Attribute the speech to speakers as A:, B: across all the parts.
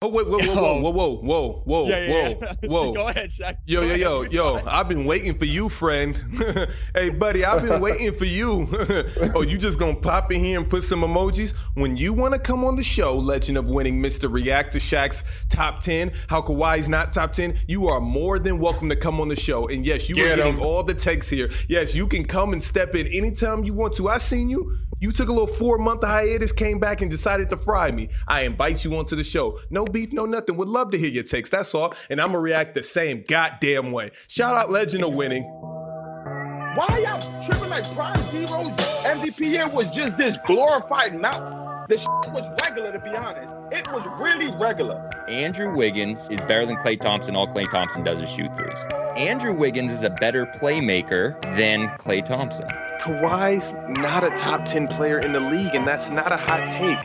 A: Oh wait, whoa, whoa, whoa, whoa, whoa, whoa, whoa,
B: Yeah, yeah,
A: whoa,
B: yeah.
A: whoa.
B: Go ahead, Shaq.
A: Yo,
B: Go
A: yo,
B: ahead.
A: yo, yo! I've been waiting for you, friend. hey, buddy, I've been waiting for you. oh, you just gonna pop in here and put some emojis when you want to come on the show? Legend of Winning, Mr. Reactor Shaq's top ten. How Kawhi's not top ten? You are more than welcome to come on the show. And yes, you are
C: Get
A: getting
C: him.
A: all the texts here. Yes, you can come and step in anytime you want to. I seen you. You took a little four month hiatus, came back and decided to fry me. I invite you onto the show. No beef, no nothing. Would love to hear your takes. That's all. And I'm gonna react the same goddamn way. Shout out Legend of Winning.
D: Why y'all tripping like Prime Zero's MVP year was just this glorified mouth? The shit was regular, to be honest. It was really regular.
E: Andrew Wiggins is better than Clay Thompson. All Clay Thompson does is shoot threes. Andrew Wiggins is a better playmaker than Clay Thompson.
F: Kawhi's not a top 10 player in the league, and that's not a hot take.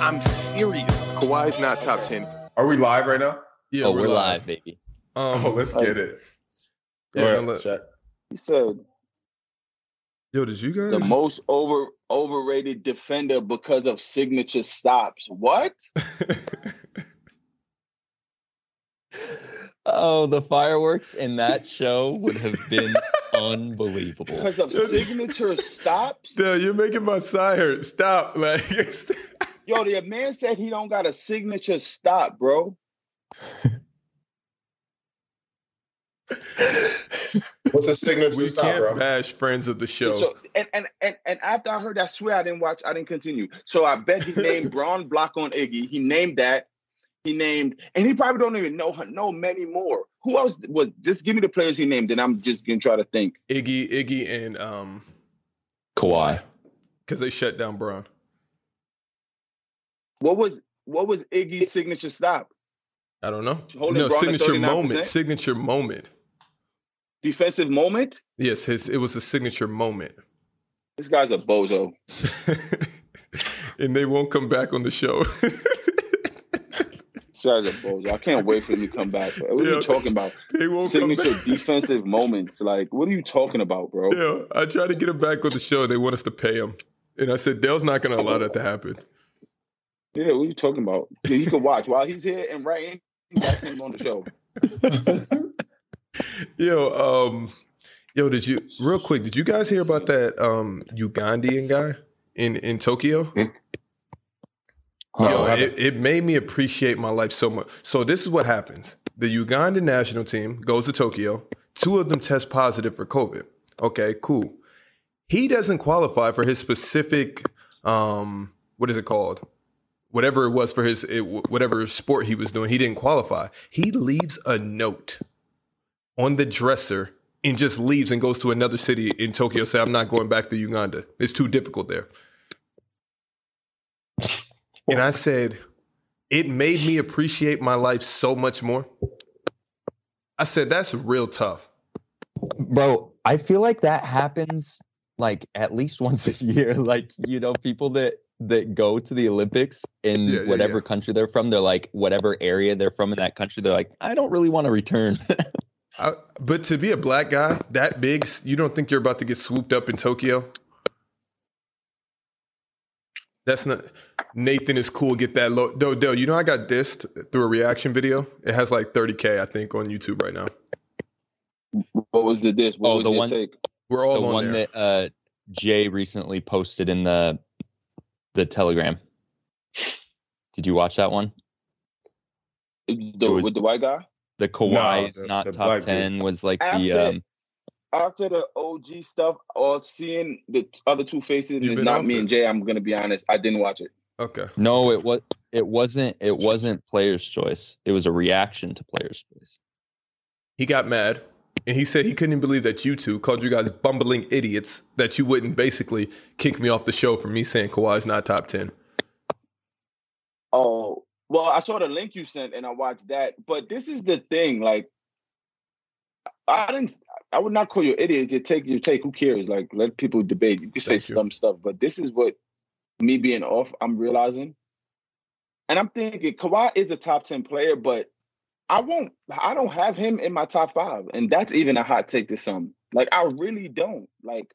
F: I'm serious. Kawhi's not top 10.
C: Are we live right now?
A: Yeah,
E: oh, we're live, baby.
A: Um,
C: Oh, let's get it.
A: yeah,
C: All right,
A: man, look.
C: Shaq.
D: He said
A: yo, did you guys?
D: the most over overrated defender because of signature stops. What?
E: Oh, the fireworks in that show would have been unbelievable.
D: Because of signature stops?
A: Dude, you're making my side hurt. Stop. Like, st-
D: Yo, the man said he don't got a signature stop, bro.
C: What's the signature
A: we
C: stop,
A: can't
C: bro?
A: bash friends of the show.
D: So and, and and and after I heard that, I swear I didn't watch. I didn't continue. So I bet he named Braun Block on Iggy. He named that. He named, and he probably don't even know know many more. Who else was? Just give me the players he named, and I'm just gonna try to think.
A: Iggy, Iggy, and um,
E: Kawhi.
A: because they shut down Braun.
D: What was what was Iggy's signature stop?
A: I don't know.
D: Holding
A: no,
D: Braun at
A: signature
D: 39%?
A: moment. Signature moment.
D: Defensive moment.
A: Yes, his it was a signature moment.
D: This guy's a bozo.
A: and they won't come back on the show.
D: This guy's a bozo. I can't wait for him to come back. What are
A: Yeah.
D: you talking about?
A: they won't
D: Signature
A: come back.
D: defensive moments. Like, what are you talking about, bro?
A: Yeah, I tried to get him back on the show. They want us to pay him. And I said, Dale's not going to allow that to happen.
D: Yeah, what are you talking about? Yeah, you can watch while he's here and writing. That's him on the show.
A: Yo, um, yo, did you, real quick, did you guys hear about that um Ugandan guy in, in Tokyo? Yo,
C: I haven't.
A: it, it made me appreciate my life so much. So this is what happens: the Ugandan national team goes to Tokyo. Two of them test positive for COVID. Okay, cool. He doesn't qualify for his specific um, what is it called? Whatever it was for his it, whatever sport he was doing, he didn't qualify. He leaves a note on the dresser and just leaves and goes to another city in Tokyo. Say, I'm not going back to Uganda. It's too difficult there. And I said, it made me appreciate my life so much more. I said, that's real tough.
E: Bro, I feel like that happens like at least once a year. Like, you know, people that that go to the Olympics in
A: Yeah, yeah,
E: whatever
A: yeah.
E: country they're from, they're like whatever area they're from in that country, they're like, I don't really want to return.
A: I, but to be a black guy that big, you don't think you're about to get swooped up in Tokyo? That's not. Nathan is cool. Get that low. Yo, yo, you know I got dissed through a reaction video. It has like 30k, I think, on YouTube right now.
D: What was the dish? What
E: Oh,
D: was
E: the
D: your
E: one-
D: take?
A: We're all
E: the
A: on
E: one
A: there.
E: that uh Jay recently posted in the the Telegram. Did you watch that one?
D: The,
E: was-
D: with the white guy?
E: The Kawhi is
C: the-
E: not
C: the
E: top
C: black dude.
E: ten was like the
D: After-
E: um
D: After the OG stuff or seeing the t- other two faces and
A: You've
D: it's
A: been off
D: not me
A: it.
D: and Jay, I'm gonna be honest. I didn't watch it.
A: okay.
E: no it was it wasn't it wasn't player's choice. It was a reaction to player's choice.
A: He got mad and he said he couldn't even believe that you two called you guys bumbling idiots that you wouldn't basically kick me off the show for me saying Kawhi's not top 10.
D: Oh well, I saw the link you sent and I watched that. But this is the thing, like I didn't I would not call you idiots. Your take your take, who cares? Like let people debate. You can say
A: Thank you.
D: some stuff, but this is what me being off, I'm realizing. And I'm thinking Kawhi is a top 10 player, but I won't I don't have him in my top five. And that's even a hot take to some. Like I really don't. Like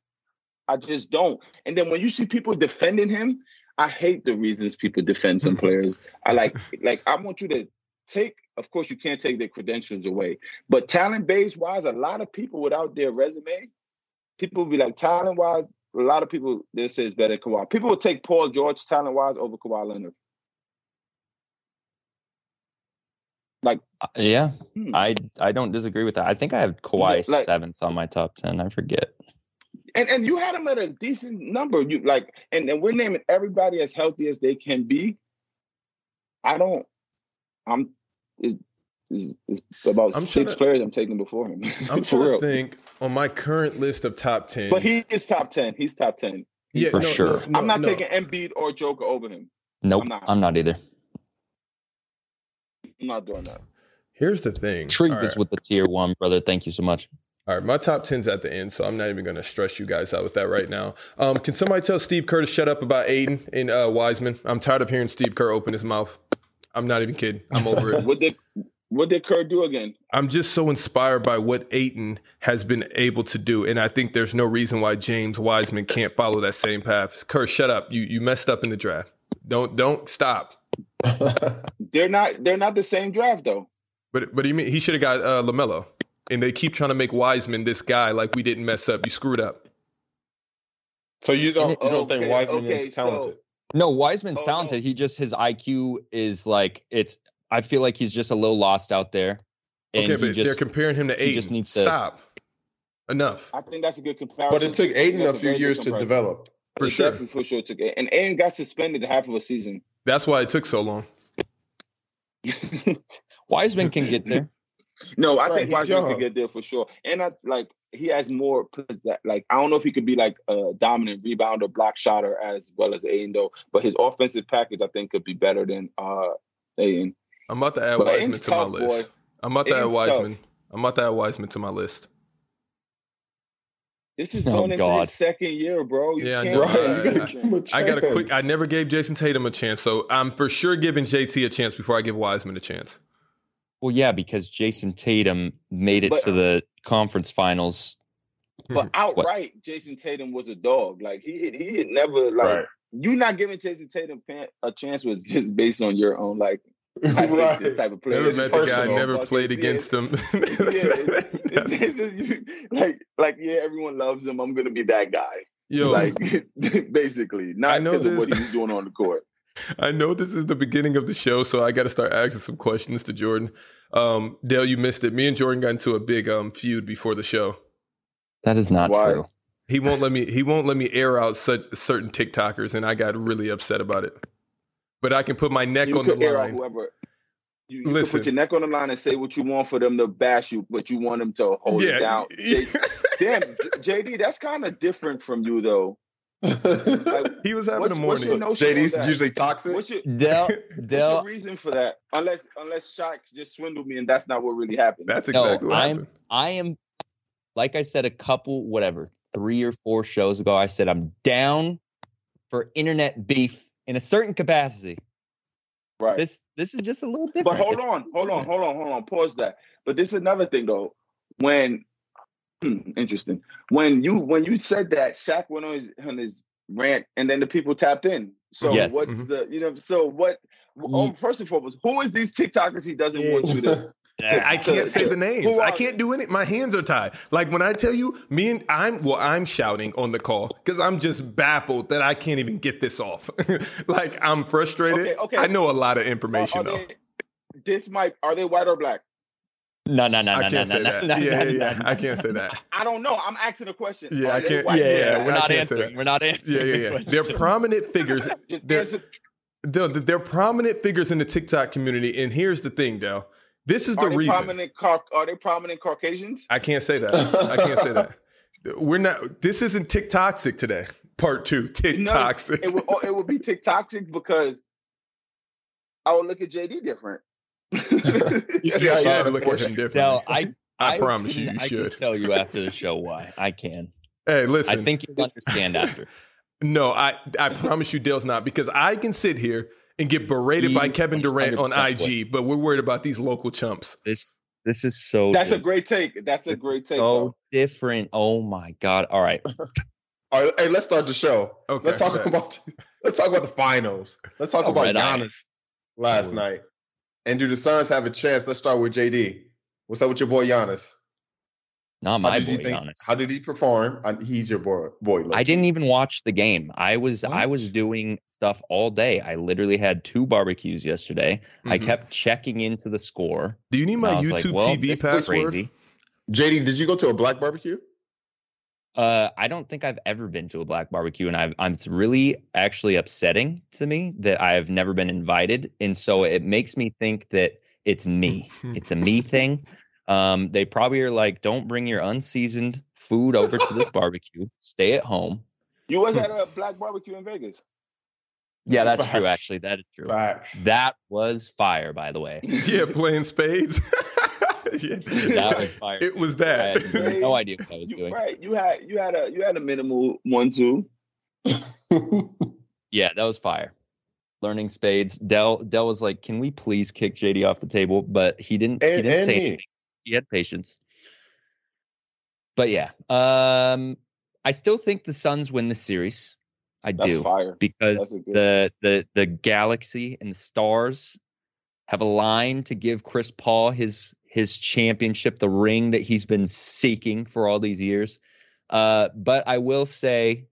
D: I just don't. And then when you see people
A: Mm-hmm.
D: defending him, I hate the reasons people defend some players. I like like I want you to take, of course, you can't take their credentials away, but talent base wise, a lot of people without their resume, people will be like, talent wise, a lot of people they say it's better than Kawhi. People will take Paul George talent wise over Kawhi Leonard.
E: Uh, yeah,
D: Hmm.
E: I I don't disagree with that. I think I have Kawhi
D: like-
E: seventh on my top ten. I forget.
D: and and you had them at a decent number. You like, and and we're naming everybody as healthy as they can be. I don't. I'm is is, is about
A: I'm
D: six
A: tryna-
D: players I'm taking before him.
A: I'm
D: for
A: trying
D: real.
A: to think on my current list of top ten.
D: But he is top ten. He's top ten.
A: yeah,
E: for sure.
D: I'm not
A: no.
D: taking Embiid or Joker over him.
E: Nope,
D: I'm
E: I'm
D: not.
E: not, either.
D: I'm not doing that.
A: Here's the thing.
E: Tree
A: All
E: was
A: right.
E: with the tier one, brother. Thank you so much.
A: All right, my top 10's at the end, so I'm not even going to stress you guys out with that right now. Um, can somebody tell Steve Kerr to shut up about Aiden and uh, Wiseman? I'm tired of hearing Steve Kerr open his mouth. I'm not even kidding. I'm over it.
D: What did what did Kerr do again?
A: I'm just so inspired by what Aiton has been able to do, and I think there's no reason why James Wiseman can't follow that same path. Kerr, shut up. You you messed up in the draft. Don't don't stop.
D: They're not they're not the same draft though.
A: But but you mean he should have got uh, Lamelo, and they keep trying to make Wiseman this guy like we didn't mess up. You screwed up.
C: so you don't you don't
D: Okay,
C: think Wiseman
D: okay,
C: is talented?
E: No, Wiseman's
D: Oh, no.
E: talented. He just his IQ is like it's. I feel like he's just a little lost out there. And
A: okay,
E: he
A: but
E: just,
A: they're comparing him to Aiton.
E: he just needs to-
A: stop. Enough
D: I think that's a good comparison.
C: but it took Aiden
D: That's
C: a few
D: very good
C: years to
D: comparison.
C: develop.
A: for
D: It
A: sure.
D: definitely for sure took and Aiden got suspended half of a season.
A: That's why it took so long.
E: Wiseman can get there.
D: No, I
C: Right,
D: think
C: he's
D: Wiseman could
C: young.
D: get there for sure. And I like he has more possess- like I don't know if he could be like a dominant rebounder, block shotter as well as Aiden though, but his offensive package I think could be better than uh Aiden.
A: I'm about to add
D: But
A: Wiseman
D: Aiden's
A: to my
D: tough, boy.
A: list. I'm about to add
D: Aiden's tough.
A: Wiseman. I'm about to add Wiseman to my list.
D: This is
E: Oh,
D: going into
E: God.
D: his second year, bro. You
A: Yeah, I
D: can't
A: know,
D: give him
A: right?
D: a
A: You gotta
D: chance.
A: I got a quick. I never gave Jason Tatum a chance, so I'm for sure giving JT a chance before I give Wiseman a chance.
E: Well, yeah, because Jason Tatum made it
D: But-
E: to the conference finals.
D: But outright, Jason Tatum was a dog. Like he he had never like
C: right.
D: you not giving Jason Tatum pan- a chance was just based on your own like I hate
C: right.
D: this type of player.
A: Never
D: It's
A: met the guy.
C: personal.
A: Never
D: fucking-
A: played
D: yeah,
A: against him.
D: It's- it's just you- like like yeah, everyone loves him. I'm gonna be that guy.
A: Yo,
D: Like basically,
A: I
D: not
A: know
D: because of what
A: this-
D: he's doing on the court.
A: I know this is the beginning of the show, so I got to start asking some questions to Jordan. Um, Dale, you missed it. Me and Jordan got into a big um, feud before the show.
E: That is not
D: Why?
E: true.
A: He won't let me. He won't let me air out such certain TikTokers, and I got really upset about it. But I can put my neck
D: You
A: on the
D: could air out
A: line.
D: whoever. You, you could
A: Listen.
D: put your neck on the line and say what you want for them to bash you, but you want them to hold it down. J- Damn, J- JD, that's kind of different from you though. Like,
A: he was having
D: what's,
A: a
D: what's your
A: morning.
D: notion? on
C: JD's
D: that?
C: usually toxic.
D: What's your
E: Dell,
D: What's your
E: Dell,
D: reason for that? Unless unless Shaq just swindled me and that's not what really happened.
A: That's
E: No,
A: exactly what
E: I'm-
A: happened.
E: I am, like I said, a couple, whatever, three or four shows ago, I said I'm down for internet beef in a certain capacity.
D: right.
E: This this is just a little different.
D: But hold
E: It's-
D: on, hold on, hold on, hold on. Pause that. But this is another thing though. When hmm, interesting. When you when you said that, Shaq went on his on his rant and then the people tapped in. So
E: Yes.
D: what's
A: Mhm.
D: the you know, so what oh, first and foremost, who is these TikTokers he doesn't want you to
E: Yeah.
A: I can't say the names.
D: Who
A: I
D: are
A: can't do any. My hands are tied. Like when I tell you, me and I'm well, I'm shouting on the call because I'm just baffled that I can't even get this off. like I'm frustrated.
D: Okay, okay.
A: I know a lot of
D: are,
A: information
D: are
A: though.
D: they, this might are they white or black?
E: No, no, no, no,
A: I
E: no,
A: can't
E: no,
A: say
E: no,
A: that.
E: no,
A: yeah,
E: no,
A: yeah, yeah.
E: no.
A: I can't say that.
D: I don't know. I'm asking a question.
A: Yeah,
D: Are
A: I
D: they
A: can't-
E: Yeah,
D: white or
E: yeah,
A: Yeah,
E: yeah,
D: black?
E: we're
A: I
E: not
A: can't say
E: answering.
A: that.
E: We're not
A: Yeah,
E: answering.
A: yeah, yeah.
E: the
A: They're
E: question.
A: prominent figures.
D: Just
A: They're-
D: answer-
A: They're, they're prominent figures in the TikTok community. And here's the thing, Dale. This is the
D: are they
A: reason.
D: prominent car- are they prominent Caucasians?
A: I can't say that. I can't say that. We're not. This isn't TikToxic today. Part two. TikToxic.
D: It would oh, it would be TikTokic because I would look at JD different.
C: you see how
A: You
C: you
A: should
C: had
A: look at him
C: him.
A: differently.
E: Dell, I,
A: I, promise you,
E: can-
A: you
E: I
A: should.
E: can tell you after the show why. I can.
A: Hey, listen.
E: I think you'll understand after.
A: no, I I promise you, Dale's not because I can sit here and get berated by
E: He
A: Kevin Durant on
E: 100%
A: IG, but we're worried about these local chumps.
E: This this is so.
D: That's a
E: different.
D: great take. That's a
E: This
D: great
E: is
D: take.
E: So
D: though.
E: different. Oh my god. All right.
C: All right, hey, let's start the show.
A: Okay,
C: let's talk
A: bet.
C: about let's talk about the finals. Let's talk
E: Oh,
C: about
E: red eye.
C: Giannis last
E: Ooh.
C: night. And do the Suns have a chance? Let's start with JD. What's up with your boy Giannis?
E: Not
C: How
E: my
C: did
E: boy,
C: you think?
E: Giannis.
C: How did he perform? Uh, He's your boy. boy look.
E: I didn't even watch the game. I was I was
C: What?
E: doing stuff all day. I literally had two barbecues yesterday. I
A: Mhm.
E: kept checking into the score.
A: Do you need
E: And
A: my
E: I was
A: YouTube
E: like, well,
A: TV
E: this is
A: password?
E: crazy.
C: JD, did you go to a black barbecue?
E: Uh, I don't think I've ever been to a black barbecue, and I've, I'm it's really actually upsetting to me that I've never been invited, and so it makes me think that it's me.
A: Mm.
E: It's a me thing. Um, they probably are like, don't bring your unseasoned food over to this barbecue. Stay at home.
D: You was at a black barbecue in Vegas.
E: Yeah, that's true.
C: Facts.
E: Actually, that is true.
C: Facts.
E: That was fire, by the way.
A: yeah, playing spades. yeah.
E: That was fire.
A: it was
E: I had
A: that.
E: no idea what I was
D: You,
E: doing.
D: right. You had you had a you had a minimal one two.
E: Yeah, that was fire. Learning spades. Dell Dell was like, "Can we please kick JD off the table?" But he didn't. he
C: And-
E: didn't
C: and
E: say
C: me.
E: anything. He had patience. But yeah, um, I still think the Suns win the series. I
D: That's
E: do
D: fire.
E: because
D: That's a good-
E: the the the galaxy and the stars have aligned to give Chris Paul his his championship, the ring that he's been seeking for all these years. Uh, but I will say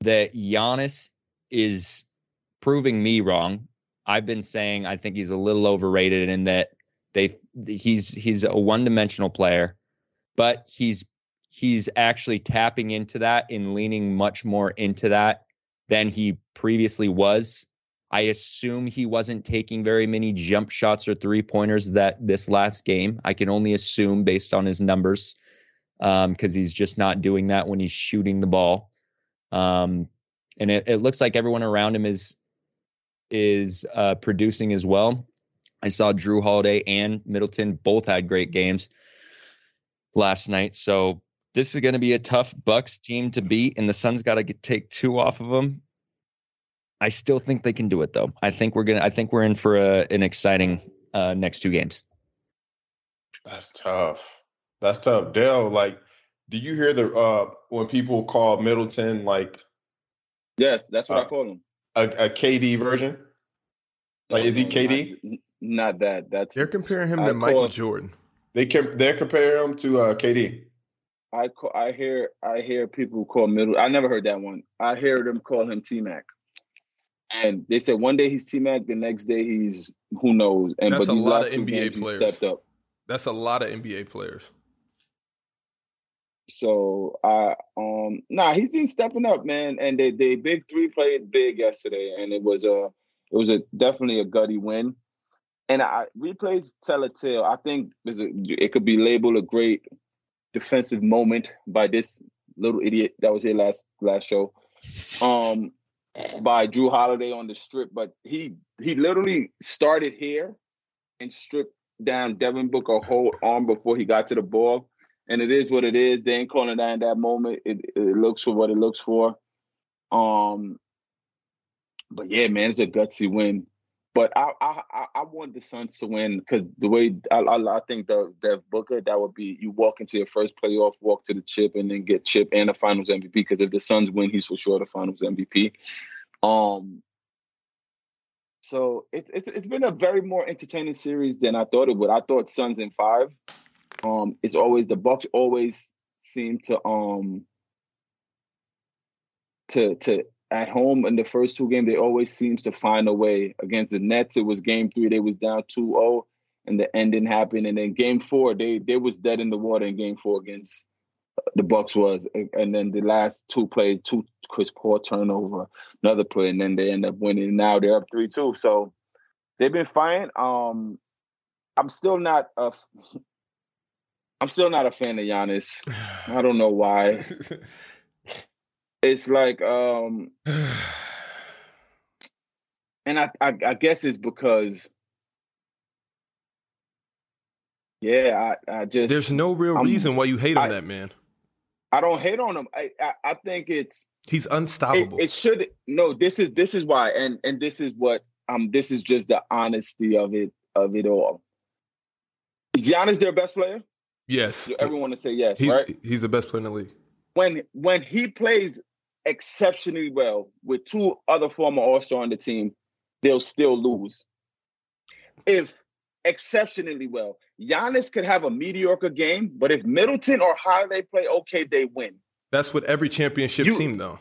E: that Giannis is proving me wrong. I've been saying I think he's a little overrated in that they he's he's a one-dimensional player, but he's he's actually tapping into that and leaning much more into that than he previously was. I assume he wasn't taking very many jump shots or three pointers that this last game. I can only assume based on his numbers because he's just not doing that when he's shooting the ball. Um, and it, it looks like everyone around him is is uh, producing as well. I saw Drew Holiday and Middleton both had great games last night. So this is going to be a tough Bucks team to beat, and the Suns got to take two off of them. I still think they can do it, though. I think we're gonna. I think we're in for a, an exciting uh, next two games.
C: That's tough. That's tough. Dale, like, do you hear the uh when people call Middleton like
D: Yes, that's what I
C: Uh,
D: call him.
C: a, a KD version? Like, is he
D: No,
C: KD?
D: Not, not that. That's
A: They're comparing him
D: I
A: to Michael
D: call-
A: Jordan.
C: They can they compare him to uh KD.
D: I call, I hear I hear people call middle. I never heard that one. I hear them call him T Mac, and they said one day he's T Mac, the next day he's who knows. And
A: That's
D: but
A: a
D: these
A: lot
D: last
A: of
D: two
A: NBA
D: games, he
A: players.
D: stepped up.
A: That's a lot of NBA players.
D: So I um nah, he's been stepping up, man. And they they big three played big yesterday, and it was a it was a definitely a gutty win. And I replays tell a tale. I think is a, it could be labeled a great defensive moment by this little idiot that was here last last show. Um, by Drew Holiday on the strip, but he he literally started here and stripped down Devin Booker whole arm before he got to the ball and it is what it is. They ain't calling that in that moment. It, it looks for what it looks for. Um, but yeah, man, it's a gutsy win. But I I I- I want the Suns to win because the way I, I I think the Dev Booker that would be you walk into your first playoff, walk to the chip, and then get chip and the Finals MVP. Because if the Suns win, he's for sure the Finals MVP. Um. So it's it's it's been a very more entertaining series than I thought it would. I thought Suns in five um it's always the bucks always seem to um to to at home in the first two games they always seems to find a way against the nets it was game three they was down 2-0 and the end didn't happen and then game four they they was dead in the water in game four against the bucks was and, and then the last two plays two chris paul turnover another play and then they end up winning now they're up 3-2 so they've been fine um i'm still not a i'm still not a fan of Giannis. I don't know why. It's like, um, and I, I, I guess it's because, yeah, I, I just
A: There's no real
D: I'm-
A: reason why you hate on
D: I-
A: that man.
D: I don't hate on him. I, I, I think it's
A: He's
D: it,
A: unstoppable.
D: it should no. This is this is why, and and this is what um this is just the honesty of it of it all. Is Giannis their best player?
A: yes.
D: Everyone would say yes,
A: He's,
D: right?
A: he's the best player in the league.
D: when when he plays exceptionally well with two other former All Star on the team, they'll still lose. if exceptionally well, Giannis could have a mediocre game, but if Middleton or Holiday play okay, they win.
A: That's what every championship
D: You-
A: team though.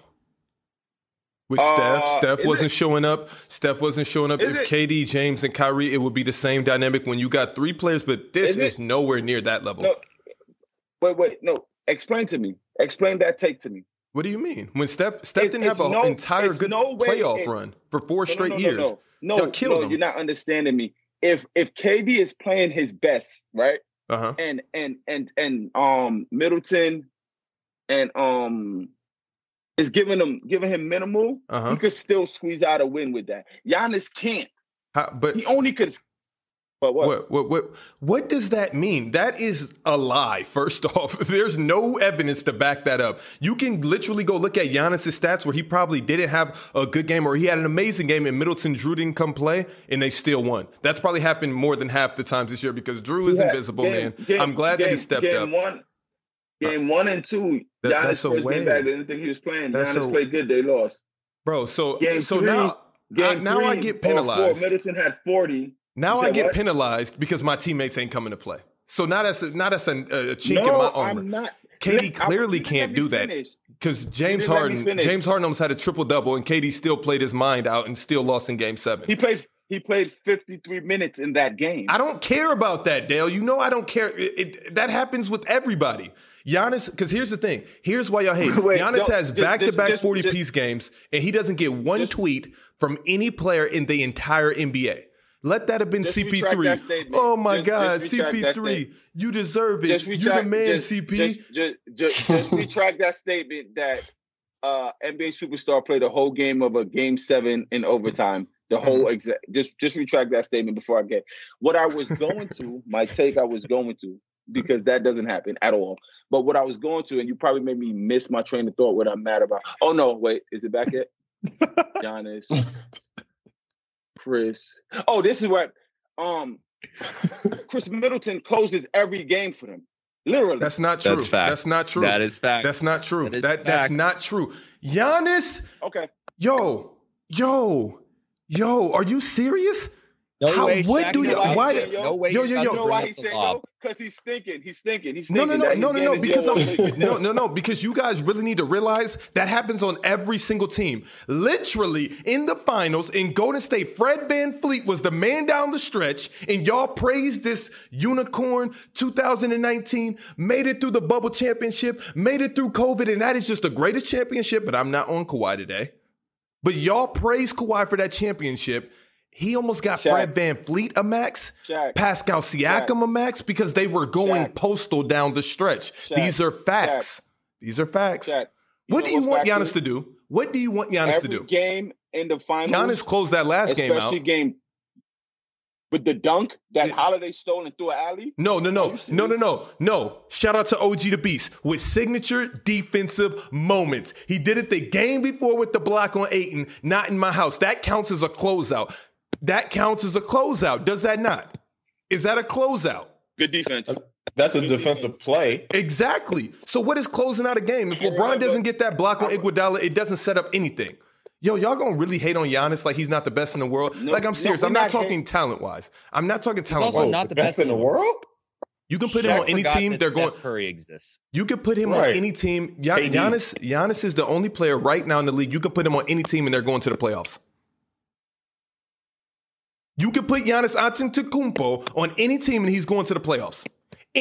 A: With
D: Uh,
A: Steph, Steph
D: is
A: wasn't
D: it-
A: showing up. Steph wasn't showing up.
D: Is
A: If
D: it-
A: KD, James, and Kyrie, it would be the same dynamic when you got three players, but this is,
D: Is it-
A: nowhere near that level.
D: No. Wait, wait, no. Explain to me. Explain that take to me.
A: What do you mean? When Steph Steph
D: It's-
A: didn't have
D: it's
A: an
D: no-
A: entire
D: it's
A: good
D: no way
A: playoff
D: it-
A: run for four
D: No, no,
A: straight
D: no, no,
A: years.
D: No, no,
A: Y'all killed
D: no,
A: him.
D: you're not understanding me. If if KD is playing his best, right?
A: Uh huh.
D: and and and and um Middleton and um is giving him giving him minimal,
A: Uh
D: he
A: huh.
D: could still squeeze out a win with that. Giannis can't.
A: How, but
D: He only could but what?
A: Uh, what? what what what does that mean? That is a lie. First off, there's no evidence to back that up. You can literally go look at Giannis's stats where he probably didn't have a good game or he had an amazing game and Middleton Drew didn't come play and they still won. That's probably happened more than half the times this year because Drew is
D: Yeah,
A: invisible,
D: Game-
A: man.
D: game-
A: I'm glad that he
D: game-
A: stepped
D: game
A: up. Uh,
D: One, game one and two,
A: That-
D: Giannis
A: that's a
D: first
A: win.
D: game back. They didn't think he was playing.
A: That's
D: Giannis
A: a-
D: played good. They lost.
A: Bro, so
D: Game
A: so
D: three-
A: now I,
D: Game
A: now I
D: three
A: get
D: or Four,
A: penalized.
D: Middleton had forty.
A: Now
D: You
A: I
D: said
A: get
D: what?
A: penalized because my teammates ain't coming to play. So now that's a, now that's a, uh, a chink
D: no,
A: in my armor.
D: I'm not.
A: Katie
D: Let- I-
A: clearly
D: you didn't
A: can't
D: let me
A: do that
D: finish.
A: because James
D: didn't let me
A: Harden
D: finish.
A: James Harden almost had a triple double and Katie still played his mind out and still lost in Game Seven.
D: He played. He played fifty three minutes in that game.
A: I don't care about that, Dale. You know I don't care. It, it, that happens with everybody. Giannis, because here's the thing. Here's why y'all hate.
D: Wait,
A: Giannis
D: no,
A: has
D: just-
A: back to back
D: just-
A: 40
D: just-
A: piece games, and he doesn't get one
D: Just-
A: tweet from any player in the entire NBA. Let that have been
D: Just retract that
A: CP3.
D: statement.
A: Oh my
D: Just-
A: God,
D: just retract that
A: CP3, you deserve it.
D: just
A: You
D: retract
A: the man,
D: just,
A: CP.
D: Just, just, just, just retract that statement that uh, NBA superstar played a whole game of a game seven in overtime.
A: Mm-hmm.
D: The whole exact. Just just retract that statement before I get what I was going to. my take I was going to because that doesn't happen at all. But what I was going to, and you probably made me miss my train of thought. What I'm mad about. Oh no, wait, is it back yet? Giannis, Chris. Oh, this is what. Um, Chris Middleton closes every game for them. Literally.
A: That's not true.
E: That's fact.
A: not true.
E: That is fact.
A: That's not true.
E: That is
A: That, that's
E: fact.
A: not true. Giannis,
D: okay.
A: yo, yo, yo, are you serious?
E: No
A: How-
E: way
A: what
E: Shaq
A: do
E: is
A: you-
E: allowed
A: why
E: to-
A: did-
E: no way
A: yo,
E: he's
A: yo,
E: allowed
A: yo.
E: to
D: You know
E: bring
D: why
E: up
D: he
E: the
D: said
E: lob.
D: no? Because he's thinking. He's thinking. He's
A: No,
D: thinking.
A: no, no,
D: that
A: no, no,
D: his
A: no.
D: game is
A: Because
D: your-
A: I'm, no, no, no. Because you guys really need to realize that happens on every single team. Literally in the finals in Golden State, Fred Van Fleet was the man down the stretch, and y'all praised this unicorn 2019, made it through the bubble championship, made it through COVID, and that is just the greatest championship. But I'm not on Kawhi today. But y'all praised Kawhi for that championship. He almost got
D: Shaq.
A: Fred Van Fleet a max.
D: Shaq,
A: Pascal Siakam a max because they were going
D: Shaq.
A: postal down the stretch.
D: Shaq.
A: These are facts. These are facts.
D: Shaq,
A: what do
D: know
A: you want
D: fact
A: Giannis
D: is?
A: to do? What do you want Giannis
D: Every
A: to do?
D: game in the finals,
A: Giannis closed that last game out.
D: especially game with the dunk that
A: Yeah.
D: Holiday stole and threw an alley.
A: No, no,
D: Are
A: no,
D: you
A: no, no,
D: serious?
A: no, no. Shout out to OG the Beast with signature defensive moments. He did it the game before with the block on Aiton, not in my house. That counts as a closeout. That counts as a closeout. Does that not? Is that a closeout?
D: Good defense.
C: That's a defensive play.
A: Exactly. So what is closing out a game? If LeBron doesn't get that block on Iguodala, it doesn't set up anything. Yo, y'all gonna really hate on Giannis like he's not the best in the world?
D: No,
A: like I'm
D: no,
A: serious.
D: we're
A: I'm not,
D: not
A: talking talent wise. I'm not talking talent
E: also
A: wise.
C: Whoa,
E: not the best
C: in the
E: in the
C: world.
A: You can put
E: Shaq
A: him on any
E: forgot
A: team.
E: that
A: They're
E: Steph
A: going.
E: Curry exists.
A: You can put him
C: Right.
A: on any team. Gian-
C: KD.
A: Giannis, Giannis is the only player right now in the league. You can put him on any team, and they're going to the playoffs. You can put Giannis Antetokounmpo on any team, and he's going to the playoffs.
E: You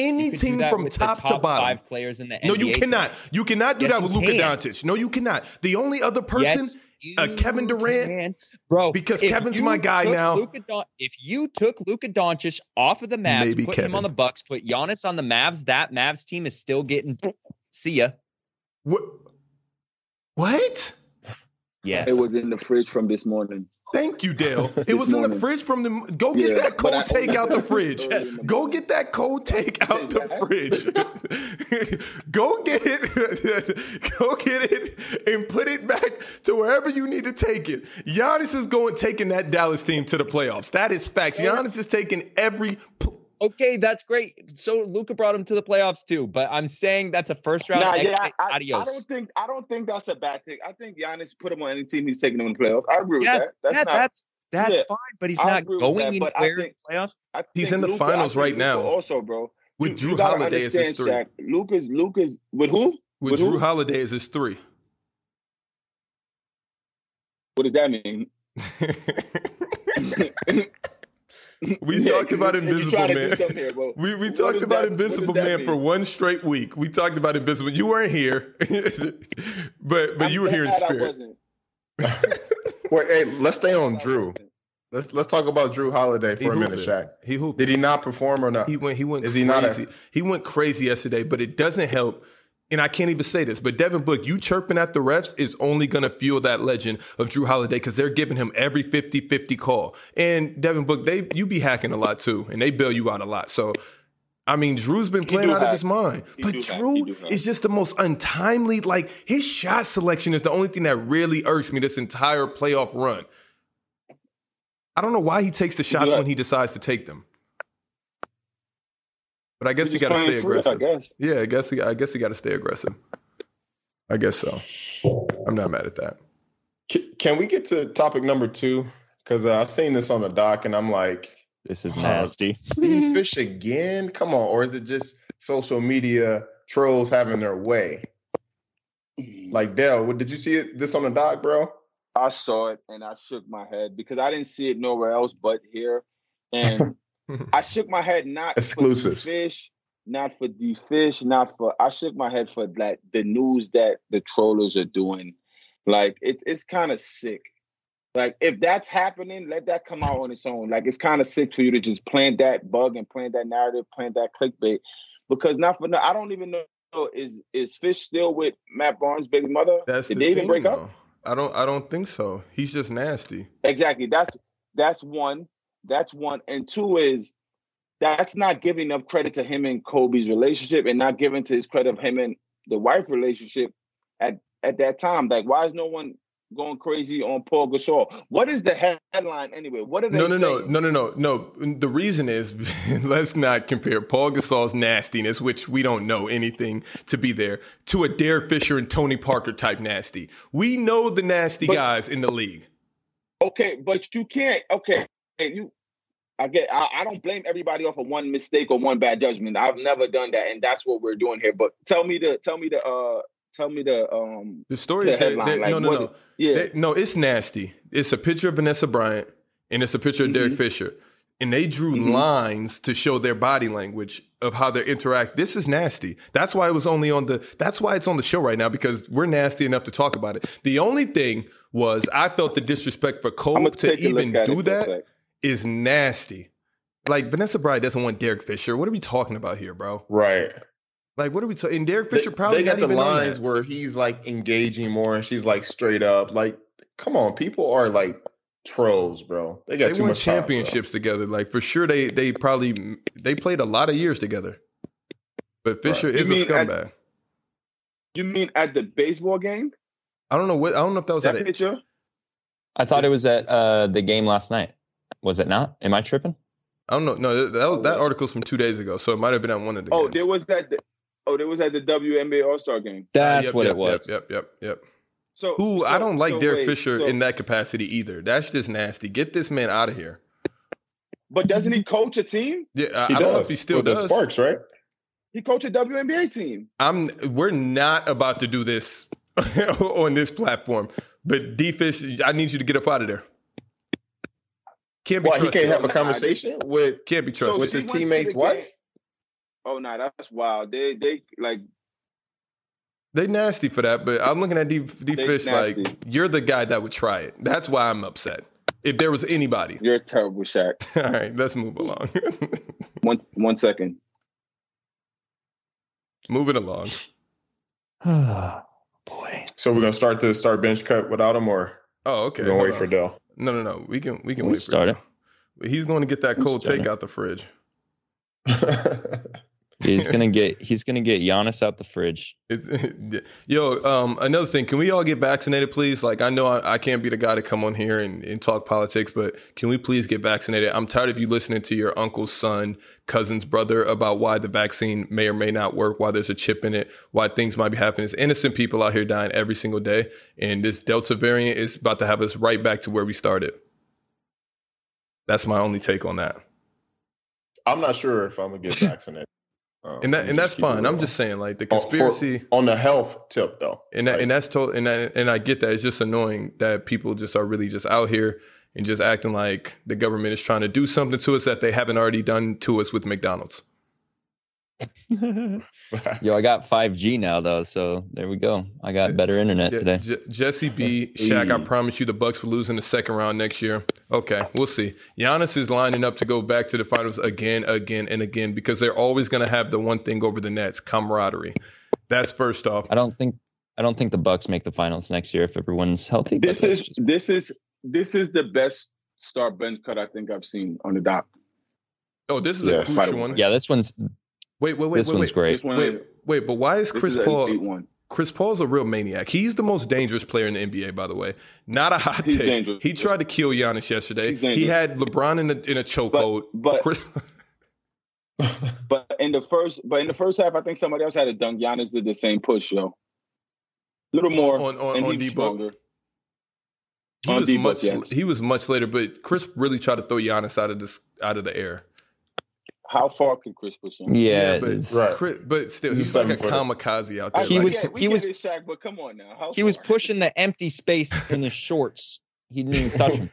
A: Any
E: could do
A: team
E: that
A: from
E: with the
A: top, to
E: top
A: bottom.
E: Five players in the
A: No,
E: NBA.
A: you cannot. You cannot do
E: Yes,
A: that with
E: you
A: Luka
E: can.
A: Doncic. No, you cannot. The only other person,
E: Yes,
A: uh, Kevin
E: you
A: Durant-
E: can. bro.
A: because
E: if
A: Kevin's
E: you
A: my guy
E: took
A: now.
E: Luka Don- if you took Luka Doncic off of the Mavs,
A: Maybe
E: put
A: Kevin.
E: him on the Bucks, put Giannis on the Mavs, that Mavs team is still getting. See ya.
A: what? What?
E: Yes,
D: It was in the fridge from this morning.
A: Thank you, Dale. It
D: This
A: was in the
D: morning.
A: fridge from the. Go get
D: Yeah,
A: that
D: but
A: cold
D: I
A: take
D: only-
A: out the fridge.
D: Early in the
A: Go
D: morning.
A: get that cold take out the
D: that?
A: fridge. Go get it. Go get it and put it back to wherever you need to take it. Giannis is going taking that Dallas team to the playoffs. That is facts. Giannis is taking every. pl-
E: okay. That's great. So Luka brought him to the playoffs too, but I'm saying that's a first round.
D: Nah,
E: exit.
D: yeah, I, I- I
E: Adios.
D: don't think I don't think that's a bad thing. I think Giannis put him on any team. He's taking him in the playoffs. I agree with
E: Yeah,
D: that. That's
E: yeah,
D: not.
E: that's That's
D: Yeah,
E: fine, but he's
D: I
E: not
D: agree with
E: going
D: that, but I
E: anywhere in
D: think-
E: the playoffs.
D: I
A: He's
D: think
A: in the
D: Luka- I
A: finals
D: think
A: right
D: Luka
A: now.
D: Also, bro,
A: With
D: You-
A: Drew
D: you gotta
A: Holiday as his
D: understand,
A: three.
D: Shaq, Luka's Luka's with who?
A: With,
D: with
A: Drew
D: who?
A: Holiday as his three.
D: What does that mean?
A: We
D: Yeah,
A: talked
D: 'cause
A: about
D: you- you
A: Invisible
D: trying to do
A: Man.
D: something here, bro.
A: We we
D: What
A: talked
D: does
A: about
D: that- what does
A: Invisible
D: that
A: Man for
D: mean?
A: one straight week. We talked about Invisible. You weren't here, but but
D: I'm
A: you were here in
D: glad I
A: spirit.
D: wasn't.
C: Wait, hey, let's stay on
D: Glad I
C: Drew.
D: wasn't.
C: Let's let's talk about Drew Holiday
A: He
C: for a
A: hooped
C: minute,
A: it.
C: Shaq.
A: He hooped.
C: Did he not perform or not?
A: He went. He went.
C: Is
A: crazy.
C: he not a-
A: he went crazy yesterday. But it doesn't help. And I can't even say this, but Devin Book, you chirping at the refs is only going to fuel that legend of Drew Holiday because they're giving him every 50-50 call. And Devin Book, they you be hacking a lot too, and they bail you out a lot. So, I mean, Drew's been
D: He
A: playing
D: do
A: out of
D: hack.
A: his mind,
D: He
A: but
D: do hack. He
A: Drew
D: do hack.
A: is just the most untimely. Like his shot selection is the only thing that really irks me this entire playoff run. I don't know why he takes the shots
D: hack.
A: when he decides to take them. But I guess
D: He's
A: he
D: just
A: got to
D: playing
A: stay
D: free,
A: aggressive.
D: I guess.
A: Yeah, I guess I guess he got to stay aggressive. I guess so. I'm not mad at that.
C: C- Can we get to topic number two? Because uh, I seen this on the doc, and I'm like,
E: This is
C: Huh.
E: nasty.
C: Steve Fish again? Come on, or is it just social media trolls having their way? Like Dale, what, did you see it, this on the doc, bro?
D: I saw it and I shook my head because I didn't see it nowhere else but here. And I shook my head not for
C: Exclusives.
D: D fish, not for the fish, not for I shook my head for that the news that the trollers are doing. Like it's it's kind of sick. Like if that's happening, let that come out on its own. Like it's kind of sick for you to just plant that bug and plant that narrative, plant that clickbait. Because not for no, I don't even know is is Fish still with Matt Barnes' baby mother?
A: That's
D: Did
A: the
D: they even
A: thing,
D: break up?
A: though. I don't. I don't think so. He's just nasty.
D: Exactly. That's that's one. That's one. And two is that's not giving enough credit to him and Kobe's relationship and not giving to his credit of him and the wife relationship at, at that time. Like why is no one going crazy on Paul Gasol? What is the head- headline anyway? What are they
A: No, no, no,
D: saying?
A: no, no, no, no. The reason is let's not compare Paul Gasol's nastiness, which we don't know anything to be there, to a Dare Fisher and Tony Parker type nasty. We know the nasty
D: But-
A: guys in the league.
D: Okay, but you can't okay. And you I get I, I don't blame everybody off of one mistake or one bad judgment. I've never done that and that's what we're doing here. But tell me the tell me the uh tell me the um
A: The story
D: The
A: is that,
D: headline,
A: that-
D: like,
A: no, no,
D: what-
A: no.
D: yeah.
A: They- no, it's nasty. It's a picture of Vanessa Bryant and it's a picture of
D: Mm-hmm.
A: Derek Fisher. And they drew
D: Mhm.
A: lines to show their body language of how they interact. This is nasty. That's why it was only on the that's why it's on the show right now because we're nasty enough to talk about it. The only thing was I felt the disrespect for
D: I'm
A: Cole
D: gonna
A: to
D: take a
A: even
D: look at it
A: do
D: for a
A: that
D: sec.
A: is nasty. Like Vanessa Bryant doesn't want Derek Fisher. What are we talking about here, bro?
C: Right.
A: Like what are we talking? And Derek Fisher
C: they,
A: probably
C: they got
A: not
C: the
A: even on
C: lines
A: that.
C: where he's like engaging more, and she's like straight up. Like, come on, people are like trolls, bro. They got
A: they
C: too
A: won
C: much time, bro.
A: championships together. Like for sure, they they probably they played a lot of years together. But Fisher
D: You
A: is a
D: mean at-
A: scumbag.
D: You mean at the baseball game?
A: I don't know what I don't know if that was
D: That
A: at a,
D: picture?
E: I thought it was at uh, the game last night. Was it not? Am I tripping?
A: I don't know. No, that- that was, that article's from two days ago, so it might have been at one of the.
D: Oh,
A: games.
D: there was that. Oh, there was at the WNBA All Star game.
E: That's
A: Yep,
E: what
A: yep,
E: it was.
A: Yep, yep, yep. yep.
D: So
A: Who I don't like Derek Fisher
D: in that.
A: in that capacity either. That's just nasty. Get this man out of here.
D: But doesn't he coach a team?
A: Yeah, I, I
C: He
A: don't know
C: does.
A: if he still
C: with
A: does.
C: The Sparks, right?
D: He coached a WNBA team.
A: I'm we're not about to do this on this platform. But D Fish, I need you to get up out of there. Can't be
C: Why he
A: trusted.
C: can't have a
D: Nah,
C: conversation with
A: Can't be trusted.
D: So
C: with
D: she
C: his
D: went to
C: teammate's
D: the
C: wife?
D: game. Oh no, that's wild. They they like
A: They nasty for that, but I'm looking at D, D
D: They
A: Fish
D: nasty.
A: like you're the guy that would try it. That's why I'm upset. If there was anybody,
D: you're a terrible, Shaq.
A: all right, let's move along.
D: One one second.
A: Moving along.
E: boy.
C: So we're gonna start the start bench cut without him, or
A: Oh, okay.
C: we're gonna
A: hold
C: wait for
A: on.
C: Dell.
A: No, no, no. We can we can
E: We
A: wait
E: start
A: for it. now. He's going to get that
E: We
A: cold
E: start
A: take
E: it.
A: out the fridge.
E: He's gonna get he's gonna get Giannis out the fridge.
A: It's, yo, um, another thing. Can we all get vaccinated, please? Like, I know I, I can't be the guy to come on here and, and talk politics, but can we please get vaccinated? I'm tired of you listening to your uncle's son, cousin's brother about why the vaccine may or may not work, why there's a chip in it, why things might be happening. It's innocent people out here dying every single day, and this Delta variant is about to have us right back to where we started. That's my only take on that.
C: I'm not sure if I'm gonna get vaccinated. Um,
A: And that and that's
C: just keep it
A: fine. I'm
C: real.
A: just saying, like the
C: Oh, for-
A: conspiracy.
C: on the health tip though.
A: and that, and that's total and I, and I get that it's just annoying that people just are really just out here and just acting like the government is trying to do something to us that they haven't already done to us with McDonald's.
E: Yo, I got 5G now though, so there we go. I got better internet
A: Je-
E: today.
A: Je- Jesse B, Shaq, I
D: Mm.
A: promise you the Bucks will lose in the second round next year. Okay, we'll see. Giannis is lining up to go back to the finals again, again, and again because they're always going to have the one thing over the Nets: camaraderie. That's first off.
E: I don't think I don't think the Bucks make the finals next year if everyone's healthy. but
D: This
E: that's
D: is
E: just-
D: this is this is the best star bench cut I think I've seen on the dock.
A: Oh, this is
C: Yeah,
A: a crucial
D: final.
A: one.
E: yeah, this one's
A: Wait, wait, wait,
E: this
A: wait,
E: one's
A: wait.
E: great.
D: This one,
A: Wait, wait, but why is
D: this
A: Chris
D: is an elite
A: Paul?
D: one.
A: Chris Paul's a real maniac. He's the most dangerous player in the NBA, by the way. Not a hot
D: He's
A: take.
D: dangerous.
A: He tried to kill Giannis yesterday.
D: He's
A: He
D: dangerous.
A: had LeBron in a, in a chokehold.
D: But but
A: Chris,
D: but in the first but in the first half, I think somebody else had a dunk. Giannis did the same push, yo. little more
A: on on,
D: and
A: on
D: he was
A: D book,
D: stronger.
A: he
D: On
A: was
D: D-Book,
A: much
D: yes.
A: he was much later. But Chris really tried to throw Giannis out of this out of the air.
D: How far could Chris push him?
E: Yeah,
A: but
E: it's-
C: Right.
A: Chris, but still,
C: He's
A: he's like a
C: seven footer.
A: kamikaze out
D: I-
A: there.
E: He
A: like-
D: we
E: was-
D: get- we
E: he
D: get
E: was-
D: it, Shaq, but come on now. How
E: he was
D: far?
E: pushing the empty space in his shorts. He didn't even touch him.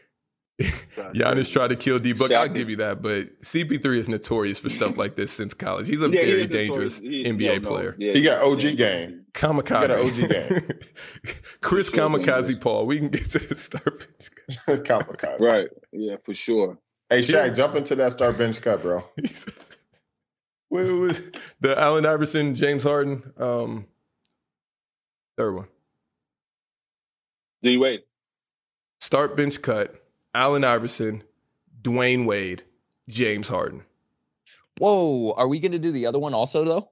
A: Giannis tried to kill D book. I'll
D: Shaq-
A: give you that. But CP3 is notorious for stuff like this since college. He's a
D: Yeah, he
A: very
D: is
A: dangerous
D: notorious. He-
A: NBA
D: no, no.
A: player.
D: Yeah.
C: He got OG game.
A: Kamikaze.
C: You got an OG game.
A: Chris
D: For sure, man.
A: Kamikaze Paul. We can get to the star bench.
C: Kamikaze.
D: Right. Yeah, for sure.
C: Hey Shaq, jump into that star bench cut, bro.
A: Wait, what was the Allen Iverson, James Harden, um, third one.
D: D Wade.
A: Start bench cut, Allen Iverson, Dwayne Wade, James Harden.
E: Whoa, are we going to do the other one also though?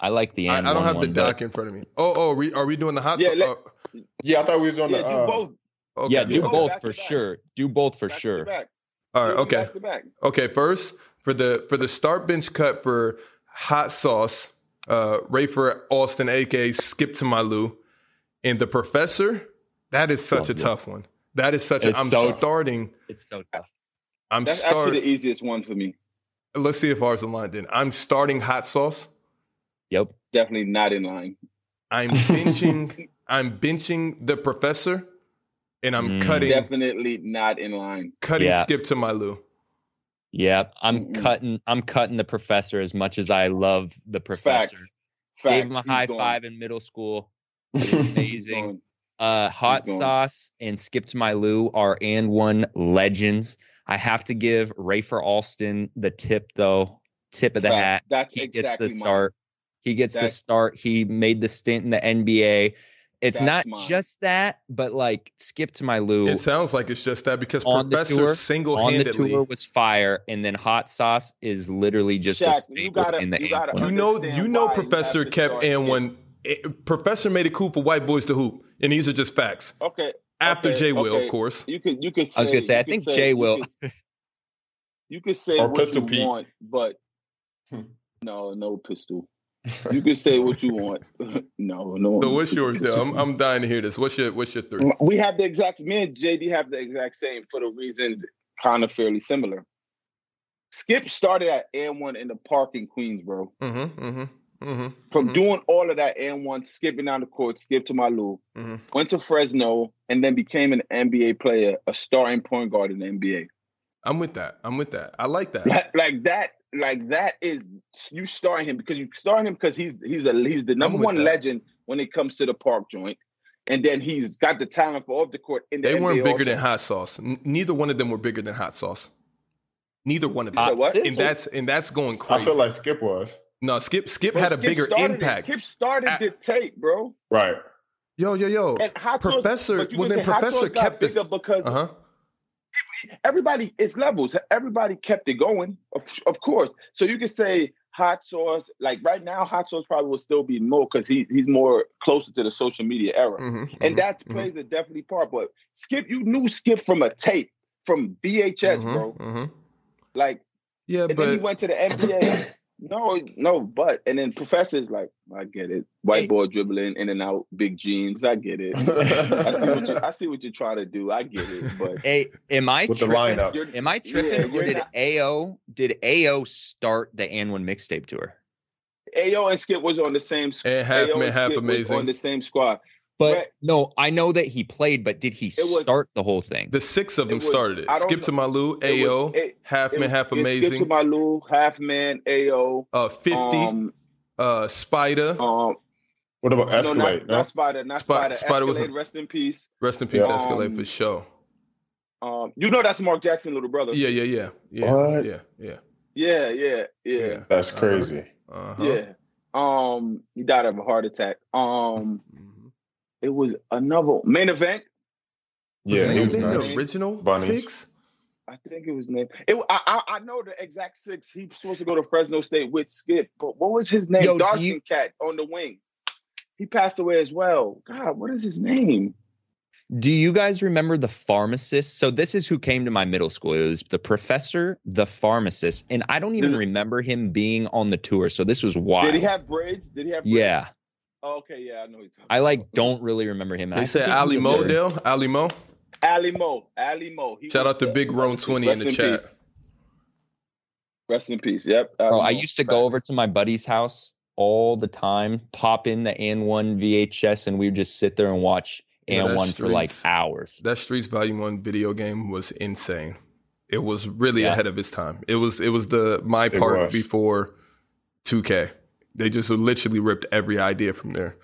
E: I like the
A: I,
E: and
A: I don't have
E: one
A: the
E: one, but-
A: doc in front of me. Oh, oh, we, are we doing the hot
D: Yeah,
A: so-
D: let-
A: oh,
C: Yeah, I thought we was on
D: Yeah,
C: the.
D: do
C: uh,
D: both.
A: okay.
E: Yeah, do
D: okay.
E: both
D: Back
E: for
D: to back.
E: sure. Do both for
D: Back to
E: sure.
D: back.
A: All right,
D: Do it
A: okay.
D: Back to back.
A: Okay, first for the for the start bench cut for hot sauce, uh Rafer Austin, aka Skip to my Lou, and the professor. That is such
E: Love
A: a
E: you.
A: tough one. That is such. A,
E: It's
A: I'm
E: so-
A: starting.
E: It's so tough.
A: I'm
D: That's
A: starting.
D: actually the easiest one for me.
A: Let's see if ours aligned. Then I'm starting hot sauce.
E: Yep.
D: Definitely not in line.
A: I'm benching. I'm benching the professor, and I'm
E: Mm.
A: cutting
D: Definitely not in line.
A: cutting
E: Yeah.
A: Skip to my Lou.
E: Yep. I'm
D: Mm-mm.
E: cutting I'm cutting the professor as much as I love the professor.
D: Facts. Facts.
E: Gave him a
D: He's
E: high
D: gone.
E: five in middle school. It was
D: He's
E: amazing.
D: gone.
E: Uh, hot
D: He's gone.
E: sauce and Skip to My Lou are and one legends. I have to give Rafer Alston the tip though. Tip of the
D: Facts.
E: hat.
D: That's
E: He
D: exactly
E: gets the
D: mine.
E: start. He gets the
D: That's-
E: start. He made the stint in the NBA. It's
D: That's
E: not
D: mine.
E: just that, but like Skip to My Lou
A: It sounds like it's just that because
E: On the
A: professor
E: tour-
A: single
E: on the
A: handedly.
E: tour was fire, and then hot sauce is literally just a
D: Shaq,
E: staple
D: you gotta,
E: in the
D: you
E: A
D: gotta
A: You know,
D: understand
A: you know,
D: why have
A: Professor
D: to
A: kept
D: start
A: and
D: Skip.
A: one. it- Professor made it cool for white boys to hoop, and these are just facts.
D: Okay,
A: After
D: Okay,
A: Jay Will,
D: okay.
A: of course.
D: you could, you could. Say,
E: I was gonna say,
D: you
E: I
D: could
E: think
D: say-
E: Jay
D: you
E: will.
D: could- You could say
C: Or
D: what
C: Pistol
D: you
C: Pete.
D: want, but
C: Hmm.
D: no, no pistol. You can say what you want. no, no.
A: So what's yours, though? I'm, I'm dying to hear this. What's your What's your three?
D: We have the exact. Me and JD have the exact same for the reason kind of fairly similar. Skip started at and one in the park in Queens, bro.
A: Mm-hmm. Mm-hmm. Mm-hmm.
D: From
A: Mhm.
D: doing all of that and one, skipping down the court, skip to my Lou,
A: Mm-hmm.
D: went to Fresno, and then became an NBA player, a starting point guard in the NBA.
A: I'm with that. I'm with that. I like that.
D: like, like that like that is you starting him because you starting him because he's he's a he's the number
A: with
D: one
A: that.
D: legend when it comes to the park joint and then he's got the talent for off the court in the
A: They weren't
D: NBA
A: bigger
D: also.
A: than hot sauce. N- neither one of them were bigger than hot sauce. Neither one of
D: You
A: them.
D: said what?
E: Sis?
A: And that's and that's going
C: I
A: crazy.
C: feel like Skip was
A: no, Skip Skip
D: Bro,
A: had a
D: Skip
A: bigger
D: started it.
A: impact.
D: Skip started
A: At-
D: the tape, bro.
C: right.
A: Yo, yo, yo.
D: And hot Sauce-
A: Professor-
D: but you
A: well,
D: can
A: then
D: say Hot
A: Professor
D: Sauce got
A: kept this-
D: bigger because
A: Uh huh.
D: everybody it's levels everybody kept it going of, of course so you could say hot sauce like right now hot sauce probably will still be more because he, he's more closer to the social media era
A: Mm-hmm,
D: and that
A: mhm.
D: plays a definitely part but skip you knew skip from a tape from vhs bro
A: hmm
D: like
A: Yeah,
D: and
A: but
D: then he went to the nba No, no, but and then professors like I get it. White
E: Hey.
D: boy dribbling in and out, big jeans. I get it. I see what you I see what you're trying to do. I get it, but
E: Hey, am I
C: With the
E: tripping?
C: lineup.
D: you're,
E: Am I tripping,
D: Yeah,
E: or
D: you're
E: did
D: not-
E: AO did AO start the and one mixtape tour?
D: Ayo and Skip was on the same squad.
A: And half man, half
D: on
A: amazing.
D: the same squad.
E: But
D: Right.
E: no, I know that he played, but did he
D: was-
E: start the whole thing?
A: The six of
D: It
A: them
D: was-
A: started it.
D: I don't
A: Skip to Malou,
D: It
A: AO,
D: was- it-
A: half
D: It
A: man,
D: was
A: half
D: Skip- Skip to
A: amazing.
D: Malou, half man, Ayo,
A: Uh, fifty.
D: um,
A: uh, Spider.
D: um,
C: what about
D: no, not,
C: Escalate?
D: not Spider, not
A: Spider-
D: Spider.
A: Spider was-
D: Escalade, rest in peace.
A: Rest in peace,
C: Yeah.
A: Escalade for
D: Um,
A: sure.
D: Um, you know that's Mark Jackson, little brother.
A: Yeah, yeah, yeah, yeah,
C: What?
A: yeah, yeah,
D: yeah, yeah, yeah.
A: yeah.
C: That's
A: Uh-huh.
C: crazy.
A: Uh-huh.
D: Yeah. Um, he died of a heart attack. Um,
A: Mhm.
D: it was another main event.
A: Was
C: Yeah, he was
A: Nathan
D: nice.
A: the original
C: Bunnies.
A: six.
D: I think it was name. It, I, I I know the exact six. He was supposed to go to Fresno State with Skip, but what was his name?
E: Yo, do
D: Dark
E: you-
D: skin cat on the wing. He passed away as well. God, what is his name?
E: Do you guys remember the pharmacist? So this is who came to my middle school. It was the professor, the pharmacist, and I don't even
D: Did-
E: remember him being on the tour. So this was wild.
D: Did he have braids? Did he have? Braids?
E: yeah,
D: Oh, okay. Yeah, I know. He's
E: I like don't really remember him.
A: They said Ali Mo Dell. Ali Mo.
D: Ali Mo. Ali Mo. He
A: Shout
D: was
A: out to
D: the-
A: Big Roan
D: rest
A: Twenty in the chat.
D: peace. Rest in peace. Yep.
E: Bro,
D: Ali
E: I
D: Mo.
E: used to go over to my buddy's house all the time, pop in the and one VHS, and we would just sit there and watch
A: Yeah,
E: and
A: that's
E: one for like
A: streets.
E: hours.
A: That Streets Volume One video game was insane. It was really
E: Yeah.
A: ahead of its time. It was it was the my
C: It
A: part
C: was.
A: before 2K. They just literally ripped every idea from there.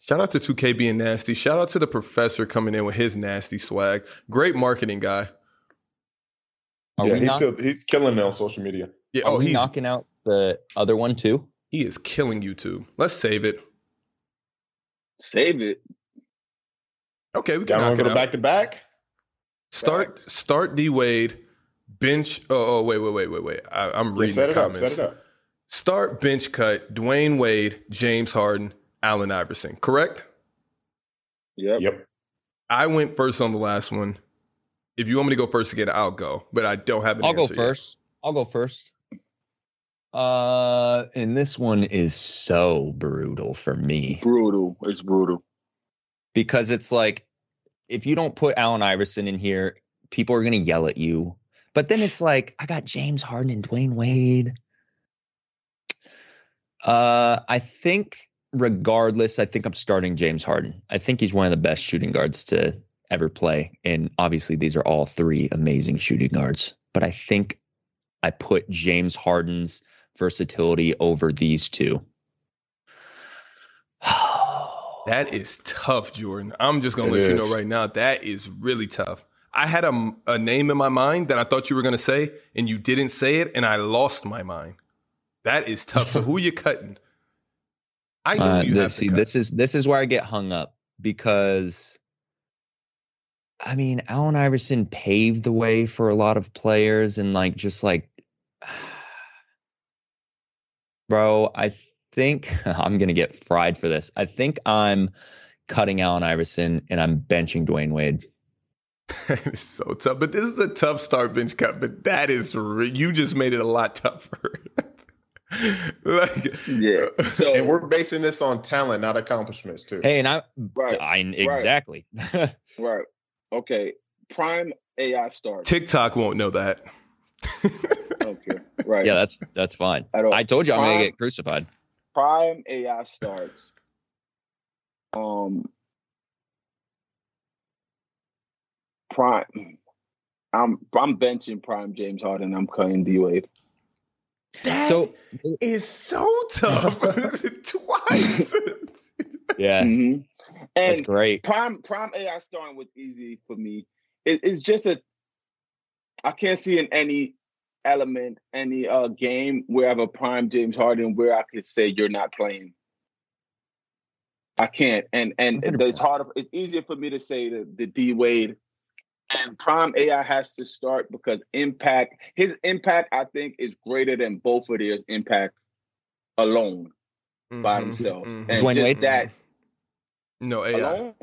A: Shout out to 2K being nasty. Shout out to the professor coming in with his nasty swag. Great marketing guy.
E: Are
C: yeah,
E: we
C: he's
E: knock-
C: still he's killing it on social media.
A: Yeah,
E: are
A: oh,
E: we
A: he's
E: knocking out the other one too?
A: he is killing YouTube. Let's save it.
D: save it.
A: Okay, we can
C: Y'all want
A: knock
C: to
A: it
C: go
A: out.
C: back to back?
A: Start start D Wade, bench. Oh, oh wait, wait, wait, wait, wait. I, I'm
C: Yeah,
A: reading
C: set
A: the
C: it
A: comments.
C: up. Set it up.
A: Start bench cut Dwayne Wade, James Harden, Allen Iverson, correct?
D: Yep.
C: Yep.
A: I went first on the last one. If you want me to go first again, I'll go, but I don't have an
E: I'll go
A: answer yet.
E: first. I'll go first. Uh, and this one is so brutal for me
D: Brutal. It's brutal.
E: because it's like if you don't put Allen Iverson in here, people are gonna yell at you. But then it's like I got James Harden and Dwayne Wade. Uh, I think regardless, I think I'm starting James Harden. I think he's one of the best shooting guards to ever play, and obviously these are all three amazing shooting guards. But I think I put James Harden's versatility over these two. Oh.
A: That is tough, Jordan. I'm just gonna
C: It
A: let you
C: is.
A: know right now. That is really tough. I had a, a name in my mind that I thought you were gonna say, and you didn't say it, and I lost my mind. That is tough. so who you cutting? I knew
E: Uh,
A: you
E: this-
A: have to
E: see,
A: cut.
E: this is this is where I get hung up because I mean, Allen Iverson paved the way for a lot of players, and like just like, bro, I think I'm gonna get fried for this. I think I'm cutting Allen Iverson and I'm benching Dwayne Wade.
A: it's so tough. But this is a tough start bench cut. But that is re- you just made it a lot tougher. like
D: Yeah. So
C: And we're basing this on talent, not accomplishments, too.
E: Hey, and I,
D: right,
E: I exactly.
D: right. Okay. Prime AI starts.
A: TikTok won't know that.
D: Okay. Right.
E: yeah, that's that's fine.
D: I don't
E: I told you I'm gonna
D: Prime-
E: get crucified.
D: prime AI starts. Um Prime I'm I'm benching Prime James Harden. I'm cutting D Wade.
A: That
E: So
A: is so tough. Twice. Mm-hmm,
E: yeah, that's
D: Mm-hmm. And
E: great.
D: Prime Prime AI starting with Easy for me. It, it's just a I can't see in any element, any uh game where I have a prime James Harden where I could say you're not playing. I can't. And and it's harder it's easier for me to say the, the D Wade. And prime AI has to start because impact, his impact, I think, is greater than both of theirs impact alone. By themselves. And
E: Dwayne
D: just
E: Wade?
D: that
A: mm-hmm. No AI.
D: alone.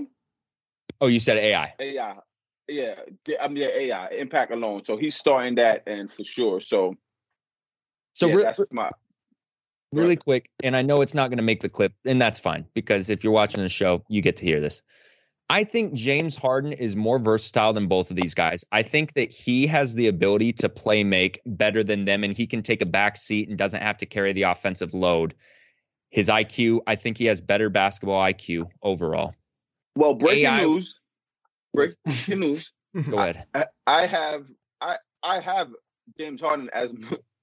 E: Oh, you said AI.
D: AI. Yeah, the- I mean yeah, AI impact alone. So he's starting that, and for sure. So
E: So
D: yeah,
E: re-
D: that's my
E: really quick, and I know it's not going to make the clip, and that's fine because if you're watching the show, you get to hear this. I think James Harden is more versatile than both of these guys. I think that he has the ability to play make better than them, and he can take a back seat and doesn't have to carry the offensive load. His IQ, I think he has better basketball IQ overall.
D: Well, breaking
E: AI
D: news. Breaking news.
E: Go ahead.
D: I- I have I I have James Harden as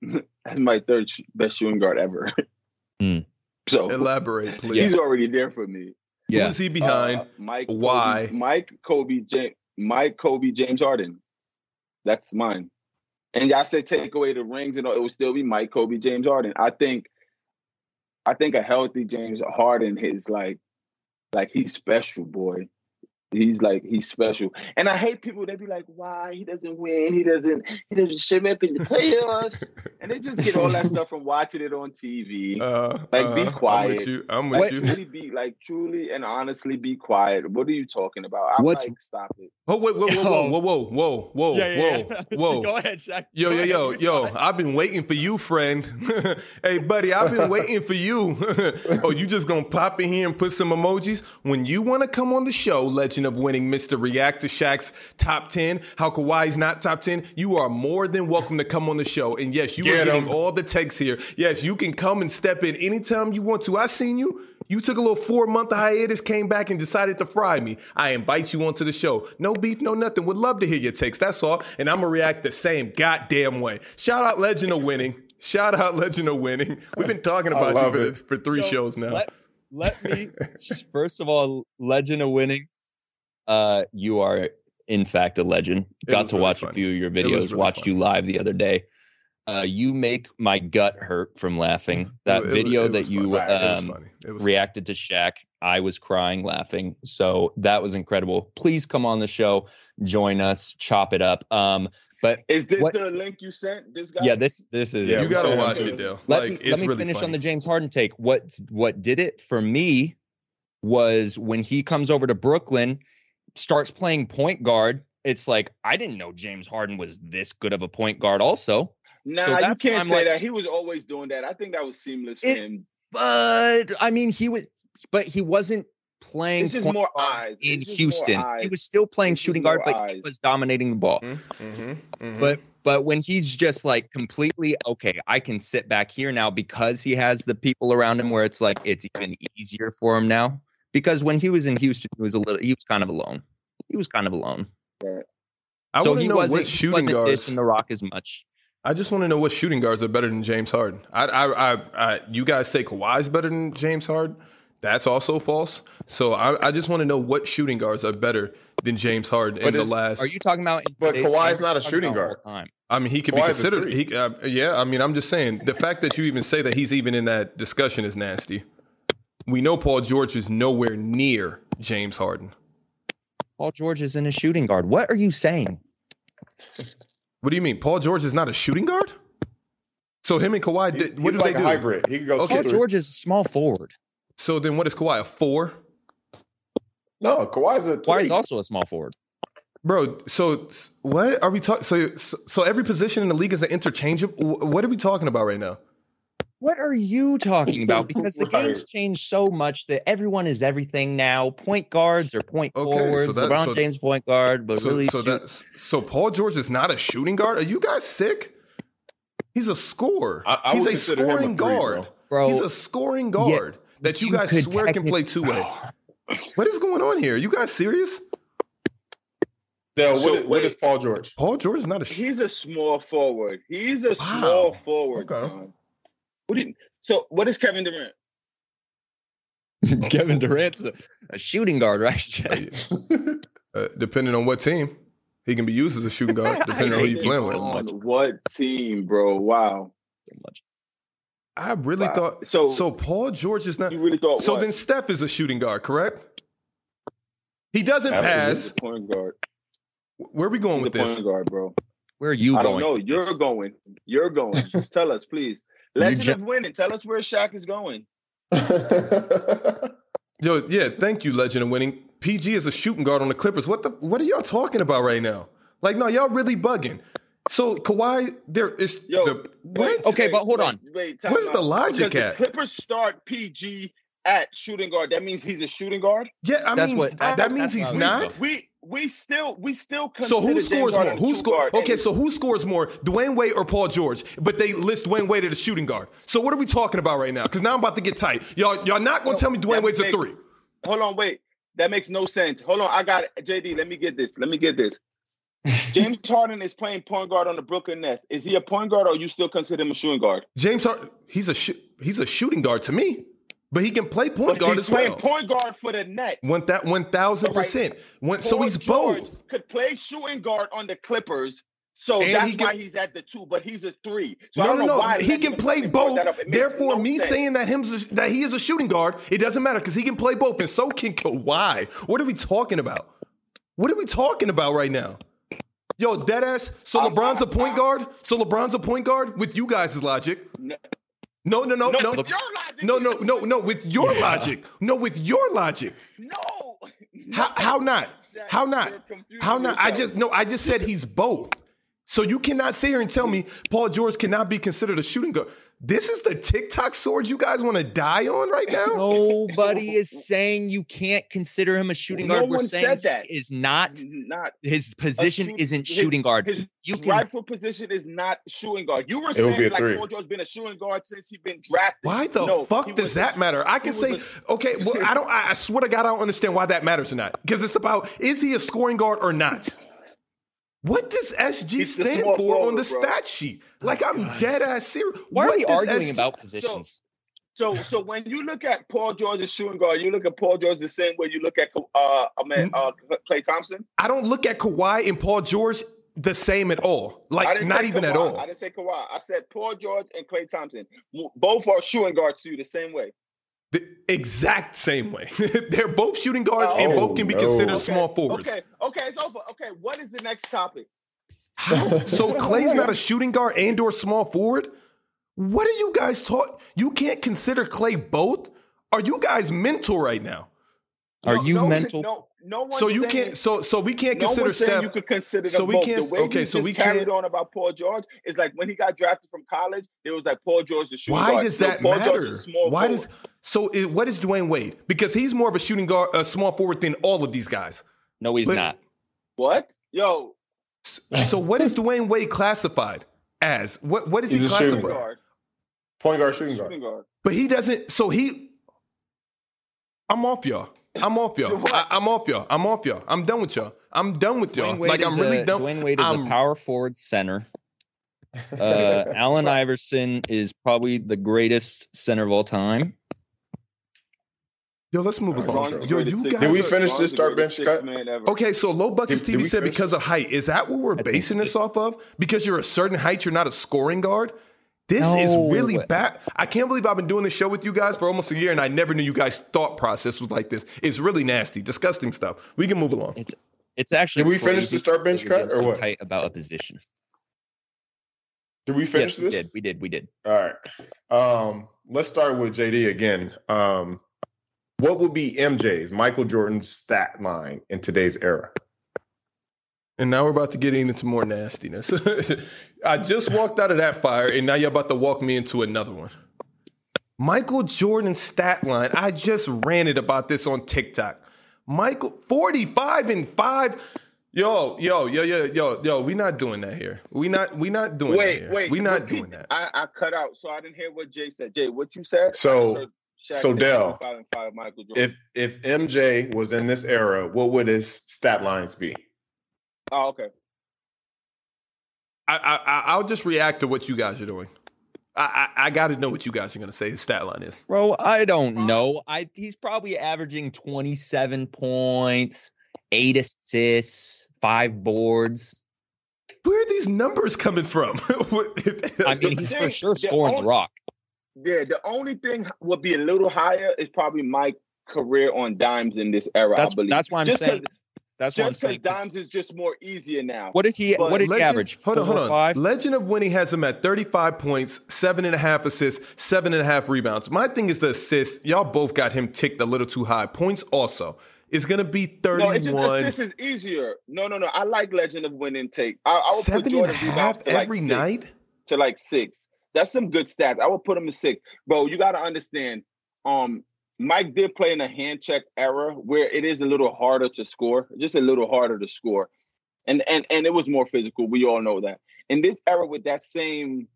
D: m- as my third sh- best shooting guard ever.
E: Hmm.
D: So
A: Elaborate, please.
D: he's already there for me.
E: Yeah.
A: Who's he behind?
D: Uh, Mike.
A: Why?
D: Kobe, Mike Kobe James Mike Kobe James Harden. That's mine. And y'all said take away the rings and all, it would still be Mike Kobe James Harden. I think I think a healthy James Harden is like like he's special, boy. He's like he's special. And I hate people that be like, why he doesn't win, he doesn't he doesn't show up in the playoffs. and they just get all that stuff from watching it on TV.
A: Uh,
D: Like, be
A: uh, I'm
D: quiet.
A: with you. I'm with
D: Like,
A: you.
D: truly be like truly and honestly be quiet. What are you talking about? I'm
E: What's-
D: like, stop it.
A: Oh wait, whoa, whoa, whoa, whoa, whoa, whoa, whoa, whoa.
E: ahead, Shaq.
A: Yo, yo, yo, yo! I've been waiting for you, friend. hey, buddy, I've been waiting for you. oh, you just gonna pop in here and put some emojis when you want to come on the show? Legend of Winning, Mister Reactor Shaq's top ten. How Kawhi's not top ten? You are more than welcome to come on the show. And yes, you are
C: Get
A: getting
C: 'em.
A: all the texts here. Yes, you can come and step in anytime you want to. I seen you. You took a little four month hiatus, came back and decided to fry me. I invite you onto the show. No beef, no nothing. Would love to hear your takes. That's all. And I'm gonna react the same goddamn way. Shout out Legend of Winning. Shout out Legend of Winning. We've been talking
C: I
A: about
C: love
A: you
C: it.
A: for, for three
E: Yo,
A: shows now.
E: Let, let me first of all, legend of winning. Uh, you are in fact a legend.
A: It
E: Got
A: was
E: to
A: really
E: watch a
A: funny.
E: few of your
A: was
E: videos.
A: really
E: watched
A: funny.
E: you live the other day. Uh, you make my gut hurt from laughing. That
A: It- it-
E: video
A: it
E: that
A: was
E: you
A: funny. It was
E: um,
A: funny. It was
E: reacted to Shaq. I was crying laughing. So that was incredible. Please come on the show, join us, chop it up. Um, but
D: Is this
E: What-
D: the link you sent? This guy?
E: yeah, this this is
C: Yeah,
A: you
C: we
A: gotta
C: said
A: watch
C: it.
A: it, Dale.
E: let
A: like,
E: me,
A: it's
E: let me
A: really
E: finish on
A: funny.
E: the James Harden take. What what did it for me was when he comes over to Brooklyn, starts playing point guard. It's like I didn't know James Harden was this good of a point guard. Also,
D: Nah,
E: So
D: you
E: that's why
D: can't
E: I'm
D: say
E: like-
D: that. He was always doing that. I think that was seamless for
E: It-
D: him.
E: but I mean, he was, but he wasn't playing
D: It's just
E: point
D: more
E: guard
D: eyes. It's
E: in
D: just more
E: Houston. He
D: eyes.
E: was still playing
D: It's just
E: shooting guard,
D: more
E: but he
D: eyes.
E: was dominating the ball.
C: Mm-hmm,
A: Mhm, mhm.
E: But but when he's just like completely okay, I can sit back here now because he has the people around him where it's like it's even easier for him now. Because when he was in Houston, he was a little he was kind of alone. He was kind of alone.
A: I
E: so
A: want to
E: he
A: know
E: wasn't,
A: what
E: he
A: shooting
E: wasn't
A: guards.
E: dishing the rock as much.
A: I just want to know what shooting guards are better than James Harden. I, I, I, I you guys say Kawhi's better than James Harden. That's also false. So I, I just want to know what shooting guards are better than James Harden
C: But
A: in the
C: is-
A: last.
E: Are you talking about? in
C: But
E: today's
C: Kawhi's
E: game?
C: not a
E: Talking
C: shooting
E: about all
C: guard.
E: time.
A: I mean, he could be
C: Kawhi's a
A: considered.
C: three.
A: He, uh, yeah, I mean, I'm just saying the fact that you even say that he's even in that discussion is nasty. We know Paul George is nowhere near James Harden.
E: Paul George isn't a shooting guard. What are you saying?
A: What do you mean? Paul George is not a shooting guard. So him and Kawhi,
C: He-
A: did, what
C: he's
A: do
C: like
A: they
C: a
A: do?
C: hybrid. He could go
A: Okay.
C: two,
E: Paul
C: three.
E: George is a small forward.
A: So then, what is Kawhi a four?
C: No, Kawhi's a
E: Kawhi is
C: three.
E: also a small forward.
A: Bro, so s- what are we talking? So, so, so every position in the league is an interchangeable. wh- What are we talking about right now?
E: What are you talking about? Because the
C: Right.
E: game's changed so much that everyone is everything now. Point guards or point
A: Okay, so
E: forwards.
A: that-
E: LeBron
A: so-
E: James point guard, but
A: So,
E: really,
A: so
E: shoot-
A: that's so Paul George is not a shooting guard. Are you guys sick? He's a scorer.
C: I- I would
A: He's a
C: consider him a
A: scoring
C: three, bro.
A: guard.
E: bro,
A: He's a scoring guard that you,
E: you
A: guys
E: could
A: swear can
E: technic-
A: play two way. What is going on here? You guys serious?
C: Dale, what
D: So,
C: is- what
D: wait.
C: is Paul George?
A: Paul George is not a. Sh-
D: He's a small forward. He's a small forward,
A: Okay.
D: son. What do you- so what is Kevin Durant?
E: Kevin Durant's a, a shooting guard, right? Jack?
A: uh, depending on what team, he can be used as a shooting guard. Depending on who
E: hate
A: you're
E: you
A: playing
E: so
A: with.
E: much.
D: On what team, bro? Wow.
A: I really
D: Wow.
A: thought
D: so,
A: so. Paul George is not.
D: you really thought
A: So
D: what?
A: then Steph is a shooting guard, correct? He doesn't
D: He's
A: pass.
D: a point guard.
A: Where are we going
D: He's a
A: with this?
D: point guard, bro.
E: Where are you
D: I
E: going?
D: don't know.
E: with
D: You're
E: this?
D: going. You're going. Tell us, please. Legend
E: ju-
D: of winning. Tell us where Shaq is going.
A: Yo, yeah, thank you, legend of winning. PG is a shooting guard on the Clippers. What the what are y'all talking about right now? Like, no, y'all really bugging. So Kawhi, there is
D: Yo,
A: the
D: Wait,
A: what?
E: okay,
D: wait,
E: but hold
D: wait,
E: on.
D: Wait, time
A: Where's the
D: out.
A: logic
D: Because the
A: at?
D: Clippers start PG at shooting guard. That means he's a shooting guard.
A: Yeah, I
E: That's
A: mean
E: what-
A: that,
E: that's
A: means
E: what I
A: he's
E: was
A: not.
E: going
D: We we still we still consider
A: So who
D: James
A: scores more?
D: Harden a
A: Who
D: two
A: scores?
D: guard, and
A: Okay, so who scores more, Dwayne Wade or Paul George? But they list Dwayne Wade as a shooting guard. So what are we talking about right now? Because now I'm about to get tight. Y'all, y'all not gonna
D: No,
A: tell me Dwayne
D: that
A: Wade's a
D: makes-
A: three.
D: hold on, wait. That makes no sense. Hold on, I got it. JD. Let me get this. Let me get this. James Harden is playing point guard on the Brooklyn Nets. Is he a point guard or you still consider him a shooting guard?
A: James Harden, he's a sh- he's a shooting guard to me, but he can play point
D: But
A: guard
D: he's
A: as
D: playing
A: well.
D: point guard for the Nets.
A: One that one thousand percent. One, so
D: Paul
A: he's
D: George
A: both.
D: Could play shooting guard on the Clippers, so
A: And
D: that's
A: he can-
D: why he's at the two, but he's a three. So I
A: no,
D: don't
A: no,
D: know
A: no.
D: why
A: He
D: that
A: can
D: nigga
A: play
D: fucking brought
A: both.
D: that up. It makes
A: Therefore,
D: no
A: me
D: sense.
A: saying that him's a, that he is a shooting guard, it doesn't matter because he can play both, and so can Kawhi. What are we talking about? What are we talking about right now? Yo, dead ass. So
D: I'm-
A: LeBron's a
D: I'm-
A: point guard. So LeBron's a point guard with you guys' logic.
D: No.
A: No, no, no,
D: no,
A: no,
D: with your logic,
A: no,
D: you-
A: no, no, no. With your
E: Yeah.
A: logic. No, with your logic.
D: no.
A: How, how not?
D: Shaq,
A: how not?
D: you're confusing
A: How not? I
D: yourself.
A: just no. I just said he's both. So you cannot sit here and tell me Paul George cannot be considered a shooting guard. This is the TikTok sword you guys want to die on right now.
E: Nobody is saying you can't consider him a shooting
D: No
E: guard. We're
D: one
E: saying
D: said that.
E: he is not
D: not
E: his position
D: shoot-
E: isn't
D: his-
E: shooting guard.
D: his
E: you can
D: rightful position is not shooting guard. You were
C: It would be a
D: saying like
C: three.
D: Paul George's been a shooting guard since he's been drafted.
A: Why the
D: No, he
A: fuck
D: was
A: does
D: a-
A: that matter? I
D: he
A: can
D: was
A: say, okay, well, I don't. I I swear to God, I don't understand why that matters or not. Because it's about is he a scoring guard or not? What does SG
D: He's the
A: stand for
D: small
A: on the
D: forward, bro. Oh,
A: stat sheet? Like I'm dead ass serious.
E: Why are
A: What
E: we
A: does
E: arguing
A: SG
E: about positions?
D: So, so when you look at Paul George as shooting guard, you look at Paul George the same way you look at uh, a
A: Mm.
D: man, uh, Clay Thompson.
A: I don't look at Kawhi and Paul George the same at all.
D: I
A: Like
D: didn't
A: not
D: say
A: even
D: Kawhi.
A: at all.
D: I didn't say Kawhi. I said Paul George and Clay Thompson. W- Both are shooting guards to you the same way.
A: The exact same way. They're both shooting guards and
D: Oh,
A: both can be
C: no.
A: considered
D: Okay,
A: small forwards.
D: Okay, okay, it's over. Okay, what is the next topic?
A: How? So Clay's not a shooting guard and or small forward? What are you guys taught? You can't consider Clay both? Are you guys mental right now?
E: Are
D: No-
E: you
D: no,
E: mental?
D: No, no one.
A: so you
D: saying-
A: can't so so we can't
D: no
A: consider
D: one's saying
A: Steph.
D: you could consider them
A: so we
D: both.
A: can't-
D: the way
A: okay,
D: you
A: so
D: just
A: we
D: carried
A: can't-
D: on about Paul George is like when he got drafted from college, it was like Paul George the shooting
A: Why
D: guard.
A: does
D: No,
A: that
D: Paul George
A: matter?
D: is small
A: Why
D: forward.
A: does so is, what is Dwayne Wade? Because he's more of a shooting guard a small forward than all of these guys.
E: No, he's
A: But-
E: not.
D: what? Yo,
A: So what is Dwayne Wade classified as? What what is
C: He's
A: he
C: a shooting
A: classified?
D: shooting
C: guard.
D: guard,
C: Point guard, shooting guard.
D: shooting guard.
A: But he doesn't. So he, I'm off y'all. I'm off
D: So
A: y'all.
D: what?
A: I, am off y'all. I'm off y'all. I'm done with y'all. I'm done with y'all.
E: Dwayne Wade
A: like
E: is
A: I'm really
E: a,
A: done.
E: Dwayne Wade is
A: I'm-
E: a power forward center. Uh, Allen Iverson is probably the greatest center of all time.
A: Yo, let's move
C: LeBron's
A: along.
C: the
A: Yo,
D: greatest
A: you
D: six-
A: guys.
C: Did we
A: are-
C: finish
D: LeBron's
C: this
D: the
C: start
D: greatest
C: bench
D: six
C: cut?
D: man ever.
A: okay, so low buckets
C: Did-
A: TV
C: did we
A: said
C: finish?
A: because of height. Is that what we're
E: think
A: basing
E: so.
A: this off of? Because you're a certain height, you're not a scoring guard. This is really
E: No.
A: bad. I can't believe I've been doing this show with you guys for almost a year, and I never knew you guys' thought process was like this. It's really nasty, disgusting stuff. We can move along.
E: It's it's actually.
C: Did we finish
E: crazy
C: the start bench
E: that we're
C: cut, or
E: so
C: what?
E: Tight about a position.
C: Did we finish
E: yes, we
C: this?
E: did. We did. We did.
C: All right. Um, let's start with JD again. Um, what would be MJ's Michael Jordan's stat line in today's era?
A: And now we're about to get into more nastiness. I just walked out of that fire, and now you're about to walk me into another one. Michael Jordan's stat line. I just ranted about this on TikTok. Michael, 45 and 5. Yo, yo, yo, yo, yo, yo, we not doing that here. We not we not doing that
D: Wait,
A: here.
D: wait.
A: we not
D: repeat-
A: doing that.
D: I, I cut out, so I didn't hear what Jay said. Jay, what you said? I
C: So-
D: just heard Shaq
C: so
D: say
C: Dell,
D: 45 and five Michael Jordan.
C: If if MJ was in this era, what would his stat lines be?
D: oh, okay.
A: I, I I- I'll just react to what you guys are doing. I I, I gotta know what you guys are gonna say his stat line is.
E: Bro, I don't know. I he's probably averaging 27 points, eight assists, five boards.
A: Where are these numbers coming from?
E: I mean, he's for
D: thing-
E: sure
D: the
E: scoring the
D: only-
E: rock.
D: Yeah, the only thing would be a little higher is probably my career on dimes in this era.
E: That's
D: I believe.
E: that's why I'm
D: Just
E: saying.
D: 'cause-
E: That's why I'm
D: just because
E: saying. this-
D: dimes is just more easier now.
E: What did he?
D: but
E: What did he
A: Legend-
E: average?
A: Hold on,
E: Four
A: hold
E: or
A: on.
E: Five?
A: Legend of Winnie has him at 35 points, seven and a half assists, seven and a half rebounds. My thing is the assists. Y'all both got him ticked a little too high. Points also. It's gonna be
D: No, it's just
A: 31.
D: assists is easier. No, no, no. I like Legend of Winning Take. I, I would put
A: Seven and a
D: Jordan Reeboks
A: half
D: to like
A: every
D: six,
A: night.
D: to like six. That's some good stats. I would put him to six, bro. You got to understand. Um, Mike did play in a hand check era where it is a little harder to score, just a little harder to score, and and and it was more physical. We all know that. In this era, with that same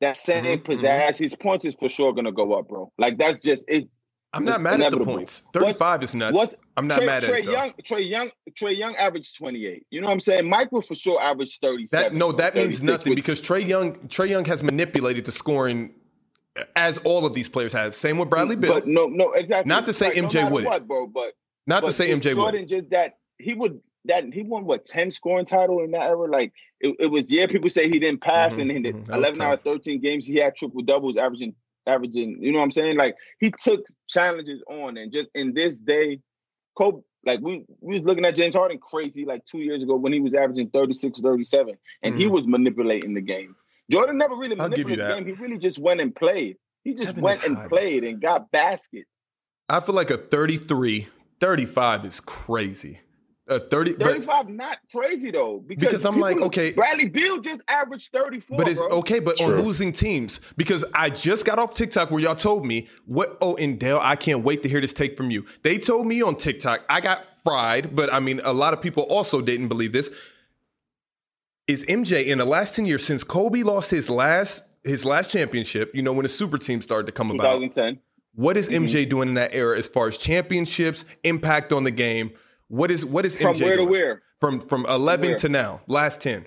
D: that same
A: Mhm, mhm.
D: pizzazz, his points is for sure gonna go up, bro. Like that's just it's
A: I'm not
D: It's
A: mad at the
D: inevitable.
A: points.
D: What's-
A: 35 is nuts.
D: what's-
A: I'm not
D: Trey,
A: mad at
D: Trey
A: it. though.
D: Young, Trey Young, Trey Young averaged 28. You know what I'm saying? Mike will for sure average 37.
A: That no,
D: bro,
A: that means
D: 36,
A: nothing
D: which-
A: because Trey Young, Trey Young has manipulated the scoring as all of these players have. Same with Bradley Bill.
D: Mm, But no, no, exactly.
A: Not to say
D: Right, no
A: MJ
D: matter
A: wouldn't.
D: what, bro. But
A: not
D: but
A: to say
D: if
A: MJ
D: Jordan
A: would.
D: just that he would that he won what 10 scoring title in that era. Like it, it was yeah. People say he didn't pass,
A: Mhm,
D: and in the
A: mhm, that was
D: 11 out of 13 games he had triple doubles, averaging averaging. You know what I'm saying? Like he took challenges on, and just in this day, Kobe. Like we, we was looking at James Harden crazy like two years ago when he was averaging 36, 37, and he
A: Mhm.
D: was manipulating the game. Jordan never really
A: I'll give you
D: manipulated the
A: that.
D: game. He really just went and played. He just
A: Heaven is
D: went and
A: high, bro.
D: played and got baskets.
A: I feel like a 33, 35 is crazy. A 30, but,
D: 35 not crazy though. Because,
A: because I'm like,
D: people-
A: okay,
D: Bradley Beal just averaged 34.
A: But it's
D: bro.
A: okay, but
F: True.
A: on losing teams, because I just got off TikTok where y'all told me what oh and Dale, I can't wait to hear this take from you. They told me on TikTok, I got fried, but I mean a lot of people also didn't believe this. Is MJ in the last 10 years since Kobe lost his last his last championship, you know, when the super team started to come about,
D: 2010.
A: what is
D: Mm-hmm.
A: MJ doing in that era as far as championships, impact on the game? What is what is
D: From
A: MJ
D: where to
A: doing?
D: where?
A: From from eleven
D: where?
A: to now, last ten.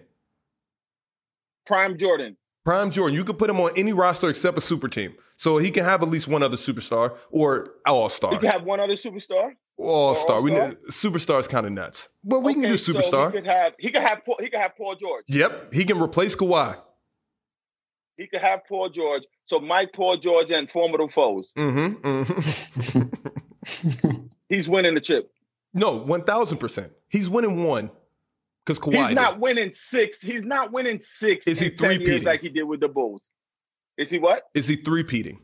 D: Prime Jordan.
A: Prime Jordan, you could put him on any roster except a super team. So he can have at least one other superstar or all
D: You
A: star.
D: could have one other superstar.
A: All star. We
D: All-star?
A: need superstar is kind of nuts. But we can
D: Okay,
A: do
D: so
A: superstar.
D: he could have he could have Paul, he could have Paul George.
A: yep. He can replace Kawhi.
D: He could have Paul George. So Mike Paul George and formidable foes.
A: Mm-hmm. Mm-hmm.
D: He's winning the chip.
A: no, one thousand percent. He's winning one. Because Kawhi
D: He's
A: did.
D: not winning six. He's not winning six
A: Is he
D: in 10 years
A: three-peating?
D: like he did with the Bulls. Is he what?
A: is he three peating.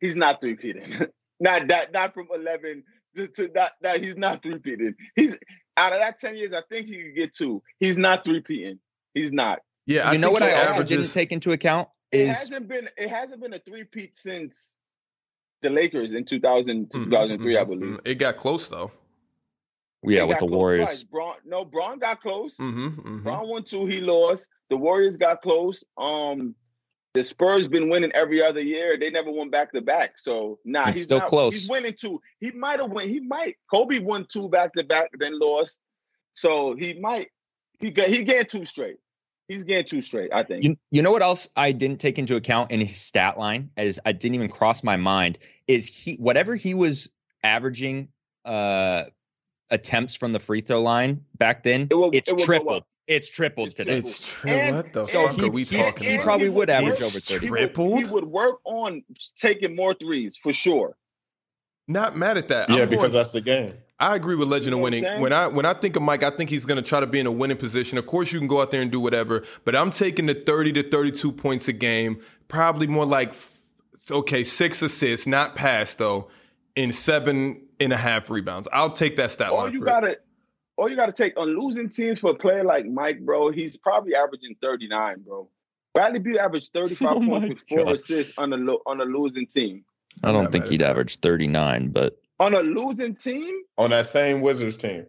D: he's not three peating. not that not from eleven to, to that that he's not three peating. He's out of that ten years, I think he could get two. He's not three peating. He's not.
A: Yeah,
E: you know
A: think
E: what
A: he
E: I also
A: averages-
E: didn't take into account
D: It
E: is
D: hasn't been it hasn't been a three peat since the Lakers in 2000,
A: Mhm,
D: 2003, I
A: mhm,
D: believe.
A: mhm. It got close though.
E: Mm-hmm, yeah
D: They
E: with
D: got
E: the
D: close
E: Warriors.
D: twice. Braun, no, Braun got close.
A: hmm hmm
E: Mm-hmm.
D: Braun won two, he lost. The Warriors got close. Um the Spurs been winning every other year. They never won back to back. So nah,
E: It's
D: he's
E: still
D: not-
E: close.
D: He's winning two. He might have won. He might. Kobe won two back to back, then lost. So he might. He got. He getting two straight. He's getting two straight. I think.
E: You, you know what else I didn't take into account in his stat line as I didn't even cross my mind is he whatever he was averaging uh attempts from the free throw line back then
D: It will-
E: it's
D: it will go
E: tripled.
D: up.
E: It's tripled
D: It's
E: today.
A: It's true.
D: And-
A: what the
E: so
A: fuck
E: he-
A: are we
E: he-
A: talking
E: he
A: about?
E: probably would
D: work-
E: average
A: It's
E: over 30.
D: He would, he
A: tripled?
D: would work on taking more threes for sure.
A: Not mad at that. I'm
C: Yeah,
A: going-
C: because that's the game.
A: I agree with Legend
D: You know
A: of
D: what I'm
A: Winning.
D: saying?
A: When I when I think of Mike, I think he's going to try to be in a winning position. Of course, you can go out there and do whatever, but I'm taking the 30 to 32 points a game, probably more like f- okay, six assists, not pass though, in seven and a half rebounds. I'll take that stat
D: All
A: line.
D: Oh, you
A: for it.
D: gotta, all you gotta take on losing teams for a player like Mike, bro. He's probably averaging thirty nine, bro. Bradley Beal averaged thirty five
E: Oh my
D: points with four
E: God.
D: assists on a lo- on a losing team.
E: I
A: I'm
E: don't
A: not
E: think
A: mad at
E: he'd
A: that.
E: average 39, but
D: On a losing team,
C: On that same Wizards team.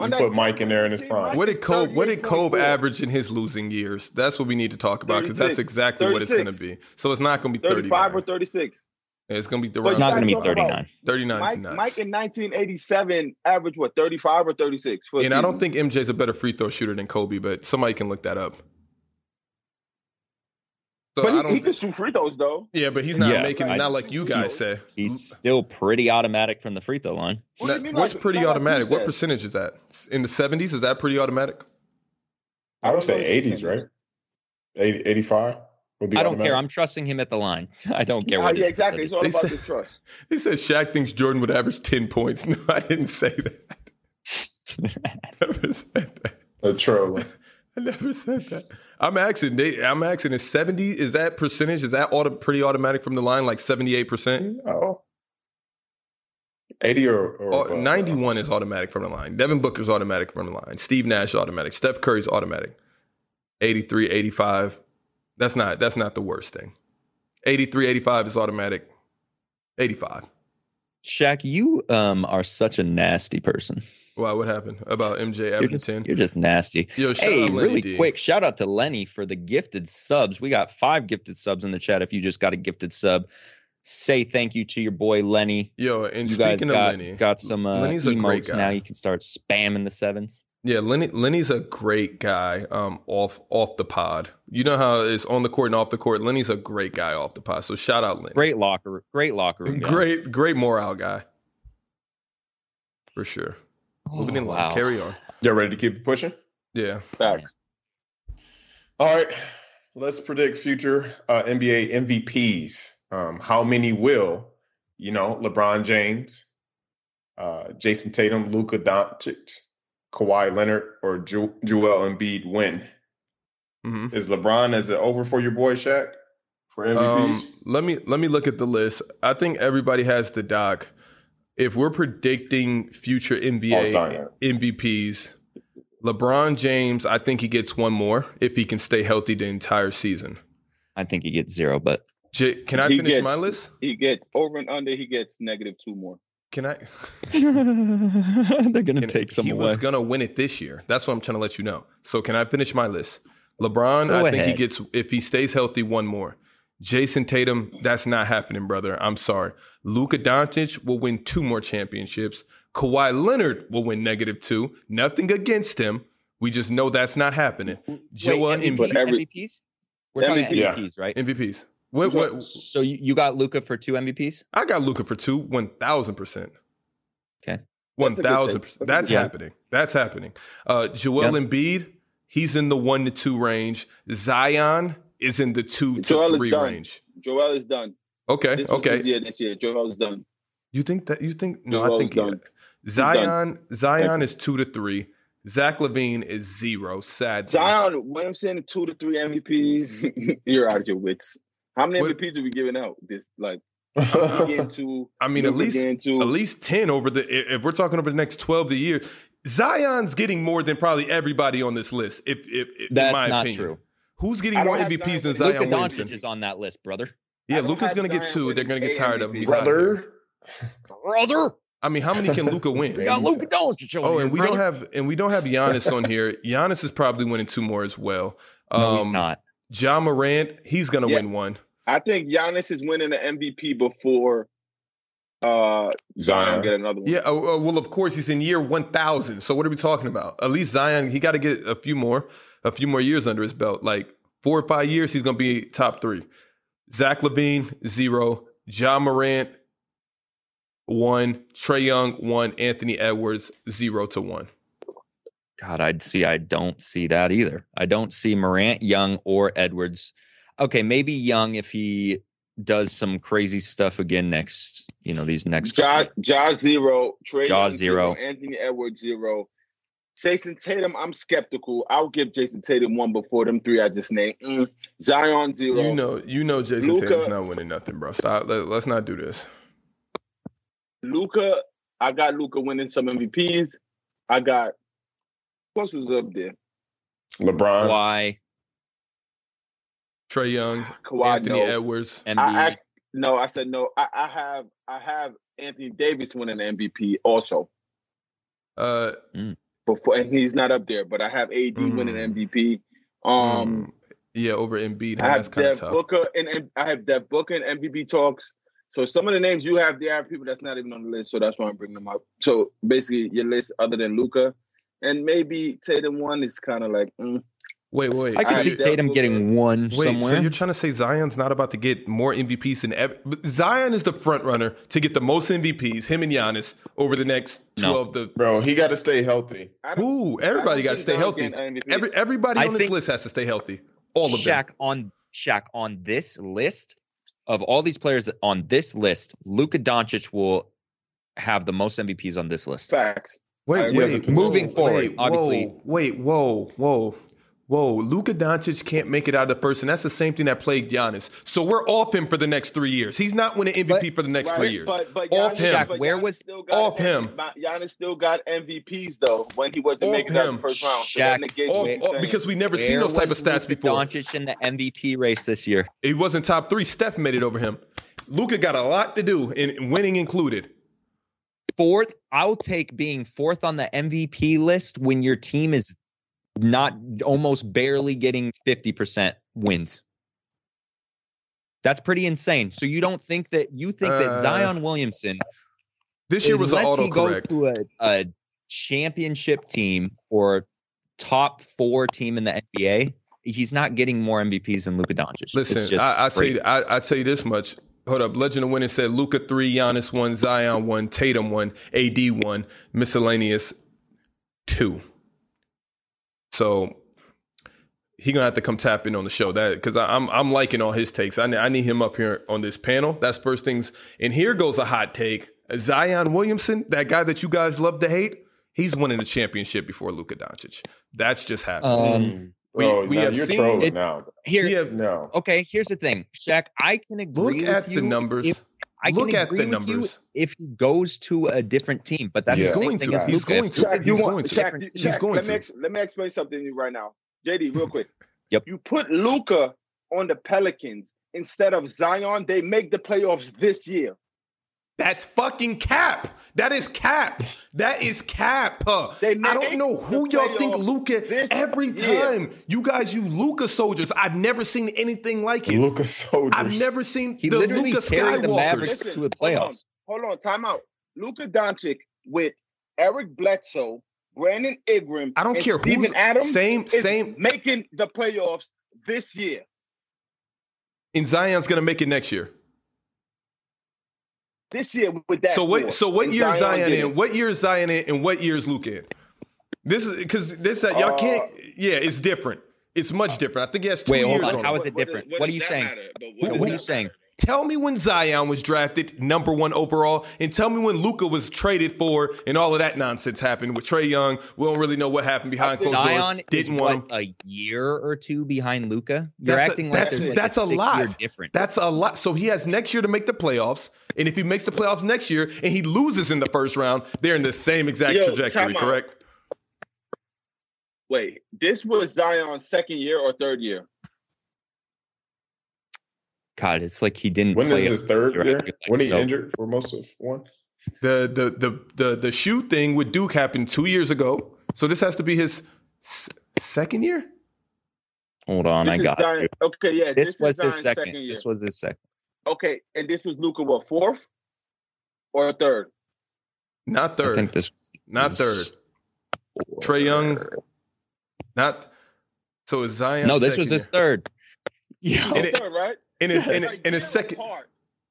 D: on
C: You
D: that
C: put
D: same
C: Mike in there in his
D: team,
C: prime.
A: What
D: Mike is
A: did Kobe? What did Kobe
D: 38.4.
A: average in his losing years? That's what we need to talk about because that's
D: 36,
A: exactly what it's going to
D: 36.
A: be. So it's not going to be
D: 35
A: 35
D: or 36.
A: It's going to be
E: it's
A: around
E: not going to be
D: gotta talk about
E: 39.
A: 39.
D: Mike,
A: 's nuts.
D: Mike in 1987 averaged what 35 or 36. For a
A: and I don't
D: season.
A: think MJ's a better free throw shooter than Kobe, but somebody can look that up. So I
D: but
A: don't.
D: he, he can shoot free throws though.
A: yeah, but he's not
E: Yeah,
A: making
E: I-
A: not like you guys say.
E: He's still pretty automatic from the free throw line.
D: What do you
A: That-
D: mean
A: what's
D: like-
A: pretty
D: not like you
A: automatic? What
D: said?
A: percentage is that? In the seventies, is that pretty automatic?
C: I would
D: I
C: say
D: don't know his
C: 80s, right? 80, 85 would be
E: I don't care.
C: automatic.
E: I'm trusting him at the line. I don't care
D: Oh,
E: what
D: yeah,
E: his
D: exactly. It's
E: percentage-
D: all
A: They said-
D: about the trust.
A: He said Shaq thinks Jordan would average ten points. No, I didn't say that. I never said that.
C: A troll.
A: I never said that. I'm asking. They, I'm asking. Is seventy? Is that percentage? Is that auto, pretty automatic from the line? Like seventy-eight percent?
C: No. 80 or, or
A: Au-
C: above, bro.
A: 91 is automatic from the line. Devin Booker's automatic from the line. Steve Nash automatic. Steph Curry's automatic. 83, 85. That's not that's not the worst thing. 83, 85 is automatic. 85.
E: Shaq, you um are such a nasty person.
A: Wow, what happened about MJ
E: You're
A: averaging
E: just,
A: 10?
E: you're just nasty.
A: Yo, shout
E: Hey,
A: out Lenny
E: really
A: D.
E: quick, shout out to Lenny for the gifted subs. We got five gifted subs in the chat. If you just got a gifted sub, say thank you to your boy Lenny.
A: Yo, and
E: you guys
A: speaking of
E: got,
A: Lenny,
E: got some uh,
A: Lenny's a great
E: emotes now.
A: guy.
E: You can start spamming the sevens.
A: Yeah, Lenny Lenny's a great guy. Um, off off the pod, you know how it's on the court and off the court. Lenny's a great guy off the pod. So shout out Lenny.
E: Great locker, great locker room. guys.
A: great, great morale guy, for sure.
E: Oh,
A: Moving in line,
E: wow.
A: carry on.
C: Y'all ready to keep it pushing?
A: Yeah,
D: Facts.
C: All right, let's predict future uh, NBA MVPs. Um, how many will? You know, LeBron James, uh, Jason Tatum, Luka Doncic, Kawhi Leonard, or jo- Joel Embiid win?
A: hmm
C: Is LeBron is it over for your boy Shaq for MVPs?
A: Um, let me let me look at the list. I think everybody has the doc. If we're predicting future
C: Oh,
A: NBA
C: Zion.
A: MVPs, LeBron James, I think he gets one more if he can stay healthy the entire season.
E: I think you get zero, but
A: J- can I
D: He
A: finish
D: gets-
A: my list?
D: He gets over and under. He gets negative two more.
A: Can I?
E: they're gonna
A: Can-
E: take some
A: he
E: away.
A: was gonna win it this year. That's what I'm trying to let you know. So can I finish my list? LeBron,
E: Go
A: I think he
E: ahead.
A: gets if he stays healthy one more. Jason Tatum, that's not happening, brother. I'm sorry. Luka Doncic will win two more championships. Kawhi Leonard will win negative two. Nothing against him. We just know that's not happening. Joel
E: Wait, MVP,
A: Embiid,
D: every-
E: MVPs? We're talking
D: MVP.
C: Yeah.
E: MVPs, right?
A: MVPs. What, what,
E: So you, you got Luca for two MVPs?
A: I got Luca for two, one thousand percent.
E: Okay.
A: one
D: That's a good take.
A: thousand percent. That's
D: That's a good take.
A: happening. That's happening. Uh, Joel
E: Yep.
A: Embiid, he's in the one to two range. Zion is in the two to
D: Joel is
A: three
D: done.
A: range.
D: Joel is done.
A: Okay,
D: This was his
A: Eh, okay.
D: year this year. Joel is done.
A: You think that? You think? No, I
D: Joel's
A: think
D: done.
A: Zion. Zion
D: Thank
A: is two to three. Zach Levine is zero. Sad.
D: Zion, when I'm saying two to three MVPs, you're out of your wits. How many
A: What-
D: MVPs are we giving out? This like
C: I
D: getting two.
A: I mean, at
D: Luka
A: least
D: getting two.
A: at least ten over the. i- If we're talking over the next twelve to year, Zion's getting more than probably everybody on this list. If, if, if in
E: That's
A: my
E: not
A: opinion.
E: true.
A: Who's getting
D: I
A: more
D: don't have
A: MVPs than Zion
D: Zion, but
E: Luca
A: Williamson?
E: Doncic is on that list, brother.
A: yeah,
D: I don't
A: Luca's
D: have
A: gonna get
D: Zion
A: two. They're
D: winning
A: gonna get
D: a
A: tired of him. He's out there.
C: brother.
E: Brother,
A: I mean, how many can Luca
E: we
A: win?
E: got Luca Doncic. over
A: Oh,
E: here,
A: and we don't
E: brother.
A: have and we don't have Giannis on here. Giannis is probably winning two more as well.
E: No,
A: um,
E: he's not.
A: John Morant, he's gonna
D: Yeah.
A: win one.
D: I think Giannis is winning the MVP before uh Zion
C: Zion.
D: get another one.
A: Yeah, oh, oh, well, of course he's in year one thousand. So what are we talking about? At least Zion, he got to get a few more, a few more years under his belt. Like four or five years, he's gonna be top three. Zach Levine zero, John Morant one, Trey Young one, Anthony Edwards zero to one.
E: God, I'd see. I don't see that either. I don't see Morant, Young, or Edwards. Okay, maybe Young if he does some crazy stuff again next. You know, these next.
D: Ja,
E: couple-
D: ja zero, Trey
E: Ja
D: Young
E: zero.
D: Anthony Edwards zero. Jason Tatum, I'm skeptical. I'll give Jason Tatum one before them three I just named. Mm. Zion zero.
A: You know, you know, Jason
D: Luka-
A: Tatum's not winning nothing, bro. Stop. Let, let's not do this.
D: Luca, I got Luca winning some MVPs. I got who else was up there? uh,
C: LeBron.
E: Kawhi,
A: Trey Young,
D: Kawhi.
A: Anthony
D: no.
A: Edwards.
E: Embiid.
D: I, I no, I said no. I, I have I have Anthony Davis winning the MVP also
A: Uh,
D: before, and he's not up there. But I have AD winning
A: Mm.
D: MVP. Um,
A: mm, yeah, over Embiid.
D: I
A: That's
D: have
A: kind
D: Dev
A: of tough.
D: Booker and, and I have Dev Booker and MVP talks. So some of the names you have there are people that's not even on the list. So that's why I'm bringing them up. So basically, your list other than Luca and maybe Tatum one is kind of like mm.
A: Wait, wait.
E: I could
D: I-
E: see Tatum getting one
A: Wait,
E: somewhere.
A: so you're trying to say Zion's not about to get more MVPs than ever? but Zion is the front runner to get the most MVPs, him and Giannis, over the next
E: No.
A: 12 to.
C: Bro, he got to stay healthy.
D: I don't-
A: Ooh,
D: I don't
A: everybody got to
D: think
A: stay
D: Zion's
A: healthy.
D: getting MVP.
A: Every, everybody
E: I
A: on this
E: think-
A: list has to stay healthy. All of them.
E: Shaq on Shaq on this list of all these players on this list, Luka Doncic will have the most MVPs on this list.
D: facts.
A: Wait,
D: I-
A: wait,
C: Moving
A: whoa,
E: forward,
A: wait,
E: obviously.
A: Whoa, wait, whoa, whoa. Whoa, Luka Doncic can't make it out of the first, and that's the same thing that plagued Giannis. So we're off him for the next three years. He's not winning MVP for the next
D: Right,
A: three years.
D: But, but
A: Off
D: Giannis,
A: him.
E: Zach,
D: But
E: where
D: Giannis
E: was-
D: still got
A: off him.
D: Giannis still got MVPs though when he wasn't
A: Off
D: making it out
A: him.
D: the first round. So
E: Shaq,
D: that negates
A: Off-
D: what you're
A: off-
D: saying.
A: because we never seen those type of stats before.
E: Doncic in the MVP race this year.
A: He wasn't top three. Steph made it over him. Luca got a lot to do, and winning included.
E: Fourth, I'll take being fourth on the MVP list when your team is not almost barely getting 50% wins. That's pretty insane. So you don't think that you think
A: Uh,
E: that Zion Williamson
A: This year was an
E: unless he goes
A: autocorrect.
E: to a, a championship team or top four team in the NBA, he's not getting more MVPs than Luka Doncic. It's
A: Listen,
E: just
A: I, I tell
E: crazy.
A: you, I, I tell you this much. Hold up, Legend of Winning said Luca three, Giannis one, Zion one, Tatum one, AD one, miscellaneous two. So he gonna have to come tap in on the show that because I'm I'm liking all his takes. I, ne- I need him up here on this panel. That's first things. And here goes a hot take: Zion Williamson, that guy that you guys love to hate, he's winning the championship before Luka Doncic. That's just happening.
E: um,
A: we-
C: oh,
A: we
C: now
A: have
C: you're
A: seen
C: trolling
E: it-
C: now.
E: here,
A: Yeah,
C: No.
E: okay, here's the thing, Shaq. I can agree
A: look
E: with
A: at
E: you
A: the numbers.
E: If, I can
A: look at
E: agree
A: the
E: with you
A: numbers.
E: if he goes to a different team, but that's
C: He's
E: the same
A: going
E: thing
A: to.
E: as
A: He's
E: Luka.
A: going
E: If
A: to.
E: you-
D: Shaq,
A: He's
D: you
A: going
D: want,
A: to.
D: Shaq, you-
A: He's
D: Shaq,
A: going
D: let me
A: to.
D: ex- let me explain something to you right now, JD, real quick.
E: Yep.
D: You put Luca on the Pelicans instead of Zion. They make the playoffs this year.
A: That's fucking cap. That is cap. That is cap. Uh,
D: They
A: I
D: make
A: don't know who
D: the
A: y'all think
D: playoffs this
A: Luca. Every
D: year.
A: time you guys, you Luca soldiers. I've never seen anything like it.
C: Lucas Soldiers.
A: I've never seen
E: He
A: the
E: literally
A: Luca
E: carried the Mavericks
A: Skywalkers.
D: Listen,
E: to the
D: hold on.
E: playoffs.
D: Hold on, time out. Luka Doncic with Eric Bledsoe, Brandon Ingram.
A: I don't
D: and
A: care who's-
D: Steven Adams
A: Same,
D: is
A: same.
D: making the playoffs this year.
A: And Zion's gonna make it next year.
D: This year with that.
A: So what?
D: core.
A: So what
D: And
A: year is Zion
D: did it.
A: in? What year is Zion in? And what year is Luca in? This is because this that y'all
D: Uh,
A: can't. Yeah, it's different. It's much different. I think he has two
E: Wait,
A: years
E: hold on.
A: on.
E: How
A: it.
E: is it different? What, are you saying?
A: Who-
E: What are
A: who-
E: you saying?
A: Tell me when Zion was drafted number one overall, and tell me when Luca was traded for, and all of that nonsense happened with Trey Young. We don't really know what happened behind closed
E: Zion
A: doors. Didn't
E: is
A: want him.
E: what, a year or two behind Luca. You're
A: That's a-
E: acting like
A: that's-
E: there's like
A: that's a
E: a, six Year
A: lot.
E: difference.
A: That's a lot. So he has next year to make the playoffs, and if he makes the playoffs next year and he loses in the first round, they're in the same exact
D: Yo,
A: trajectory,
D: time out.
A: correct?
D: Wait, this was Zion's second year or third year?
E: God, it's like he didn't
C: When
E: play
C: is
E: a-
C: his third
E: You're
C: year?
E: right,
C: When he
E: so-
C: injured for most of one?
A: The the the the the shoe thing with Duke happened two years ago, so this has to be his s- second year.
E: Hold on,
D: this
E: I
D: is
E: got
D: Zion.
E: you.
D: Okay, yeah,
E: This,
D: this,
E: was
D: is Zion's
E: his second.
D: year.
E: This was his second.
D: okay, and this was Luca what fourth or third?
A: Not
E: I
A: third.
E: think this
A: Not
E: was
A: third. Trey Young. Not so is Zion.
E: No, this was his third.
D: This
A: And
D: is
A: it-
D: third, right?
A: in his
D: They're
A: in,
D: a
A: his in his
D: year
A: second.
D: apart.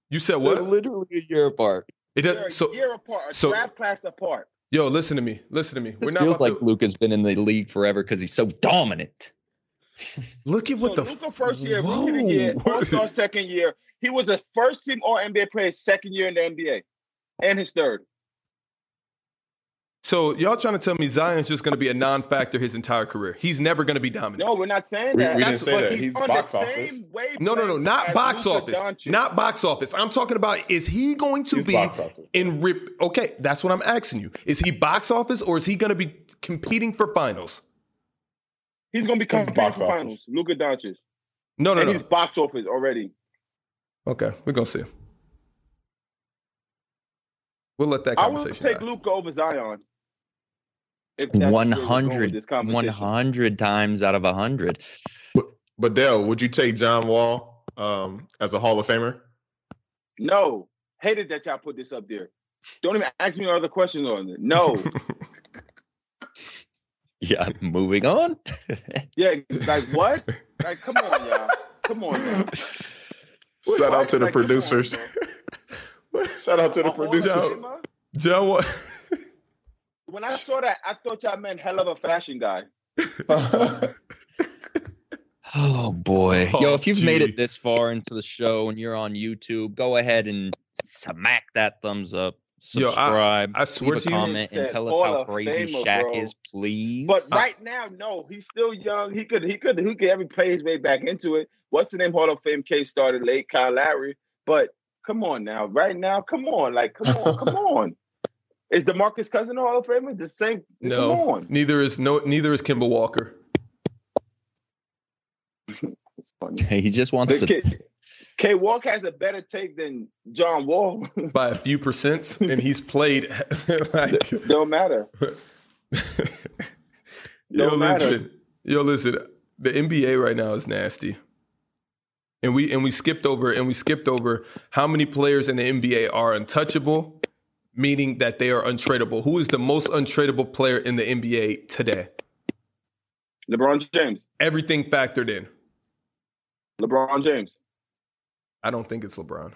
A: You said
E: They're
A: what?
E: literally a year apart.
A: It
D: They're a
A: does, so
D: year apart, a
A: so-
D: draft class apart.
A: yo, listen to me. Listen to me.
E: This
A: not
E: feels
A: about
E: like
A: to-
E: Luca's been in the league forever because he's so dominant.
A: look at what
D: so
A: the
D: Luca
A: f-
D: first year, rookie of the year,
A: Whoa.
D: All Star second year. He was a first team All NBA player, his second year in the NBA, and his third.
A: So y'all trying to tell me Zion's just going to be a non-factor his entire career? He's never going to be dominant.
D: No, we're not saying
C: We-
D: that.
C: we
D: That's
C: didn't say
D: what
C: that.
D: He's,
C: He's
D: on
C: box
D: the
C: office.
D: same wavelength.
A: No, no, no, not
D: as
A: box
D: Luka
A: office.
D: Doncic.
A: Not box office. I'm talking about is he going to
C: He's
A: be
C: box office.
A: in rip? Okay, that's what I'm asking you. Is he box office or is he going to be competing for finals?
D: He's gonna be
C: He's
D: coming
C: box
D: box
C: office.
D: finals. Luka Doncic,
A: No, no,
D: and
A: no.
D: he's box office already.
A: Okay, we're gonna see. We'll let that
D: I would
A: conversation.
D: take
A: die.
D: Luka over Zion. If that's where we're going
E: One
D: with
E: hundred.
D: this
E: One
D: competition.
E: hundred times out of hundred.
F: But Dell, would you take John Wall um, as a Hall of Famer?
D: No, hated that y'all put this up there. Don't even ask me no other questions on it. No,
E: Yeah, moving on.
D: yeah, like what? Like, come on, y'all. Come on. Y'all.
F: Shout out to the
D: Like, come on,
F: producers.
D: bro.
C: Shout out to the
D: My whole
C: producers.
D: life, man,
A: John Wall.
D: When I saw that, I thought y'all meant hell of a fashion guy.
E: Oh boy. Yo,
A: Oh,
E: if you've made
A: gee.
E: it this far into the show and you're on YouTube, go ahead and smack that thumbs up.
A: Yo, I-
E: subscribe,
A: I swear
E: leave a
A: to you-
E: comment, and
D: Said
E: tell us
D: Hall
E: how
D: of
E: crazy
D: Famer,
E: Shaq
D: bro.
E: is, please.
D: But right now, no, he's still young. He could, he could, he could every play his way back into it. What's the name? Hall of Fame case started late, Kyle Lowry. But come on now, right now, come on, like come on, come on. Is DeMarcus Cousin a Hall of Famer? The same. Come
A: No,
D: on.
A: neither is no, neither is Kimball Walker.
D: Funny.
E: he just wants
D: The
E: to.
D: kid, K Walk has a better take than John Wall.
A: by a few percents, and he's played like.
D: Don't matter.
A: yo,
D: Don't matter.
A: listen, yo, listen. The NBA right now is nasty, and we and we skipped over and we skipped over how many players in the NBA are untouchable, meaning that they are untradeable. Who is the most untradeable player in the NBA today?
D: LeBron James.
A: Everything factored in.
D: LeBron James.
A: I don't think it's LeBron.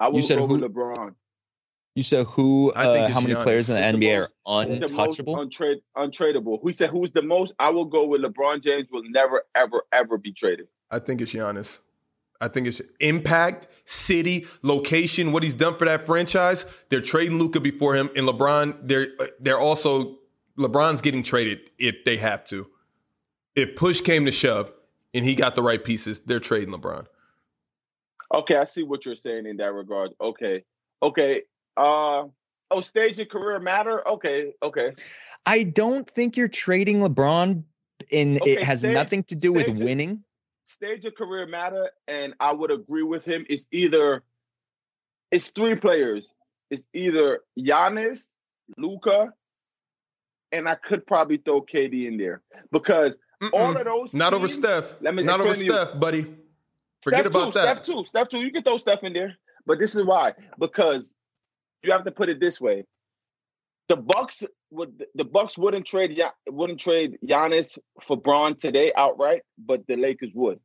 D: I will
E: said
D: go with
E: who?
D: LeBron.
E: You said who?
A: I think
E: Uh,
A: it's
E: how many players in the
A: Giannis.
E: NBA are
D: Who's the most
E: untouchable?
D: untrade, untradeable. Who said who's the most? I will go with LeBron James. Will never, ever, ever be traded.
A: I think it's Giannis. I think it's impact, city, location, what he's done for that franchise. They're trading Luca before him, and LeBron. They're they're also LeBron's getting traded if they have to. If push came to shove, and he got the right pieces, they're trading LeBron.
D: Okay, I see what you're saying in that regard. Okay, okay. Uh oh, stage and career matter. Okay, okay.
E: I don't think you're trading LeBron, and
D: Okay,
E: it has
D: say-
E: nothing to do
D: say
E: with
D: just-
E: winning.
D: Stage of career matter, and I would agree with him. It's either it's three players. It's either Giannis, Luca, and I could probably throw KD in there because
A: Mm-mm.
D: all of those
A: Hmm, Not over
D: teams-
A: Steph.
D: Let me
A: Not over
D: explain to you.
A: Steph, buddy. Forget
D: Steph
A: about
D: two,
A: that.
D: Steph two, Steph two. You can throw Steph in there, but this is why because you have to put it this way: the Bucks would the Bucks wouldn't trade Ya- wouldn't trade Giannis for Braun today outright, but the Lakers would.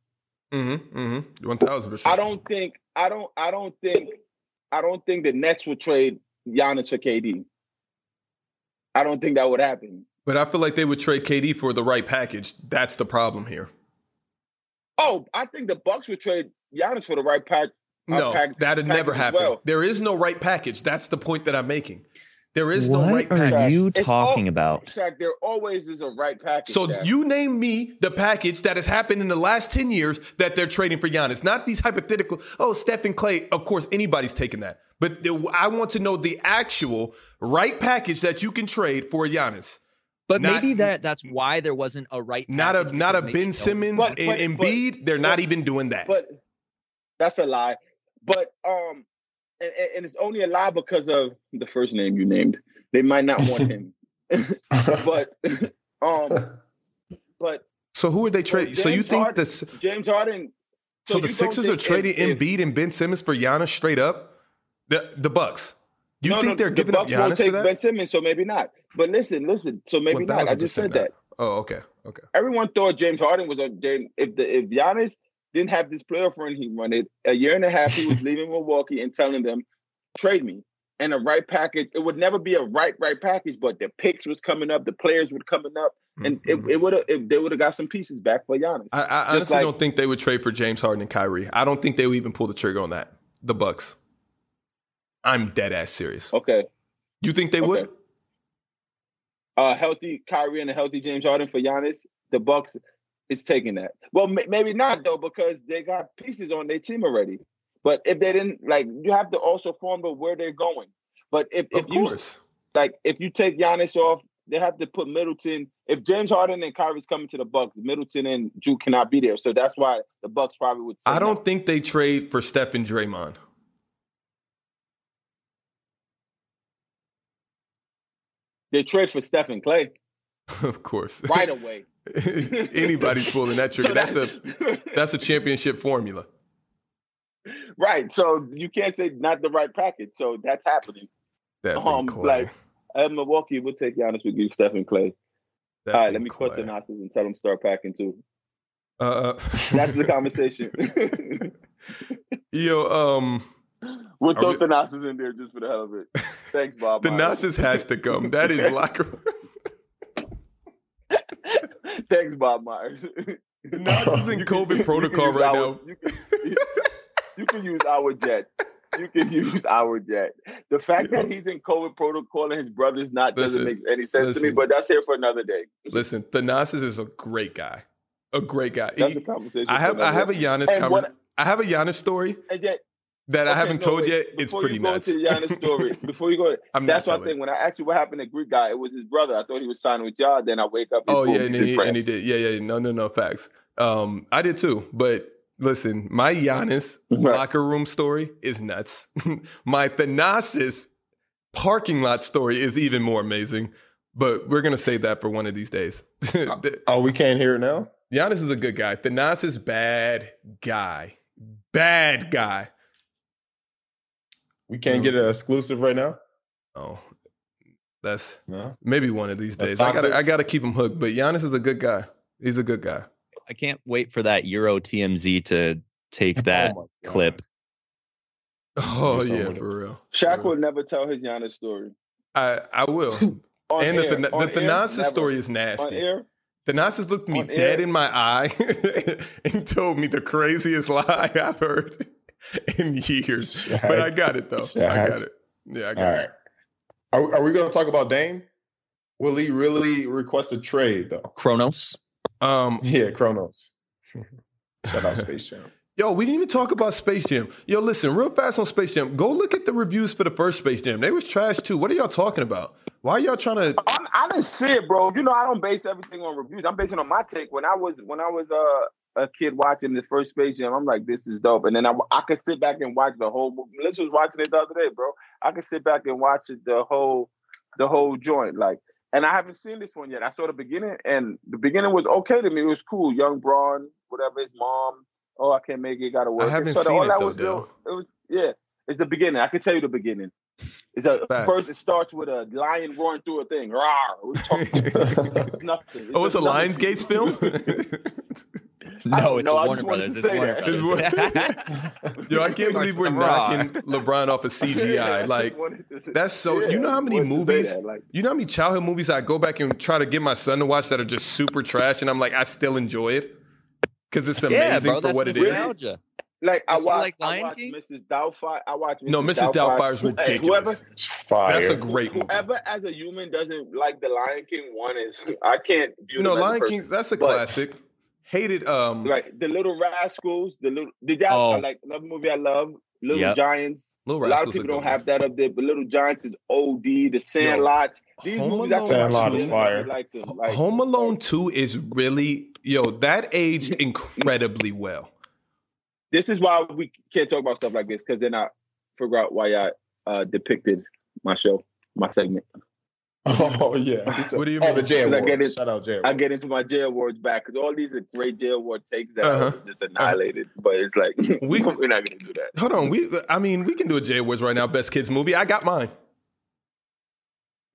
A: Mm-hmm, mm-hmm. One thousand
D: I
A: percent.
D: don't think I don't I don't think I don't think the Nets would trade Giannis for KD. I don't think that would happen.
A: But I feel like they would trade KD for the right package. That's the problem here.
D: Oh, I think the Bucks would trade Giannis for the right pack. Our
A: No,
D: pack-
A: that'd never
D: package as
A: happen.
D: well.
A: There is no right package. That's the point that I'm making. There is
E: what
A: no right
E: are
A: package.
E: you
D: It's all-
E: talking about?
D: Shaq, there always is a right package.
A: So
D: Shaq.
A: you name me the package that has happened in the last 10 years that they're trading for Giannis. Not these hypothetical, oh, Steph and Clay. Of course, anybody's taking that. But the, I want to know the actual right package that you can trade for Giannis.
E: But
A: Not-
E: maybe that that's why there wasn't a right.
A: Not
E: package,
A: a not a
E: because they
A: Ben
E: don't-
A: Simmons
D: But- but-
A: and
D: but-
A: Embiid. they're not
D: but-
A: even doing that.
D: but that's a lie. But um, and, and- and it's only a lie because of the first name you named. They might not want him, but um, but
A: so who are they trading? So you
D: James
A: think
D: Harden-
A: this?
D: James Harden.
A: So, the
D: you don't
A: Sixers are
D: think if-
A: trading
D: if-
A: Embiid and Ben Simmons for Giannis straight up. The the Bucks. You
D: no,
A: think
D: no,
A: they're
D: the
A: giving up
D: Bucks won't
A: Giannis
D: take
A: for that?
D: Ben Simmons, so maybe not. But listen, listen. So maybe not. I just
A: 1000% not.
D: said that.
A: Oh, okay, okay.
D: Everyone thought James Harden was on James. If the if Giannis didn't have this playoff run he wanted, a year and a half he was leaving Milwaukee and telling them, trade me. And a right package, it would never be a right, right package, but the picks was coming up, the players were coming up, and it,
A: Mhm.
D: it would have if they would have got some pieces back for Giannis.
A: I, I
D: just
A: honestly
D: like-
A: don't think they would trade for James Harden and Kyrie. I don't think they would even pull the trigger on that. The Bucks. I'm dead ass serious.
D: okay.
A: You think they would?
D: Okay. Uh healthy Kyrie and a healthy James Harden for Giannis, the Bucks is taking that. Well, ma- maybe not though, because they got pieces on their team already. But if they didn't like you have to also formulate where they're going. But if, if
A: Of
D: you
A: course.
D: like if you take Giannis off, they have to put Middleton. If James Harden and Kyrie's coming to the Bucks, Middleton and Drew cannot be there. So that's why the Bucks probably would. say
A: I
D: no.
A: don't think they trade for Steph and Draymond.
D: They trade for Stephen Clay
A: of course.
D: right away.
A: Anybody's pulling that trigger.
D: So
A: that's a
D: that-
A: that's a championship formula.
D: right. So you can't say not the right package. So that's happening.
A: That
D: Um, like, At Milwaukee, we'll take Giannis. We give Stephen Clay. All right, let me cut the Nazis and tell them start packing too.
A: Uh,
D: That's the conversation.
A: Yo, um,
D: we'll
A: Are
D: throw
A: we-
D: the Nazis in there just for the hell of it. Thanks, Bob.
A: the
D: Myers.
A: Nazis has to come. That is locker room.
D: Thanks, Bob Myers.
A: The Nazis in
D: You can-
A: COVID
D: you can
A: protocol
D: use
A: right
D: our-
A: now.
D: You can, you can use our jet. you can use our jet. The fact that he's in COVID protocol and his brother's not doesn't
A: Listen,
D: make any sense to me,
A: listen.
D: but that's here for another day.
A: Listen, Thanasis is a great guy. A great guy.
D: That's
A: He-
D: a conversation.
A: I have
D: for
A: I have
D: another
A: a Giannis
D: day. and
A: conver-
D: what,
A: I have a Giannis story
D: and yet,
A: that I
D: okay,
A: haven't
D: no,
A: told
D: wait,
A: yet. It's
D: before
A: pretty
D: you go
A: nuts.
D: into the Giannis story, before you go,
A: I'm
D: that's
A: not
D: one
A: telling.
D: thing. When I asked you what happened to Greek guy, it was his brother. I thought he was signing with y'all. Then I wake up.
A: Oh
D: boom,
A: yeah, and
D: he's in
A: he, and he
D: France.
A: did. Yeah, yeah. No, no, no. Facts. Um, I did too. But listen, my Giannis
D: Right.
A: locker room story is nuts. my Thanasis parking lot story is even more amazing. But we're gonna save that for one of these days.
D: Uh,
A: Giannis
C: Oh, we can't hear it now.
A: is a good guy. Thanasis bad guy. Bad guy.
C: We can't get an exclusive right now.
A: Oh, that's
C: No.
A: Maybe one of these
C: That's
A: days. I gotta,
C: toxic.
A: I gotta keep him hooked. But Giannis is a good guy. He's a good guy.
E: I can't wait for that Euro TMZ to take that
C: Oh my God.
E: clip.
A: Oh
C: He's
A: yeah,
C: someone-
A: for real.
D: Shaq
A: For
D: will
A: real.
D: never tell his Giannis story.
A: I, I will.
D: On
A: and
D: air,
A: the, Thana-
D: on
A: the
D: air,
A: Thanasis
D: never.
A: story is
D: on
A: nasty.
D: air.
A: Thanasis looked me
D: On air.
A: dead in my eye and told me the craziest lie I've heard in years. But I got it though. I got
C: Shaq.
A: it. Yeah, I
C: All
A: got
C: right.
A: it.
C: Are, are we going to talk about Dame? Will he really request a trade though?
E: Kronos.
A: Um,
C: Yeah, Kronos. Shout out Space Jam.
A: Yo, we didn't even talk about Space Jam. Yo, listen, real fast on Space Jam. Go look at the reviews for the first Space Jam. They was trash too. What are y'all talking about? Why are y'all trying to?
D: Oh, I'm, I didn't see it, bro. You know, I don't base everything on reviews. I'm basing on my take. When I was when I was uh, a kid watching this first Space Jam, I'm like, this is dope. And then I, I could sit back and watch the whole movie. Melissa was watching it the other day, bro. I could sit back and watch it the whole the whole joint, like. And I haven't seen this one yet. I saw the beginning, and the beginning was okay to me. It was cool. Young Braun, whatever his mom. Oh, I can't make it. Got to work.
A: I haven't
D: So the-
A: seen
D: all
A: it
D: that
A: though,
D: was
A: Dale.
D: it was yeah. It's the beginning. I can tell you the beginning. It's a
A: Facts.
D: first. It starts with a lion roaring through a thing. Rawr. What you talking about? nothing.
A: Oh, it's a
D: just nothing.
A: Lionsgate's film.
D: I
E: No,
D: don't
E: it's
D: know,
E: a
D: I
E: Warner
D: just wanted
E: Brothers.
D: to
E: It's
D: say
E: Warner
D: that.
E: Brothers.
A: Yo, I can't believe we're knocking LeBron off of
D: I
A: CGI.
D: just
A: Like
D: wanted to say-
A: that's so.
D: Yeah,
A: You know how many
D: wanted to say
A: movies?
D: that, like,
A: You know how many childhood movies I go back and try to get my son to watch that are just super trash, and I'm like, I still enjoy it because it's amazing
E: yeah, bro,
A: for
E: that's
A: what it is.
E: nostalgia.
D: like I
E: Is it
D: watched,
E: like Lion
D: I watched
E: King?
D: Mrs. Doubtfire. I watched Mrs.
A: No, Mrs. Doubtfire is
D: Who- hey,
A: ridiculous.
C: Fire.
A: That's a great
D: Whoever,
A: movie.
D: whoever as a human doesn't like the Lion King one is I can't. View
A: You know,
D: them as a
A: Lion
D: person.
A: King. That's a
D: but-
A: classic. Hated. Um.
D: Like the Little Rascals, the little did y'all
E: Oh.
D: like another movie I love, Little
E: Yep.
D: Giants.
A: Little
D: a lot of
A: Rascals
D: people
A: a
D: don't
A: good
D: have that up there, but Little Giants is OD, The Sandlots. These
A: Home
D: movies I
A: Alone
C: Sandlot
D: watch,
C: is fire.
D: Likes them.
A: one.
D: Like,
A: Home Alone Two is really yo that aged incredibly well.
D: this is why we can't talk about stuff like this because then I figure out why I uh, depicted my show, my segment.
C: Oh yeah.
A: What do you
C: oh, the
A: mean?
C: J
D: Should I get
C: Awards.
D: it?
C: Shout out
D: I
C: J Awards.
D: get into my J awards back because all these are great J award takes that I
A: Uh-huh.
D: was just annihilated. But it's like we,
A: We-
D: are not gonna do that.
A: Hold on, we I mean we can do a J Awards right now, best kids movie. I got mine.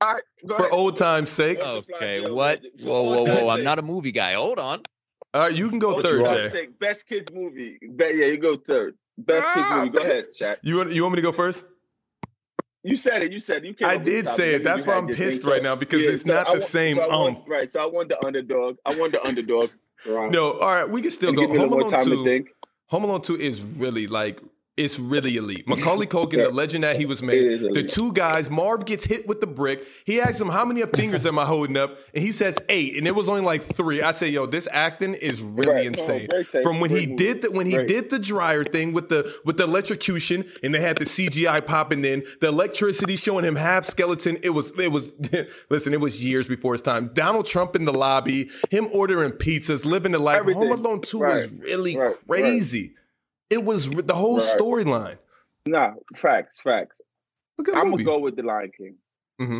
D: All right, go
A: For
D: ahead.
A: old time's sake.
D: Oh,
E: Okay, what? Whoa, whoa, whoa! I'm not a movie guy. Hold on.
A: All right, you can go
D: What's
A: third,
D: your top
A: Jay.
D: six? Best kids movie. Be- yeah, you go third. Best kids
A: Ah,
D: movie. Go
A: best-
D: ahead, Shaq.
A: You want you want me to go first?
D: You said it. You said it. you. came
A: I
D: up with
A: did
D: the top.
A: say
D: You
A: it. That's
D: had
A: why I'm
D: your
A: pissed
D: thing.
A: right now because
D: Yeah,
A: it's
D: so
A: not
D: I
A: the
D: want-
A: same
D: So I want-
A: umph.
D: Right. So I want the underdog. I want the underdog. Right.
A: No, all right, we can still
D: And
A: go.
D: give me a
A: Home
D: little more
A: Alone
D: time to
A: Two.
D: think.
A: Home Alone Two is really like it's really elite. Macaulay Culkin,
D: Yeah.
A: the legend that he was
D: It
A: made.
D: is
A: The
D: elite.
A: two guys, Marv gets hit with the brick. He asks him, "How many fingers am I holding up?" And he says eight, and it was only like three. I say, "Yo, this acting is really
D: Right. No,
A: insane."
D: great take,
A: From when
D: great
A: he
D: movie.
A: did the when he
D: Great.
A: did the dryer thing with the with the electrocution, and they had the CGI popping in, the electricity showing him half skeleton. It was it was listen, it was years before his time. Donald Trump in the lobby, him ordering pizzas, living the life.
D: Everything.
A: Home Alone Two
D: Right.
A: was really
D: Right. Right.
A: crazy. It was r- the whole
D: Right.
A: storyline.
D: Nah. Facts. Facts.
A: Look at
D: I'm
A: movie.
D: gonna go with the Lion King,
A: hmm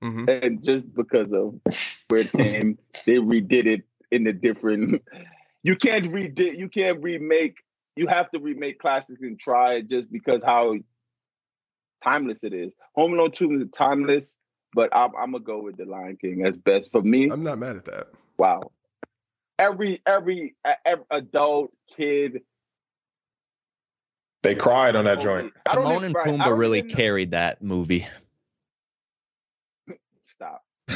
A: hmm
D: and just because of where it came, they redid it in a different. You can't redid. You can't remake. You have to remake classics and try it just because how timeless it is. Home Alone Two is timeless, but I'm, I'm gonna go with the Lion King as best for me.
A: I'm not mad at that.
D: Wow. Every every, e- every adult kid.
C: They cried on that joint.
D: I don't
E: Timon and
D: even- right, I
E: Pumbaa
D: don't
E: really
D: even-
E: carried that movie.
D: Stop.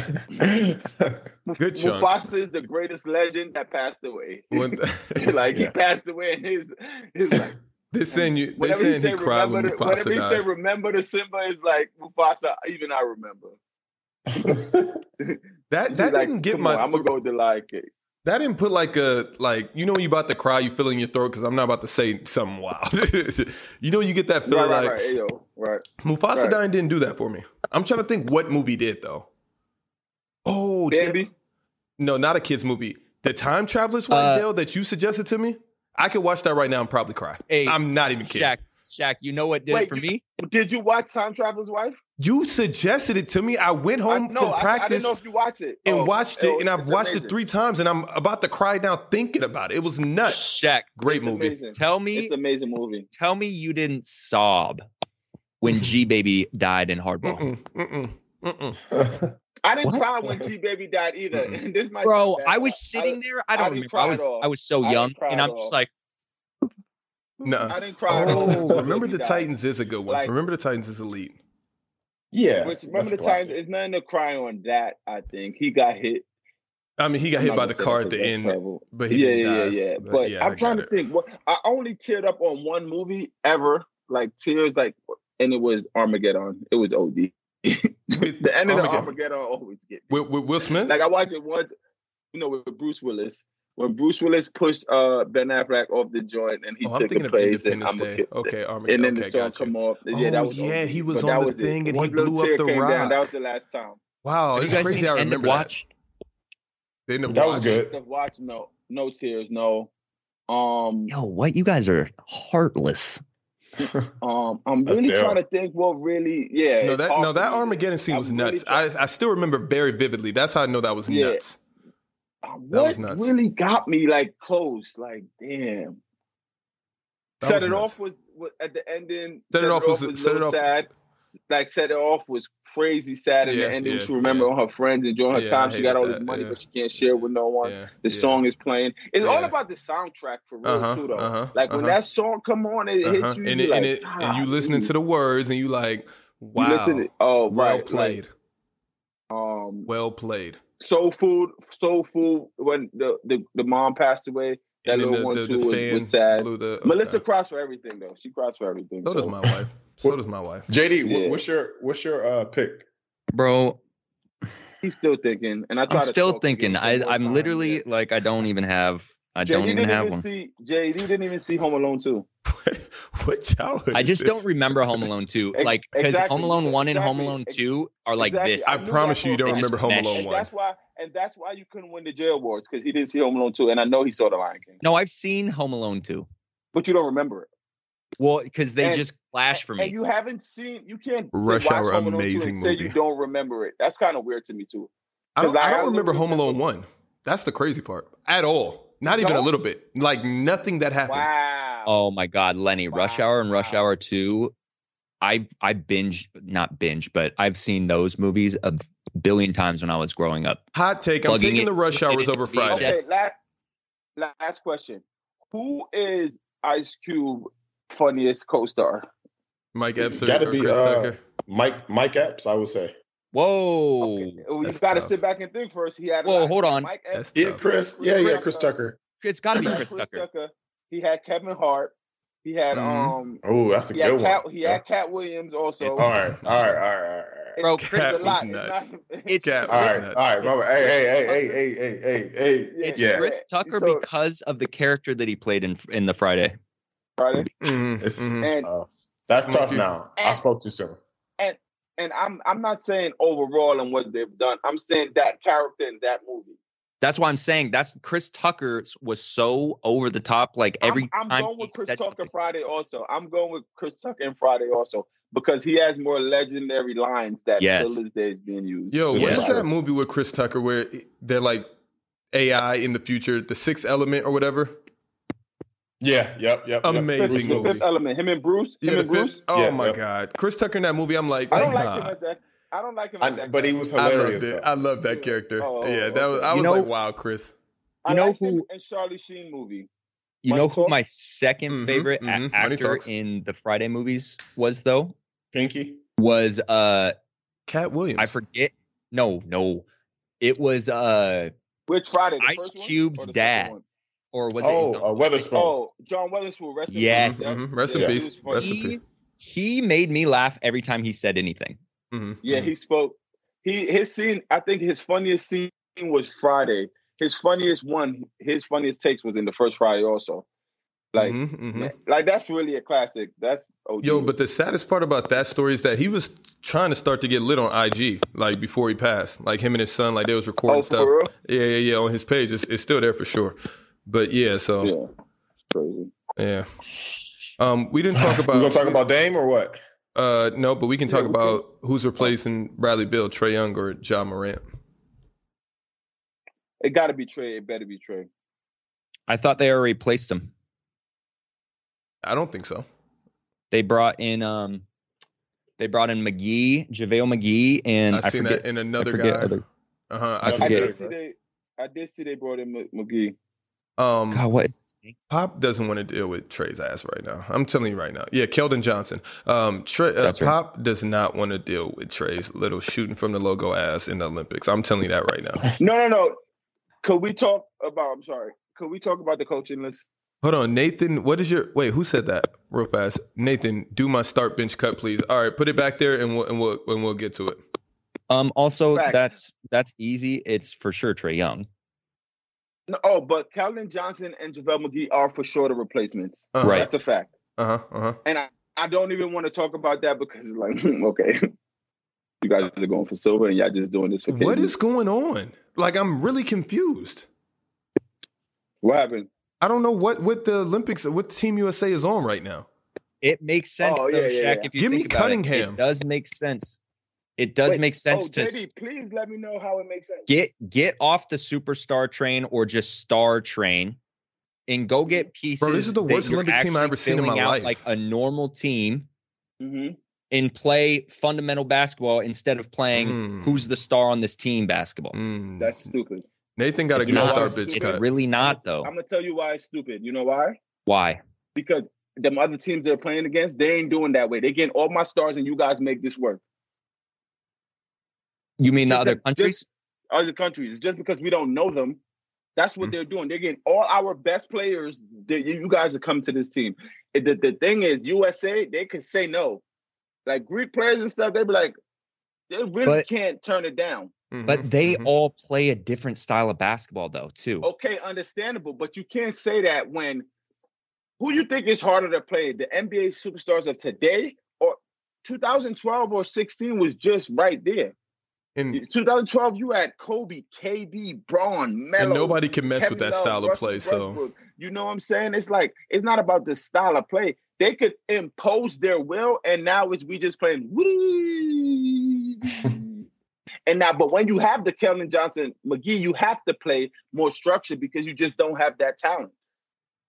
A: Good chunk.
D: Mufasa is the greatest legend that passed away.
A: One-
D: like he
C: Yeah.
D: passed away, and his his like
A: They're saying you. They're
D: Whenever you
A: saying
D: say
A: he cried
D: remember,
A: when
D: the, whenever
A: Mufasa
D: you say
A: died.
D: remember the Simba is like Mufasa. Even I remember.
A: That
D: She's
A: that
D: like,
A: didn't get
D: "Come
A: my.
D: on, I'm gonna go with the Lion King.
A: That didn't put like a like you know when you about to cry, you feel it in your throat because I'm not about to say something wild. you know you get that
D: Right,
A: feeling
D: right,
A: like
D: right. Hey, yo, right.
A: Mufasa
D: right.
A: Dine didn't do that for me. I'm trying to think what movie did though. Oh, da-
D: Bambi.
A: no, not a kids movie. The Time Travelers one,
E: Uh,
A: Dale, that you suggested to me. I could watch that right now and probably cry.
E: Hey,
A: I'm not even kidding.
E: Shaq, Shaq, you know what did
D: Wait,
E: it for me?
D: Did you watch Time Traveler's Wife?
A: You suggested it to me. I went home
D: I,
A: from
D: no, I, I didn't
A: practice
D: know if you watched it.
A: and
D: Oh,
A: watched
D: oh,
A: it, and I've
D: it's
A: watched
D: amazing.
A: it three times, and I'm about to cry now thinking about it. It was nuts.
E: Shaq,
A: Great
D: It's
A: movie.
D: Amazing.
E: tell me,
D: It's an amazing movie.
E: tell me you didn't sob when G Baby died in Hardball.
A: Mm-mm, mm-mm, mm-mm.
D: I didn't
E: What?
D: cry when T Baby died either.
A: Mm-mm.
D: this might
E: Bro,
D: sound bad,
E: I
D: but
E: was sitting there. I
D: I
E: don't remember.
D: didn't cry
E: I
D: at
E: was
D: all.
E: I was so
D: I didn't
E: young,
D: cry
E: and
D: at
E: I'm just
D: all.
E: like,
A: Nuh-uh.
D: I didn't cry. at all when
A: Oh,
D: T-Baby
A: remember the
D: died.
A: Titans is a good one.
D: Like-
A: remember the Titans is elite.
C: yeah.
D: Which
C: that's
D: remember
C: a
D: the
C: classic.
D: Titans? It's nothing to cry on that. I think he got hit.
A: I mean, he got
D: I'm
A: hit
D: not
A: by
D: gonna
A: the
D: say
A: car
D: that
A: at the
D: 'cause that's
A: end,
D: terrible.
A: but he
D: yeah,
A: didn't
D: yeah,
A: die.
D: yeah, yeah. But
A: yeah, I
D: I'm trying
A: got
D: to
A: it.
D: think. What I only teared up on one movie ever, like tears, like, and it was Armageddon. It was OD.
A: With
D: The end of the
A: Armageddon.
D: Armageddon always get me.
A: With, with Will Smith?
D: Like I watched it once, you know, with Bruce Willis. When Bruce Willis pushed uh, Ben Affleck off the joint and he
A: oh, I'm
D: took
A: thinking
D: the
A: of
D: place, and
A: Independence
D: I'm
A: Day. Okay,
D: and
A: Armageddon.
D: then
A: okay,
D: the song
A: got you.
D: come off. Yeah, that
A: Oh,
D: was
A: yeah,
D: OD,
A: he was
D: but
A: on
D: that
A: the
D: was it.
A: thing and
D: One
A: he
D: little
A: blew up
D: tear
A: the
D: came Down. That
A: rock.
D: was the last time.
A: Wow,
E: Have
A: it's
E: you guys
A: crazy.
E: seen
A: I
E: End of
A: remember that.
E: Watch?
A: They didn't
C: That was
A: watch.
C: good.
D: The watch, no, no tears, no. Um,
E: Yo, what? You guys are heartless.
D: Um, I'm
C: That's
D: really
C: dope.
D: trying to think what really, yeah.
A: No,
D: it's
A: that
D: hard
A: no,
D: for me
A: that
D: to-
A: Armageddon scene
D: I'm
A: was
D: really
A: nuts.
D: try- uh,
A: I, I still remember very vividly. That's how I know that was
D: Yeah.
A: nuts. was
D: What
A: nuts.
D: really got me like close? Like, damn.
A: That
D: set
A: was
D: it
A: nuts.
D: off was, was at the ending.
A: Set it off was
D: was
A: set it
D: real
A: off.
D: sad. Like, set it off was crazy sad, and
A: Yeah,
D: the ending
A: yeah,
D: she remember
A: yeah.
D: all her friends enjoying her
A: Yeah,
D: time.
A: I
D: She got
A: hated
D: all this
A: that,
D: money,
A: yeah.
D: but she can't share it with no one.
A: Yeah,
D: The
A: yeah.
D: song is playing. It's all
A: Yeah.
D: about the soundtrack for real
A: Uh-huh,
D: too, though.
A: uh-huh,
D: like when
A: uh-huh.
D: that song come on, it
A: Uh-huh.
D: hits you,
A: And
D: you
A: it,
D: like,
A: and it and you listening
D: "Golly."
A: to the words and you like, wow,
D: You listen to- oh
A: well
D: right, like,
A: played,
D: um,
A: well played.
D: soul food, soul food. When the the, the mom passed away, that
A: and then
D: little one too was,
A: fan
D: was sad.
A: blew the- okay.
D: Melissa cries for everything though. She cries for everything.
A: So does
D: so-
A: my wife. So does my wife.
C: JD, wha-
D: Yeah.
C: what's your what's your uh pick?
E: Bro,
D: He's still thinking, and I try
E: I'm
D: to
E: still
D: talk to
E: thinking.
D: him
E: I,
D: one
E: I'm
D: time,
E: literally
D: yeah.
E: like, I don't even have. I
D: JD
E: don't even
D: didn't
E: have
D: even
E: one.
D: see JD didn't even see Home Alone two.
A: what childhood?
E: I
A: is
E: just
A: this?
E: don't remember Home Alone two.
D: Ex-
E: Like because
D: exactly,
E: Home Alone one and Home
D: exactly,
E: Alone
D: ex-
E: two are like
D: exactly.
E: this.
A: I
D: knew
A: promise
D: that
A: you, you
D: for a
A: don't
D: fact.
A: remember Home
E: They just
A: Alone
D: And
A: one.
D: that's why, and that's why you couldn't win the J Awards because he didn't see Home Alone two, and I know he saw The Lion King,
E: No, I've seen Home Alone two.
D: but you don't remember it.
E: Well, because they
D: And-
E: just clash for
D: And
E: me.
D: you haven't seen, you can't
A: Rush
D: say, watch
A: Hour,
D: Home Alone 2
A: amazing
D: and say you
A: movie.
D: don't remember it. That's kind of weird to me too.
A: I don't,
D: Cause
A: I
D: I
A: don't remember
D: literally
A: Home Alone one. That's the crazy part. At all. Not even a
D: don't?
A: little bit. Like nothing that happened.
D: Wow.
E: Oh my God, Lenny! Rush
D: Wow.
E: Hour and Rush Hour Two. I I binge not binge, but I've seen those movies a billion times when I was growing up.
A: Hot take. I'm
E: Plugging
A: taking
E: it-
A: the rush
E: plugging
A: hours
E: it
A: over
E: to VHS.
A: Friday.
D: Okay, last, last question. Who is Ice Cube funniest co-star?
A: Mike Epps or,
C: Gotta
A: or
C: be,
A: Chris
C: uh,
A: Tucker.
C: Mike Mike Epps, I would say.
E: Whoa,
D: Okay, well, you
A: that's
D: got to
A: tough.
D: sit back and think first. He had a
E: Whoa,
D: lot.
E: hold on.
D: Mike
A: That's
D: Epps,
C: Yeah,
A: tough.
C: Chris. Yeah, yeah,
D: uh,
C: Chris Tucker.
E: it's got to be
D: he had
E: Chris Tucker.
D: He had Kevin Hart. He had
A: Mhm.
D: um.
C: Oh, that's a
D: He had,
C: good
D: Cat,
C: one.
D: he had Cat Williams also.
C: all right, all right, all right, all right.
D: It-
E: Bro,
D: there's
A: Cat
D: a
A: was
D: lot. It's
A: nuts.
D: not-
E: It's
A: Cat
C: All
A: was
E: Chris,
C: right,
A: nuts.
C: all right, Robert. Hey, hey, hey, hey, hey, hey, hey, hey.
D: Yeah.
E: it's
C: Yeah,
E: Chris Tucker
D: So-
E: because of the character that he played in in the Friday.
D: Friday.
A: Mhm,
C: it's
A: mhm.
D: And
C: tough. That's
A: Thank
C: tough
A: you.
C: now. I spoke too soon.
D: and I'm I'm not saying overall and what they've done. I'm saying that character in that movie.
E: That's why I'm saying that's Chris Tucker was so over the top. Like
D: I'm-
E: every
D: I'm,
E: time
D: going
E: he
D: with Chris
E: said
D: Tucker
E: something-
D: Friday also. I'm going with Chris Tucker and Friday also because he has more legendary lines that
E: Yes.
D: till this day is being used.
A: Yo,
C: This
A: what
E: is
A: was
C: true.
A: that movie with Chris Tucker where they're like AI in the future, the sixth element or whatever?
C: Yeah, yep, yep.
A: Amazing
D: Fifth,
A: movie.
D: Fifth Element. Him and Bruce.
A: Yeah,
D: him
A: the
D: and Bruce.
A: fifth. Oh
C: Yeah,
A: my
C: yeah.
A: God, Chris Tucker in that movie. I'm like,
D: I don't
A: nah.
D: like him at that. I don't like him. At
C: I,
D: that
C: but he was
A: I
C: hilarious.
A: loved it.
C: though.
A: I love that character.
D: Oh,
A: yeah, that was.
D: okay.
A: I was
E: You know-
A: like, wow, Chris.
D: I
E: you know
D: liked him
E: who-
D: in Charlie Sheen movie.
E: You
D: Money
E: know who my
D: Talks?
E: second
A: Mhm,
E: favorite a-
A: mhm, Money
E: actor
A: Talks.
E: in the Friday movies was though
C: Pinky.
E: was uh
A: Cat Williams.
E: I forget no no it was uh
D: Which Friday? the
E: Ice
D: first one or
E: Cube's
D: the second
E: dad.
D: one?
E: or was
C: oh,
E: it?
C: uh, Weatherspoon.
D: Oh, John Weatherspoon, rest in
E: Yes.
D: peace. Yep.
A: Mhm. Rest
C: Mm-hmm. Yeah.
A: in peace.
D: He-
A: Rest in peace.
E: he, he made me laugh every time he said anything.
A: Mhm.
D: Yeah, he spoke. He his scene. I think his funniest scene was Friday. His funniest one, his funniest takes was in the first Friday also. Like,
A: Mhm, mhm.
D: like that's really a classic. That's oh
A: Yo, but the saddest part about that story is that he was trying to start to get lit on IG, like before he passed. Like him and his son, like they was recording
D: oh,
A: stuff.
D: for real?
A: Yeah, yeah, yeah. On his page, it's, it's still there for sure. But yeah, so yeah.
D: Yeah, it's crazy.
A: Um, we didn't talk
C: we gonna
A: about
C: talk about Dame or what?
A: uh no, but we can
D: Yeah,
A: talk
D: we
A: about who's replacing Bradley Bill, Trey Young, or John Morant.
D: It got to be Trey. It better be Trey.
E: I thought they already placed him.
A: I don't think so.
E: They brought in um, they brought in McGee, JaVale McGee, and I,
A: I've seen
E: forget
A: that in
E: I
A: another guy.
E: forget other-
A: Uh huh.
E: I
A: I
D: I
A: see
E: forget.
D: did
A: that.
D: see they. I did see they brought in M- McGee.
A: Um,
E: God, what is his name?
A: Pop doesn't want to deal with Trey's ass right now. I'm telling you right now. Yeah, Keldon Johnson. Um, Trey, uh,
E: That's right.
A: Pop does not want to deal with Trey's little shooting from the logo ass in the Olympics. I'm telling you that right now.
D: No, no, no. Could we talk about? I'm sorry. Could we talk about the coaching list?
A: Hold on, Nathan. What is your wait? Who said that? Real fast, Nathan. Do my start bench cut, please. All right, put it back there, and we'll and we'll and we'll get to it.
E: Um, also
D: Fact.
E: that's that's easy. It's for sure Trey Young.
D: No, oh, but Calvin Johnson and JaVale McGee are for sure the replacements.
A: Uh-huh,
E: Right.
D: That's a fact.
A: Uh huh. Uh huh.
D: and I, I don't even want to talk about that because it's like okay you guys are going for silver and y'all just doing this for
A: What
D: Katie.
A: is going on? Like, I'm really confused.
D: what happened
A: I don't know what what the Olympics, what Team USA is on right now.
E: It makes sense
D: Oh,
E: though,
D: yeah, yeah,
E: Shaq.
D: yeah.
E: If you
A: Give me
E: think about it. It,
A: Cunningham.
E: does make sense. It does
D: Wait,
E: make sense
D: oh
E: to s-
D: JD, please let me know how it makes sense
E: get get off the superstar train or just star train and go get pieces.
A: Mm. is the
E: that
A: worst
E: you're
A: Olympic team I've
E: actually
A: ever seen in
E: filling
A: my
E: out
A: life.
E: Like a normal team
D: Mhm.
E: and play fundamental basketball instead of playing
A: Mm.
E: who's the star on this team basketball.
A: Mm.
D: that's stupid
A: Nathan got a
D: It's
A: good
E: not-
A: start bench
E: It's
A: cut.
E: really not though.
D: i'm gonna tell you why it's stupid you know why
E: Why?
D: because them other teams they're playing against they ain't doing that way they getting all my stars and you guys make this work
E: You mean the
D: Just
E: other
D: that- just-
E: countries?
D: other countries it's just because we don't know them that's what
A: Mhm.
D: they're doing they're getting all our best players that you you guys have come to this team It- the, the thing is usa they could say no like greek players and stuff they be like they really
E: But-
D: can't turn it down
A: Mm-hmm.
E: But they
A: all.
E: all play a different style of basketball though, too.
A: Oh,
D: okay understandable but you can't say that when who you think is harder to play the nba superstars of today or 2012 or 16 was just right there
A: And,
D: 2012 you had kobe kd braun Melo,
A: and nobody can mess with that
D: Kevin Love,
A: style of
D: Russell
A: play. So
D: Westbrook. you know what I'm saying? It's like it's not about the style of play. They could impose their will, and now it's we just playing. wee. and now, but when you have the Kellen Johnson McGee, you have to play more structure because you just don't have that talent.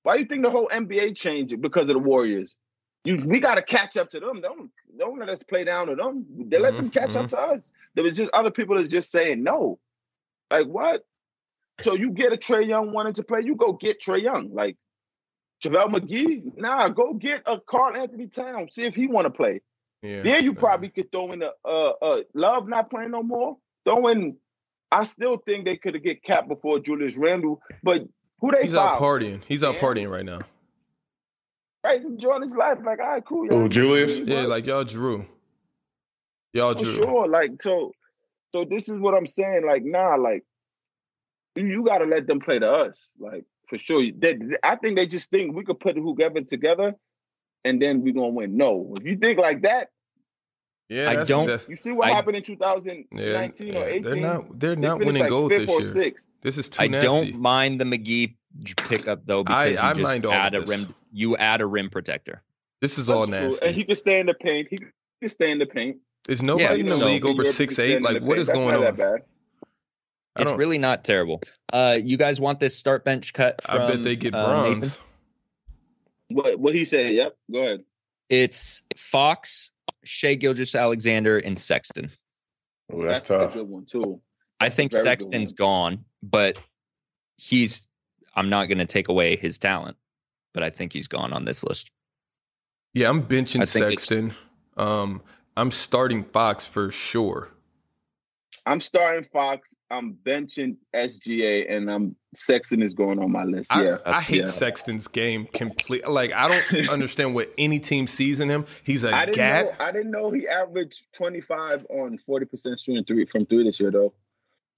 D: Why do you think the whole NBA changed because of the Warriors? You, we got to catch up to them. Don't don't let us play down to them. They let them
A: Mhm,
D: catch up to us. There was just other people that's just saying no. Like what? So you get a Trey Young wanting to play, you go get Trey Young. Like JaVale McGee, nah, go get a Carl Anthony Town. See if he want to play.
A: yeah, Uh-huh.
D: Then you probably could throw in a uh, uh, Love not playing no more. Throw in. I still think they could have get capped before Julius Randle, but who they
A: he's out
D: foul?
A: partying. He's out
D: Yeah.
A: partying right now.
D: Right, he's enjoying his life. Like, all right, cool.
C: Who,
D: y'all.
C: Julius?
A: Yeah, like y'all drew. Y'all
D: For
A: drew.
D: sure. Like, so, so this is what I'm saying. Like, nah, like, you, you got to let them play to us. Like, for sure. They, they- I think they just think we could put whoever together and then we're going to win. No. If you think like that,
A: Yeah,
E: I
A: that's-
E: don't-
A: that-
D: you see what
E: I-
D: happened in 2019
A: yeah,
D: or 18?
A: They're not. They're
D: They
A: not
D: finished,
A: winning
D: like,
A: gold
D: fifth
A: this
D: or
A: year.
D: sixth.
A: This is too
E: I
A: nasty.
E: don't mind the McGee j- pickup though
A: I-
E: because
A: I
E: you just
A: mind all of
E: add a
A: this.
E: rim. You add a rim protector.
A: This is all
D: That's true.
A: nasty.
D: And he can stay in the paint. He can stay in the paint.
A: is nobody
E: Yeah,
A: in the
E: so-
A: league over
D: Europe, he can
A: six
D: stand
A: eight?
D: in
A: Like,
D: the
A: what
D: paint.
A: is
D: That's
A: going
D: not
A: on?
D: That bad.
A: I
E: It's
A: don't.
E: really not terrible. Uh, you guys want this start bench cut? From,
A: I bet they get
E: uh, Nathan?
A: bronze.
D: What, what he said. Yep. Go ahead.
E: It's Fox, Shea Gilgis Alexander, and Sexton.
C: Ooh, that's,
D: a
C: tough.
D: good one, too.
E: I
D: That's a
E: think
D: very good
E: Sexton's
D: one.
E: gone, but he's. I'm not going to take away his talent, but I think he's gone on this list.
A: Yeah, I'm
E: I
A: benching
E: think it's-
A: Sexton. Um, I'm starting Fox for sure.
D: I'm starting Fox. I'm benching SGA, and I'm Sexton is going on my list.
A: I,
D: yeah,
A: I hate
D: yeah.
A: Sexton's game complete. Like I don't understand what any team sees in him. He's a
D: I didn't
A: gat.
D: know. I didn't know he averaged 25 on 40 percent shooting three from three this year though.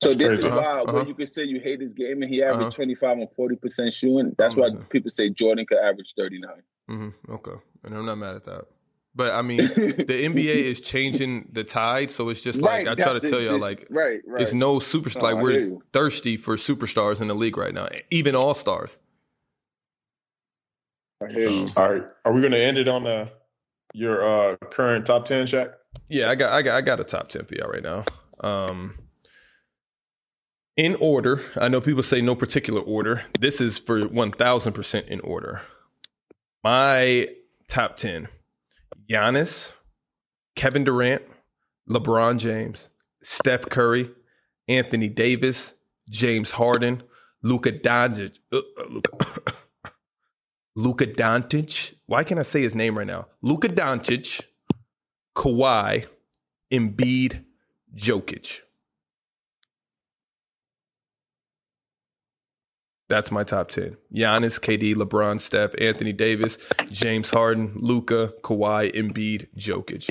D: So
C: That's
D: this
C: crazy.
D: is why
A: Uh-huh, uh-huh.
D: when you could say you hate his game and he
A: Uh-huh.
D: averaged 25 on 40 percent shooting, that's why
A: Mhm.
D: people say Jordan could average 39.
A: hmm Okay, and I'm not mad at that. But I mean, the NBA is changing the tide, so it's just like
D: Right,
A: I try to
D: that-
A: tell y'all,
D: this-
A: like
D: right, right.
A: it's no superstar.
D: No,
A: like
D: I
A: we're
D: hear you.
A: thirsty for superstars in the league right now, even all stars.
D: I hear
A: Oh.
D: you.
C: Um, All right. Are we going to end it on uh, your uh, current top 10, Shaq?
A: Yeah, I got, I got, I got a top ten for y'all right now. Um, in order, I know people say no particular order. This is for one thousand percent in order. My top ten: Giannis, Kevin Durant, LeBron James, Steph Curry, Anthony Davis, James Harden, Luka Doncic, uh, uh, Luka, Luka Doncic. Why can't I say his name right now? Luka Doncic. Kawhi, Embiid, Jokic. That's my top 10. Giannis, KD, LeBron, Steph, Anthony Davis, James Harden, Luca, Kawhi, Embiid, Jokic.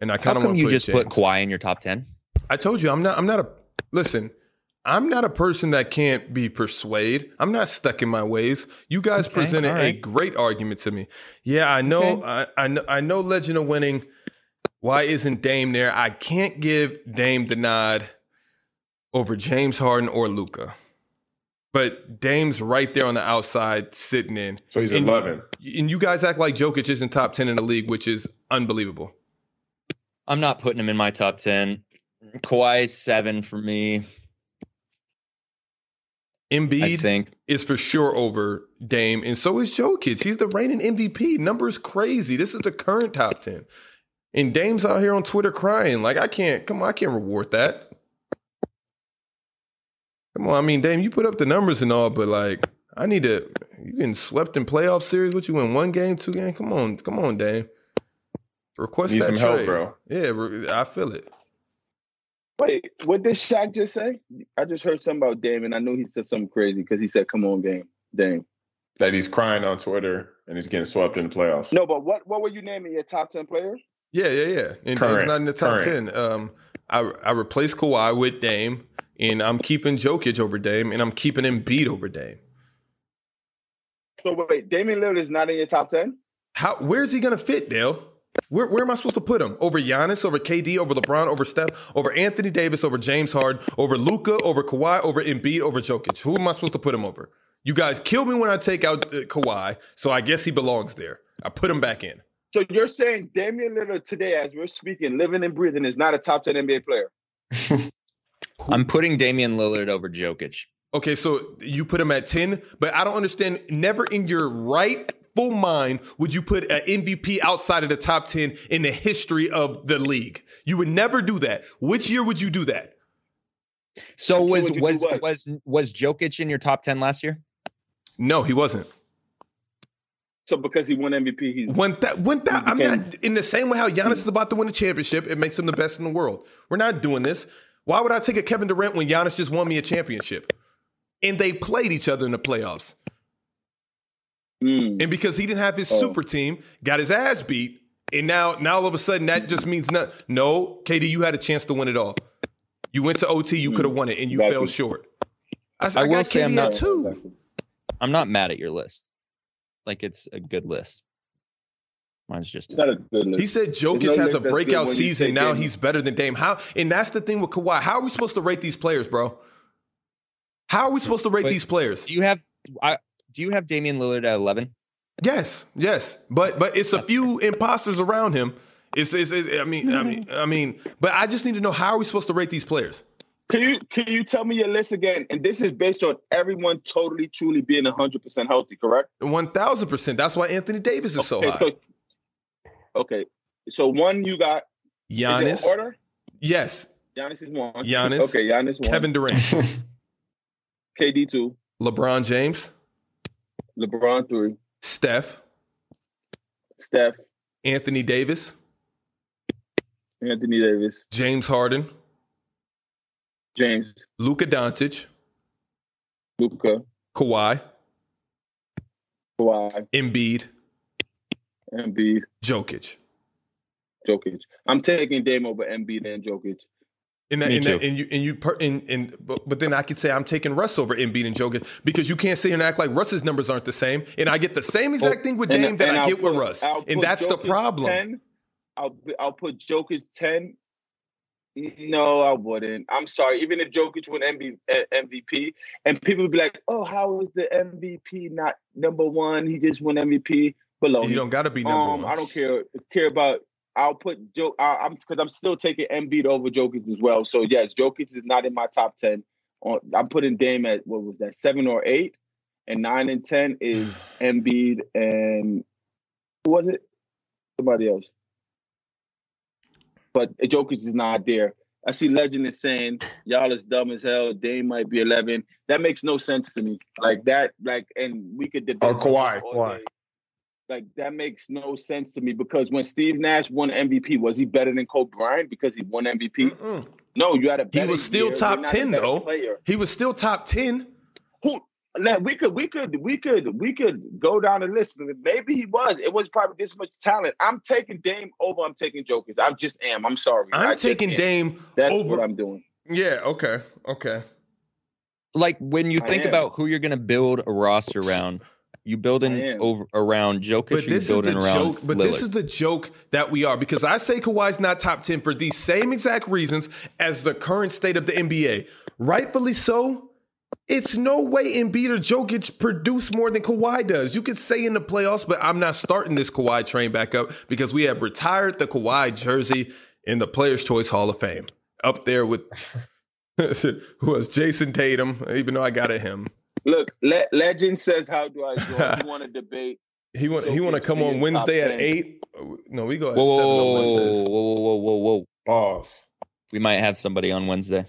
A: And I
E: How
A: kind of
E: come
A: want to
E: you
A: put
E: just put
A: James.
E: Kawhi in your top ten?
A: I told you I'm not I'm not a listen, I'm not a person that can't be persuaded. I'm not stuck in my ways. You guys
E: Okay,
A: presented
E: all
A: a
E: right.
A: great argument to me. Yeah, I know
E: Okay.
A: I, I know I know legend of winning. Why isn't Dame there? I can't give Dame the nod over James Harden or Luca. But Dame's right there on the outside sitting in.
C: So he's
A: In-
C: 11.
A: And you guys act like Jokic isn't top 10 in the league, which is unbelievable.
E: I'm not putting him in my top ten. Kawhi's seven for me. I
A: Embiid
E: think.
A: is for sure over Dame, and so is Jokic. He's the reigning MVP. Numbers crazy. This is the current top ten, and Dame's out here on Twitter crying. Like I can't come on, I can't reward that. Come on, I mean Dame, you put up the numbers and all, but like I need to. You getting swept in playoff series? What you win one game, two game? Come on, come on, Dame. Request
C: Need
A: that
C: some help,
A: trade.
C: bro.
A: Yeah, re- I feel it.
D: Wait, what did Shaq just say? I just heard something about Dame, and I knew he said something crazy because he said, "Come on, game, Dame."
C: That he's crying on Twitter and he's getting swept in the playoffs.
D: No, but what what were you naming your top ten player?
A: Yeah, yeah, yeah. And Dame's
C: Current,
A: not in the top
C: current.
A: ten. Um, I I replaced Kawhi with Dame, and I'm keeping Jokic over Dame, and I'm keeping Embiid over Dame.
D: So wait, Damian Lillard is not in your top ten.
A: How? Where's he gonna fit, Dale? Where, where am I supposed to put him? Over Giannis, over KD, over LeBron, over Steph, over Anthony Davis, over James Harden, over Luca, over Kawhi, over Embiid, over Jokic. Who am I supposed to put him over? You guys kill me when I take out uh, Kawhi, so I guess he belongs there. I put him back in.
D: So you're saying Damian Lillard today, as we're speaking, living and breathing, is not a top ten NBA player?
E: I'm putting Damian Lillard over Jokic.
A: Okay, so you put him at 10, but I don't understand. Never in your rightful mind would you put an MVP outside of the top 10 in the history of the league. You would never do that. Which year would you do that?
E: So
D: Would
E: was
D: you do
E: was
D: what?
E: was was Jokic in your top ten last year?
A: No, he wasn't.
D: So because he won MVP, he's
A: When that, when that, I'm not in the same way how Giannis is about to win a championship, it makes him the best in the world. We're not doing this. Why would I take a Kevin Durant when Giannis just won me a championship? And they played each other in the playoffs.
D: Mm.
A: And because he didn't have his
D: Oh.
A: super team, got his ass beat, and now now all of a sudden that just means nothing. No, KD, you had a chance to win it all. You went to OT, you
D: Hmm.
A: could have won it, and you
D: Exactly.
A: fell short. I, s-
E: I
A: I
E: will
A: got
E: say I'm
A: KD
E: not-
A: at two.
E: I'm not mad at your list. Like it's a good list. Mine's just
D: It's not a good list.
A: He said
D: There's no
A: Jokic has
D: list
A: a
D: that's good
A: breakout
D: when you
A: season.
D: take
A: Now
D: in-
A: he's better than Dame. How? And that's the thing with Kawhi. How are we supposed to rate these players, bro? How are we supposed to rate
E: But-
A: these players?
E: Do you have I do you have Damian Lillard at 11?
A: Yes, yes, but but it's a few imposters around him. It's, it's, it's I mean I mean I mean. But I just need to know how are we supposed to rate these players?
D: Can you can you tell me your list again? And this is based on everyone totally truly being hundred percent healthy, correct?
A: One thousand percent. That's why Anthony Davis is so
D: okay,
A: high.
D: so- okay. So one you got is it
A: Giannis,
D: in order?
A: yes.
D: Giannis is one.
A: Giannis,
D: Okay, Giannis one.
A: Kevin Durant,
D: KD two.
A: LeBron James,
D: LeBron three.
A: Steph,
D: Steph,
A: Anthony Davis,
D: Anthony Davis,
A: James Harden,
D: James,
A: Luka Doncic,
D: Luca,
A: Kawhi,
D: Kawhi,
A: Embiid,
D: Embiid,
A: Jokic.
D: Jokic. I'm taking Dame over Embiid and Jokic.
A: And that,
E: Me
A: and, that,
E: too.
A: and you and you per, and, and but, but then I could say I'm taking Russ over Embiid and Jokic because you can't sit here and act like Russ's numbers aren't the same. And I get the same exact thing with Dame that I
D: Oh, I'll
A: get with
D: put-
A: Russ,
D: I'll
A: and
D: put
A: that's the
D: Jokic
A: problem.
D: 10. I'll I'll put Jokic ten. No, I wouldn't. I'm sorry. Even if Jokic win MB, eh, MVP, and people would be like, "Oh, how is the MVP not number one? He just won MVP." Below,
A: You don't got to be number
D: um,
A: one.
D: I don't care care about. I'll put Joe. I, I'm because I'm still taking Embiid over Jokic as well. So yes, Jokic is not in my top ten. On I'm putting Dame at what was that seven or eight, and nine and ten is Embiid and who was it? Somebody else. But Jokic is not there. I see Legend is saying y'all is dumb as hell. Dame might be eleven. That makes no sense to me. Like that. Like and we could debate
C: Or Kawhi,
D: all
C: Kawhi.
D: day. Like that makes no sense to me because when Steve Nash won MVP, was he better than Kobe Bryant because he won MVP?
A: Mm-mm.
D: No, you had a. Better
A: Mm. was still
D: year,
A: top
D: you're not a
A: 10
D: better
A: though.
D: Player.
A: He was still top ten.
D: Who? Now, we could, we could, we could, we could go down the list. but Maybe he was. It was probably this much talent. I'm taking Dame over. I'm taking Jokers. I just am. I'm sorry. I
A: I'm
D: just
A: taking
D: am.
A: Dame
D: That's what
A: over.
D: I'm doing.
A: Yeah. Okay. Okay.
E: like when you
D: I
E: think
D: am.
E: about who you're going to build a roster around, you building
D: I am.
E: over around Jokic,
A: But
E: you
A: this is the
E: building around
A: joke. But
E: Lillard.
A: this is the joke that we are because I say Kawhi's not top ten for these same exact reasons as the current state of the NBA. Rightfully so. It's no way Embiid or Jokic produce more than Kawhi does. You could say in the playoffs, but I'm not starting this Kawhi train back up because we have retired the Kawhi jersey in the Players' Choice Hall of Fame, up there with who was Jason Tatum. Even though I got at him,
D: Look, le- legend says, "How do I join?" you want to debate?
A: he want he want to
D: Jokic
A: come
D: being
A: on
D: top
A: Wednesday at
D: 10.
A: eight. No, we go at
E: whoa, whoa,
A: seven
E: whoa,
A: on
E: whoa,
A: Wednesdays.
E: whoa, whoa, whoa, whoa.
C: Pause.
E: We might have somebody on Wednesday.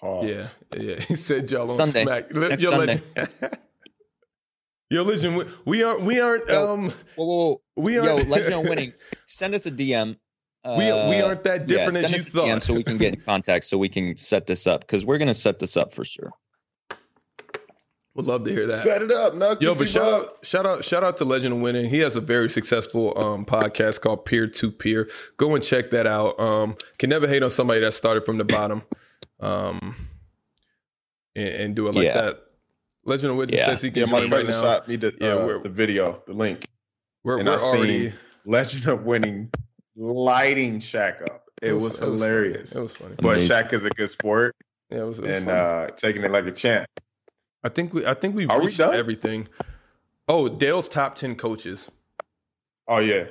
C: Pause.
A: Yeah, yeah. He said y'all on
E: Sunday.
A: smack. Li-
E: Next
A: yo,
E: Sunday.
A: Legend. yo, legend. We, we aren't. We aren't.
E: Yo.
A: um,
E: Whoa, whoa,
A: we
E: whoa. yo,
A: aren't.
E: Legend on winning. Send us a DM. Uh,
A: we we aren't that different
E: yeah,
A: as
E: send
A: you
E: us a DM
A: thought.
E: so we can get in contact so we can set this up because we're going to set this up for sure.
A: Would love to hear that.
C: Set it up, Nuck.
A: Yo,
C: Give
A: but
C: me
A: shout
C: love.
A: out, shout out, shout out to Legend of Winning. He has a very successful um, podcast called Peer to Peer. Go and check that out. Um, can never hate on somebody that started from the bottom, um, and, and do it like
E: Yeah.
A: that. Legend of Winning
E: Yeah.
A: says he
C: Yeah,
A: can
C: my
A: join right now.
C: cousin shot me the,
A: Yeah,
C: uh,
A: we're-
C: the video, the link.
A: We're,
C: and
A: we're
C: I seen-
A: already.
C: Legend of winning, lighting Shaq up. It was
A: funny.
C: hilarious.
A: It was funny.
C: But
E: Amazing.
C: Shaq is a good sport
A: Yeah, it was, it was
C: and
A: funny.
C: uh, taking it like a champ.
A: I think we I think we've
C: Are we
A: reached
C: done?
A: everything. Oh, Dale's top ten coaches.
C: Oh yeah,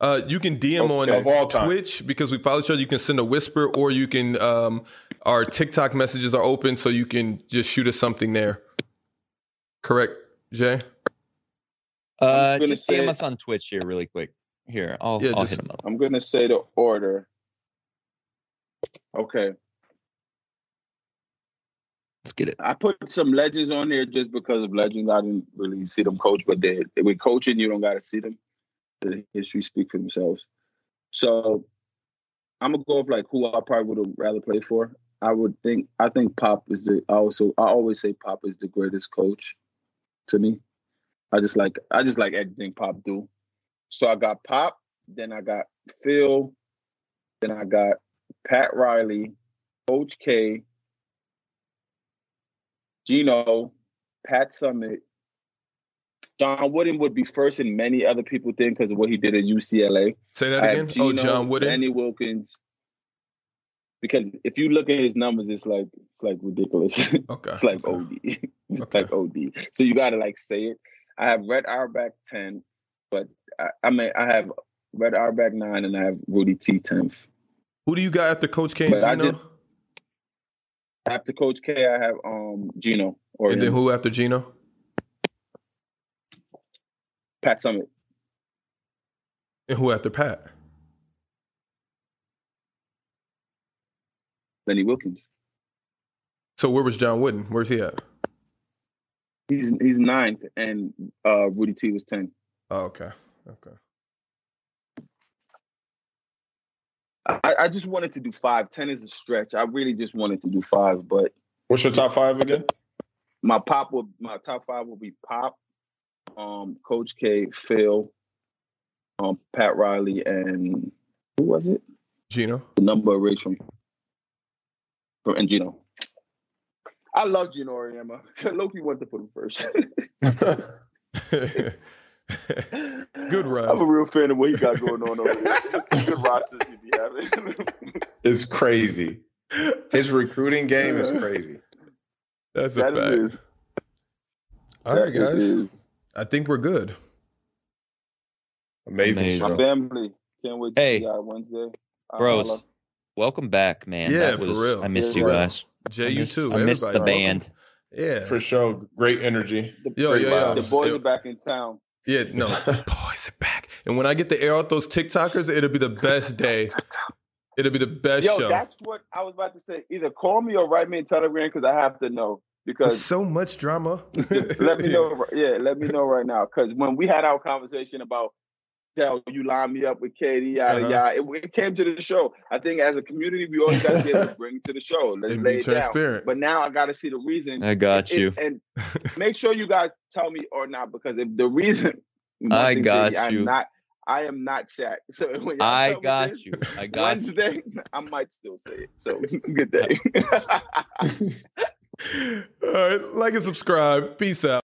A: Uh, you can DM on
C: Of all time.
A: Twitch because we follow each other. You can send a whisper, or you can um, our TikTok messages are open, so you can just shoot us something there. Correct, Jay?
E: Uh,
D: gonna
E: just DM
D: say-
E: us on Twitch here really quick. Here, I'll,
A: Yeah,
E: I'll
A: just-
E: hit him up.
D: I'm gonna say the order. Okay,
E: Let's get it.
D: I put some legends on there just because of legends. I didn't really see them coach, but they with coaching, you don't gotta see them. The history speak for themselves. So I'm gonna go with like who I probably would have rather played for. I would think I think Pop is the I also I always say Pop is the greatest coach to me. I just like I just like everything Pop do. So I got Pop, then I got Phil, then I got Pat Riley, Coach K, Gino, Pat Summit. John Wooden would be first in many other people think because of what he did at UCLA.
A: Say that
D: I
A: again.
D: have
A: oh,
D: Geno,
A: John Wooden.
D: Danny Wilkins. Because if you look at his numbers, it's like it's like ridiculous.
A: okay.
D: it's like oh.
A: okay.
D: OD. it's
A: Okay.
D: like OD. So you gotta like say it. I have Red Auerbach ten, but I, I mean I have Red Auerbach nine and I have Rudy T tenth.
A: Who do you got after Coach K
D: But I
A: and Gino?
D: just- After Coach K, I have um Gino or
A: and then who after Gino?
D: Pat Summit.
A: And who after Pat?
D: Lenny Wilkins.
A: So where was John Wooden? Where's he at?
D: He's he's ninth and uh Rudy T was ten.
A: Oh, okay. Okay.
D: I, I just wanted to do five. Ten is a stretch. I really just wanted to do five, but
C: What's your top five again?
D: my pop will my top five will be Pop, um, Coach K, Phil, um, Pat Riley, and who was it?
A: Gino.
D: The number erased from from and Gino. I love Gino Oriema. Loki wanted to put him first.
A: Good run.
D: I'm a real fan of what he got going on over there. Good rosters he be having.
C: it's crazy. His recruiting game is crazy.
A: That's a
D: That
A: fact.
D: is.
A: All right,
D: that
A: guys.
D: is.
A: I think we're good.
C: Amazing.
E: Amazing.
C: show.
D: My family can't wait to
E: Hey.
D: see y'all Wednesday. I'll
E: Bros,
D: holla.
E: welcome back, man.
A: Yeah,
E: That
A: for
E: was,
A: real.
E: I missed
D: For
E: you
D: real.
E: guys.
A: Jay,
E: I
A: you
E: missed-
A: too.
E: I missed the
A: Everybody.
E: band.
A: Yeah.
C: For sure. Great energy.
D: The,
A: Yo, yo, yo.
D: the boys are back in town.
A: Yeah, no. Boys are back. And when I get to air out those TikTokers, it'll be the best day. It'll be the best
D: Yo,
A: show.
D: that's what I was about to say. Either call me or write me in Telegram because I have to know.
A: There's
D: Because
A: so much drama.
D: let me know. ri- Yeah, let me know right now. Because when we had our conversation about Dell, you lined me up with Katie, yada
A: Uh-huh.
D: yada. It, it came to the show. I think as a community, we always got to be able to bring it to the show. Let's
A: And
D: lay
A: be
D: it down.
A: transparent.
D: But now I got to see the reason.
E: I got
D: It-
E: you.
D: and make sure you guys tell me or not because if the reason one
E: I
D: thing,
E: got
D: Katie, I'm
E: you.
D: not. I am not Shaq. So when y'all
E: I
D: tell me
E: got
D: this,
E: you. I got you.
D: Wednesday, I might still say it. So good day.
A: All right, like and subscribe. Peace out.